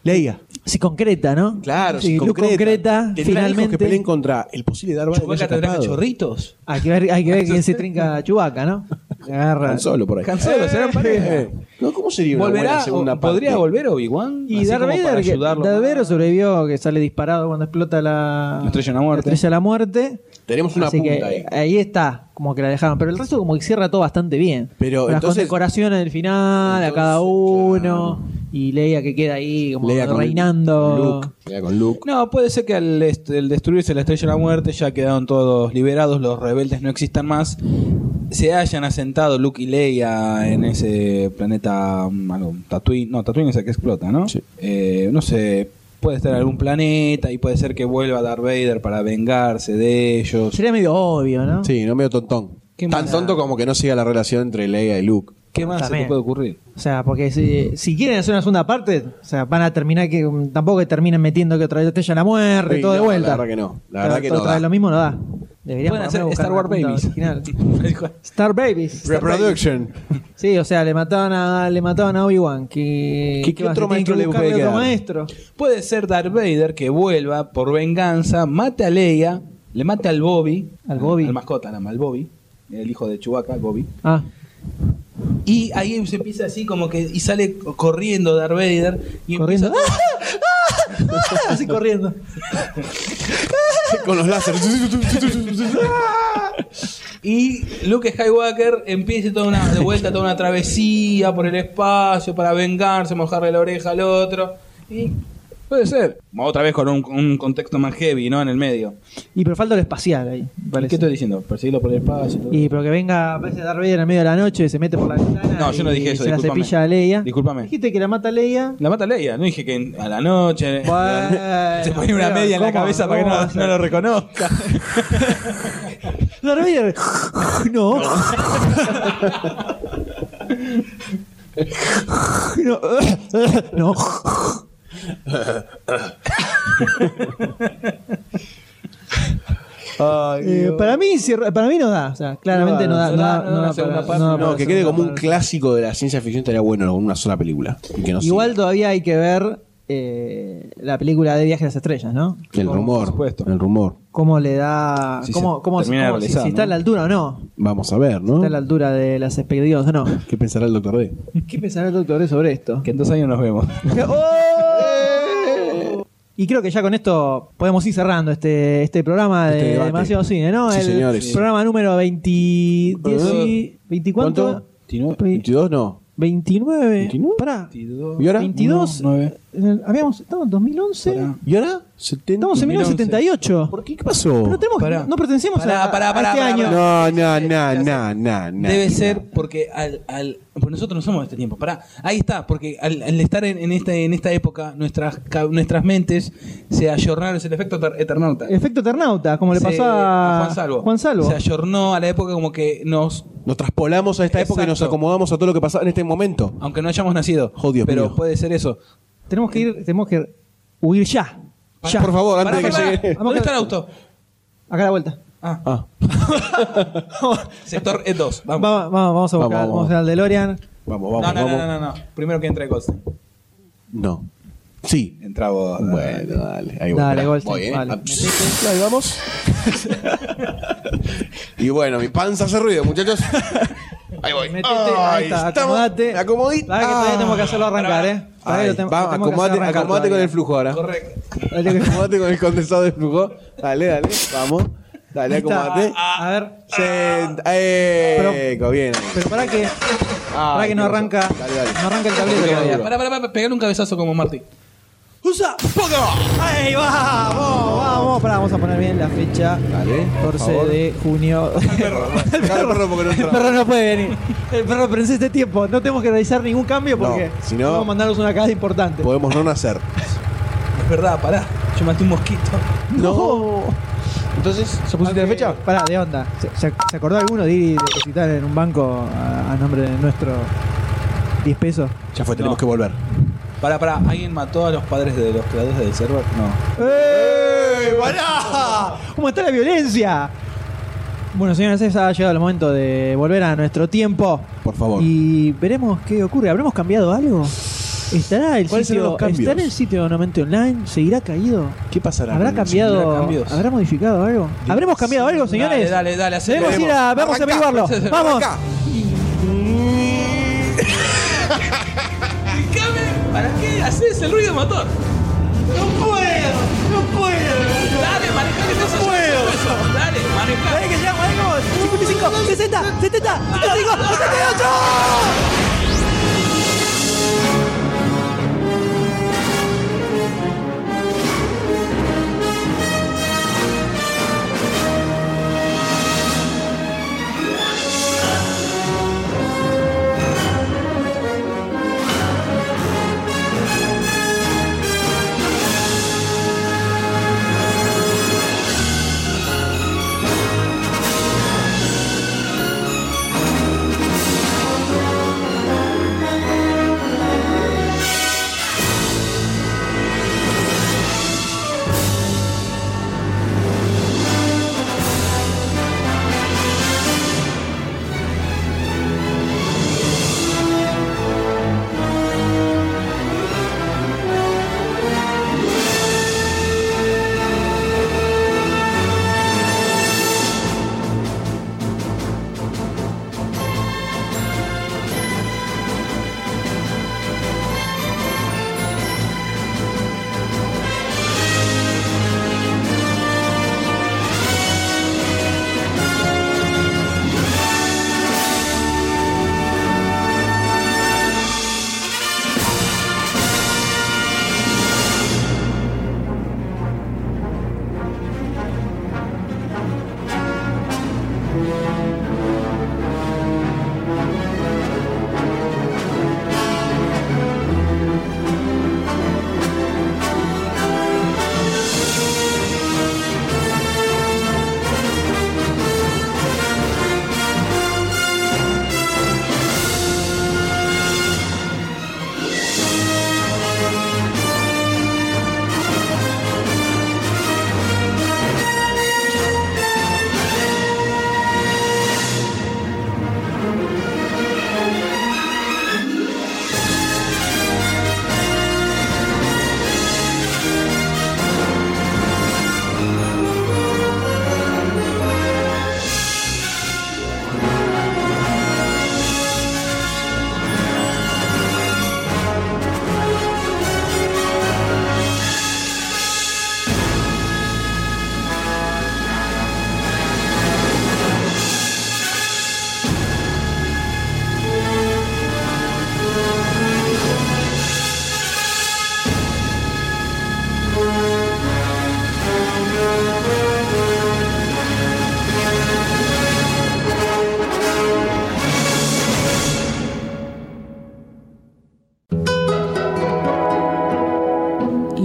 Speaker 8: Leia.
Speaker 5: Se concreta, ¿no?
Speaker 8: Claro,
Speaker 5: Sí,
Speaker 8: se
Speaker 5: Luke
Speaker 8: concreta.
Speaker 5: concreta,
Speaker 8: Tendrá
Speaker 5: finalmente.
Speaker 8: hijos que peleen contra el posible Darth Vader. que haya
Speaker 6: Chewbacca tendrá
Speaker 8: escapado.
Speaker 6: cachorritos.
Speaker 5: Hay que ver, hay que ver quién se trinca a Chubaca, ¿no? Agarra.
Speaker 8: Han Solo por ahí.
Speaker 6: Han Solo, serán pareja.
Speaker 8: No, ¿Cómo sería una
Speaker 6: ¿Volverá
Speaker 8: buena segunda
Speaker 6: o-
Speaker 8: parte?
Speaker 6: ¿Podría volver Obi-Wan?
Speaker 5: Y
Speaker 6: Así
Speaker 5: Darth
Speaker 6: como para
Speaker 5: Vader, que-
Speaker 6: ayudarlo.
Speaker 5: Darth Vader sobrevivió, que sale disparado cuando explota la,
Speaker 6: La estrella de la muerte.
Speaker 5: estrella de la muerte.
Speaker 8: Tenemos una
Speaker 5: Así
Speaker 8: punta
Speaker 5: que eh,
Speaker 8: ahí.
Speaker 5: está, como que la dejaron. Pero el resto como que cierra todo bastante bien.
Speaker 8: Pero
Speaker 5: Las
Speaker 8: entonces-
Speaker 5: condecoraciones del final a cada uno. Y Leia que queda ahí como
Speaker 6: Leia con
Speaker 5: reinando.
Speaker 6: Luke.
Speaker 8: Leia con Luke.
Speaker 6: No, puede ser que al est- el destruirse la estrella de la muerte ya quedaron todos liberados, los rebeldes no existan más, se hayan asentado Luke y Leia en ese planeta, mm, algo, Tatooine, no, Tatooine es el que explota, ¿no? Eh, no sé, puede estar en algún planeta y puede ser que vuelva Darth Vader para vengarse de ellos.
Speaker 5: Sería medio obvio, ¿no?
Speaker 8: Sí, no medio tontón. Tan tonto como que no siga la relación entre Leia y Luke.
Speaker 6: ¿Qué más se
Speaker 5: También.
Speaker 6: te puede ocurrir?
Speaker 5: O sea, porque si, si quieren hacer una segunda parte, o sea, van a terminar que um, tampoco que terminen metiendo que otra vez la estrella de la muerte,
Speaker 8: Sí,
Speaker 5: todo de
Speaker 8: no,
Speaker 5: vuelta.
Speaker 8: La verdad que no. La
Speaker 5: Claro,
Speaker 8: verdad que
Speaker 5: todo
Speaker 8: no.
Speaker 5: otra vez
Speaker 8: da.
Speaker 5: lo mismo no da. Deberían
Speaker 6: Pueden hacer Star Wars Babies.
Speaker 5: Star Babies.
Speaker 8: Reproduction.
Speaker 5: Sí, o sea, le mataban a, le mataban a Obi-Wan. Que,
Speaker 6: ¿Qué-
Speaker 5: que
Speaker 6: qué
Speaker 5: va,
Speaker 6: otro
Speaker 5: se tienen
Speaker 6: maestro
Speaker 5: que
Speaker 6: le
Speaker 5: buscarle
Speaker 6: puede
Speaker 5: otro
Speaker 6: quedar?
Speaker 5: maestro.
Speaker 6: Puede ser Darth Vader que vuelva por venganza, mate a Leia, le mate al Bobby, al Bobby, al mascota, nada más, al Bobby, el hijo de Chewbacca, al Bobby.
Speaker 5: Ah.
Speaker 6: Y ahí se empieza así como que y sale corriendo Darth Vader y
Speaker 5: corriendo
Speaker 6: empieza
Speaker 5: así corriendo.
Speaker 8: Con los láseres.
Speaker 6: y Luke Skywalker empieza toda una de vuelta toda una travesía por el espacio para vengarse, mojarle la oreja al otro y puede ser otra vez con un, un contexto más heavy, ¿no? En el medio.
Speaker 5: Y pero falta lo espacial ahí.
Speaker 6: ¿Qué estoy diciendo? Perseguirlo por el espacio. todo.
Speaker 5: Y pero que venga, aparece Darth Vader en medio de la noche, se mete por la ventana.
Speaker 6: No, yo no
Speaker 5: y
Speaker 6: dije eso,
Speaker 5: Se la
Speaker 6: discúlpame.
Speaker 5: cepilla a Leia.
Speaker 6: Discúlpame.
Speaker 5: Dijiste que la mata Leia.
Speaker 6: La mata Leia, no dije que en- a la noche.
Speaker 5: Bueno,
Speaker 6: se ponía una
Speaker 5: pero
Speaker 6: media en la
Speaker 5: ¿cómo-
Speaker 6: cabeza para que
Speaker 5: cómo
Speaker 6: no,
Speaker 5: va a ser?
Speaker 6: no lo reconozca.
Speaker 5: Darth Vader. No. No. No. Eh, para mí cierra- para mí no da, o sea, claramente no da, no da, no da para- no da
Speaker 8: No,
Speaker 5: para
Speaker 8: que quede
Speaker 5: segunda
Speaker 8: como un
Speaker 5: parte.
Speaker 8: clásico de la ciencia ficción estaría bueno con una sola película. Y que no
Speaker 5: Igual todavía hay que ver eh, la película de Viaje a las Estrellas, ¿no?
Speaker 8: siga. El rumor. El rumor.
Speaker 5: Cómo le da,
Speaker 8: Si se
Speaker 5: cómo, cómo-
Speaker 8: termina de
Speaker 5: cómo- si-
Speaker 8: realizar,
Speaker 5: si está
Speaker 8: ¿no?
Speaker 5: a la altura o no.
Speaker 8: Vamos a ver, ¿no?
Speaker 5: está a la altura de las expectativas o no.
Speaker 8: ¿Qué pensará el doctor D?
Speaker 5: ¿Qué pensará el doctor D sobre esto?
Speaker 6: Que en dos años nos vemos.
Speaker 5: Y creo que ya con esto podemos ir cerrando este, este programa
Speaker 8: Este
Speaker 5: de
Speaker 8: debate.
Speaker 5: Demasiado Cine, ¿no?
Speaker 8: Sí,
Speaker 5: el
Speaker 8: señores.
Speaker 5: programa número 20, 10 y- 20 ¿cuánto?
Speaker 8: ¿29? ¿22? No.
Speaker 5: 29. Pará.
Speaker 8: ¿Y ahora?
Speaker 5: 22. en el- habíamos, estamos en 2011.
Speaker 8: ¿Y ahora?
Speaker 5: Estamos en 1978.
Speaker 8: ¿Por qué? ¿Qué pasó?
Speaker 5: No, tenemos,
Speaker 6: Pará.
Speaker 5: no pertenecemos
Speaker 6: Pará,
Speaker 5: a,
Speaker 6: pará,
Speaker 5: a
Speaker 6: pará,
Speaker 5: este
Speaker 6: pará,
Speaker 5: año.
Speaker 6: pará.
Speaker 8: No, no, no, no, no, no.
Speaker 6: Debe ser porque al, al porque nosotros no somos de este tiempo. Pará, ahí está, porque al, al estar en, en esta en esta época nuestras ca- nuestras mentes se ayornaron, es el efecto ter- eternauta.
Speaker 5: Efecto Eternauta, como le
Speaker 6: Se-
Speaker 5: pasó a,
Speaker 6: Juan Salvo.
Speaker 5: Juan Salvo.
Speaker 6: Se ayornó a la época como que nos
Speaker 8: Nos traspolamos a esta época y nos
Speaker 6: Exacto.
Speaker 8: acomodamos a todo lo que pasaba en este momento.
Speaker 6: aunque no hayamos nacido,
Speaker 8: Oh, Dios
Speaker 6: pero
Speaker 8: mío.
Speaker 6: puede ser eso.
Speaker 5: Tenemos que ir, tenemos que huir ya. Ya.
Speaker 8: Por favor, antes de
Speaker 6: Pará,
Speaker 8: que
Speaker 6: pará,
Speaker 8: llegue.
Speaker 6: ¿Dónde está el auto?
Speaker 5: Acá a la vuelta.
Speaker 8: Ah,
Speaker 6: Sector E2, vamos.
Speaker 5: Vamos, vamos, vamos a buscar,
Speaker 8: Vamos,
Speaker 5: vamos,
Speaker 8: vamos.
Speaker 5: a buscar al DeLorean.
Speaker 8: vamos,
Speaker 6: No,
Speaker 8: vamos,
Speaker 6: no,
Speaker 8: vamos.
Speaker 6: no, no, no, no. Primero que entre Goldstein.
Speaker 8: No. Sí.
Speaker 6: Entra vos.
Speaker 8: Bueno, dale. Ahí voy.
Speaker 5: Dale,
Speaker 8: Pará,
Speaker 5: Goldstein,
Speaker 8: voy, ¿eh?
Speaker 5: vale.
Speaker 8: Ah, pss, Ahí vamos. y bueno, mi panza hace ruido, muchachos. Ahí voy.
Speaker 5: Metete, ahí
Speaker 8: Ahí
Speaker 5: está,
Speaker 8: estamos.
Speaker 5: acomodate.
Speaker 8: Acomodí.
Speaker 5: Pará que todavía tenemos que hacerlo arrancar, eh. Pará que
Speaker 8: Ahí,
Speaker 5: lo tem- tenemos
Speaker 8: vamos,
Speaker 5: que hacer
Speaker 8: acomodate,
Speaker 5: arrancar
Speaker 8: acomodate con
Speaker 5: todavía.
Speaker 8: el flujo ahora.
Speaker 6: Correcto.
Speaker 8: Acomodate con el condensado de flujo. Dale, dale, vamos. Dale,
Speaker 5: Ahí está.
Speaker 8: acomodate.
Speaker 5: A ver,
Speaker 8: Senta. Eco, bien. ahí.
Speaker 5: pero pará que, pará
Speaker 8: Ay,
Speaker 5: que no
Speaker 8: qué pasó.
Speaker 5: arranca,
Speaker 8: Dale, dale.
Speaker 5: no arranca el tablero
Speaker 8: Pero-
Speaker 5: todavía.
Speaker 6: Pará, pará, pará, pegale un cabezazo como Martí.
Speaker 5: ¡Usa! ¡Ahí vamos! Vamos, pará, vamos a poner bien la fecha.
Speaker 8: Dale, por
Speaker 5: 14
Speaker 8: favor.
Speaker 5: de junio. El perro,
Speaker 8: Dale, perro, porque
Speaker 5: el
Speaker 8: no entra.
Speaker 5: perro no puede venir. El perro prensa este tiempo. No tenemos que realizar ningún cambio porque
Speaker 8: No, si no-
Speaker 5: vamos a mandarnos una cagada importante.
Speaker 8: Podemos no nacer.
Speaker 6: Es verdad, pará. Yo maté un mosquito.
Speaker 8: No. Entonces, ¿se pusiste la fecha?
Speaker 5: Pará, de onda. ¿Se, se- se acordó alguno de ir y depositar en un banco a, a nombre de nuestro 10 pesos?
Speaker 8: Ya fue, tenemos
Speaker 6: No.
Speaker 8: que volver.
Speaker 6: Pará, pará. ¿Alguien mató a los padres de los creadores del server? No.
Speaker 5: ¡Eh! ¡Pará! ¿Cómo está la violencia? Bueno, señores, ha llegado el momento de volver a nuestro tiempo.
Speaker 8: Por favor.
Speaker 5: Y veremos qué ocurre. ¿Habremos cambiado algo? ¿Estará el
Speaker 8: ¿Cuáles serán
Speaker 5: sitio,
Speaker 8: los cambios?
Speaker 5: ¿estará el sitio nuevamente online? ¿Seguirá caído?
Speaker 8: ¿Qué pasará?
Speaker 5: ¿Habrá
Speaker 8: Bruno?
Speaker 5: cambiado?
Speaker 8: ¿Seguirá cambios?
Speaker 5: ¿Habrá modificado algo? ¿Habremos cambiado algo, señores?
Speaker 6: Dale, dale, dale, así
Speaker 5: Debemos
Speaker 6: queremos.
Speaker 5: ir a, vamos a
Speaker 6: Arrancá,
Speaker 5: averiguarlo.
Speaker 6: Princesa,
Speaker 5: Vamos.
Speaker 6: arrancá. ¿Para qué haces el ruido de motor? ¡No puedo! ¡No puedo! Dale, maneja que estás puedo. Dale, maneja. Dale que ya, manejo.
Speaker 5: 55, 60, 70, 75, 78.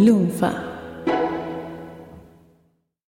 Speaker 2: Lunfa.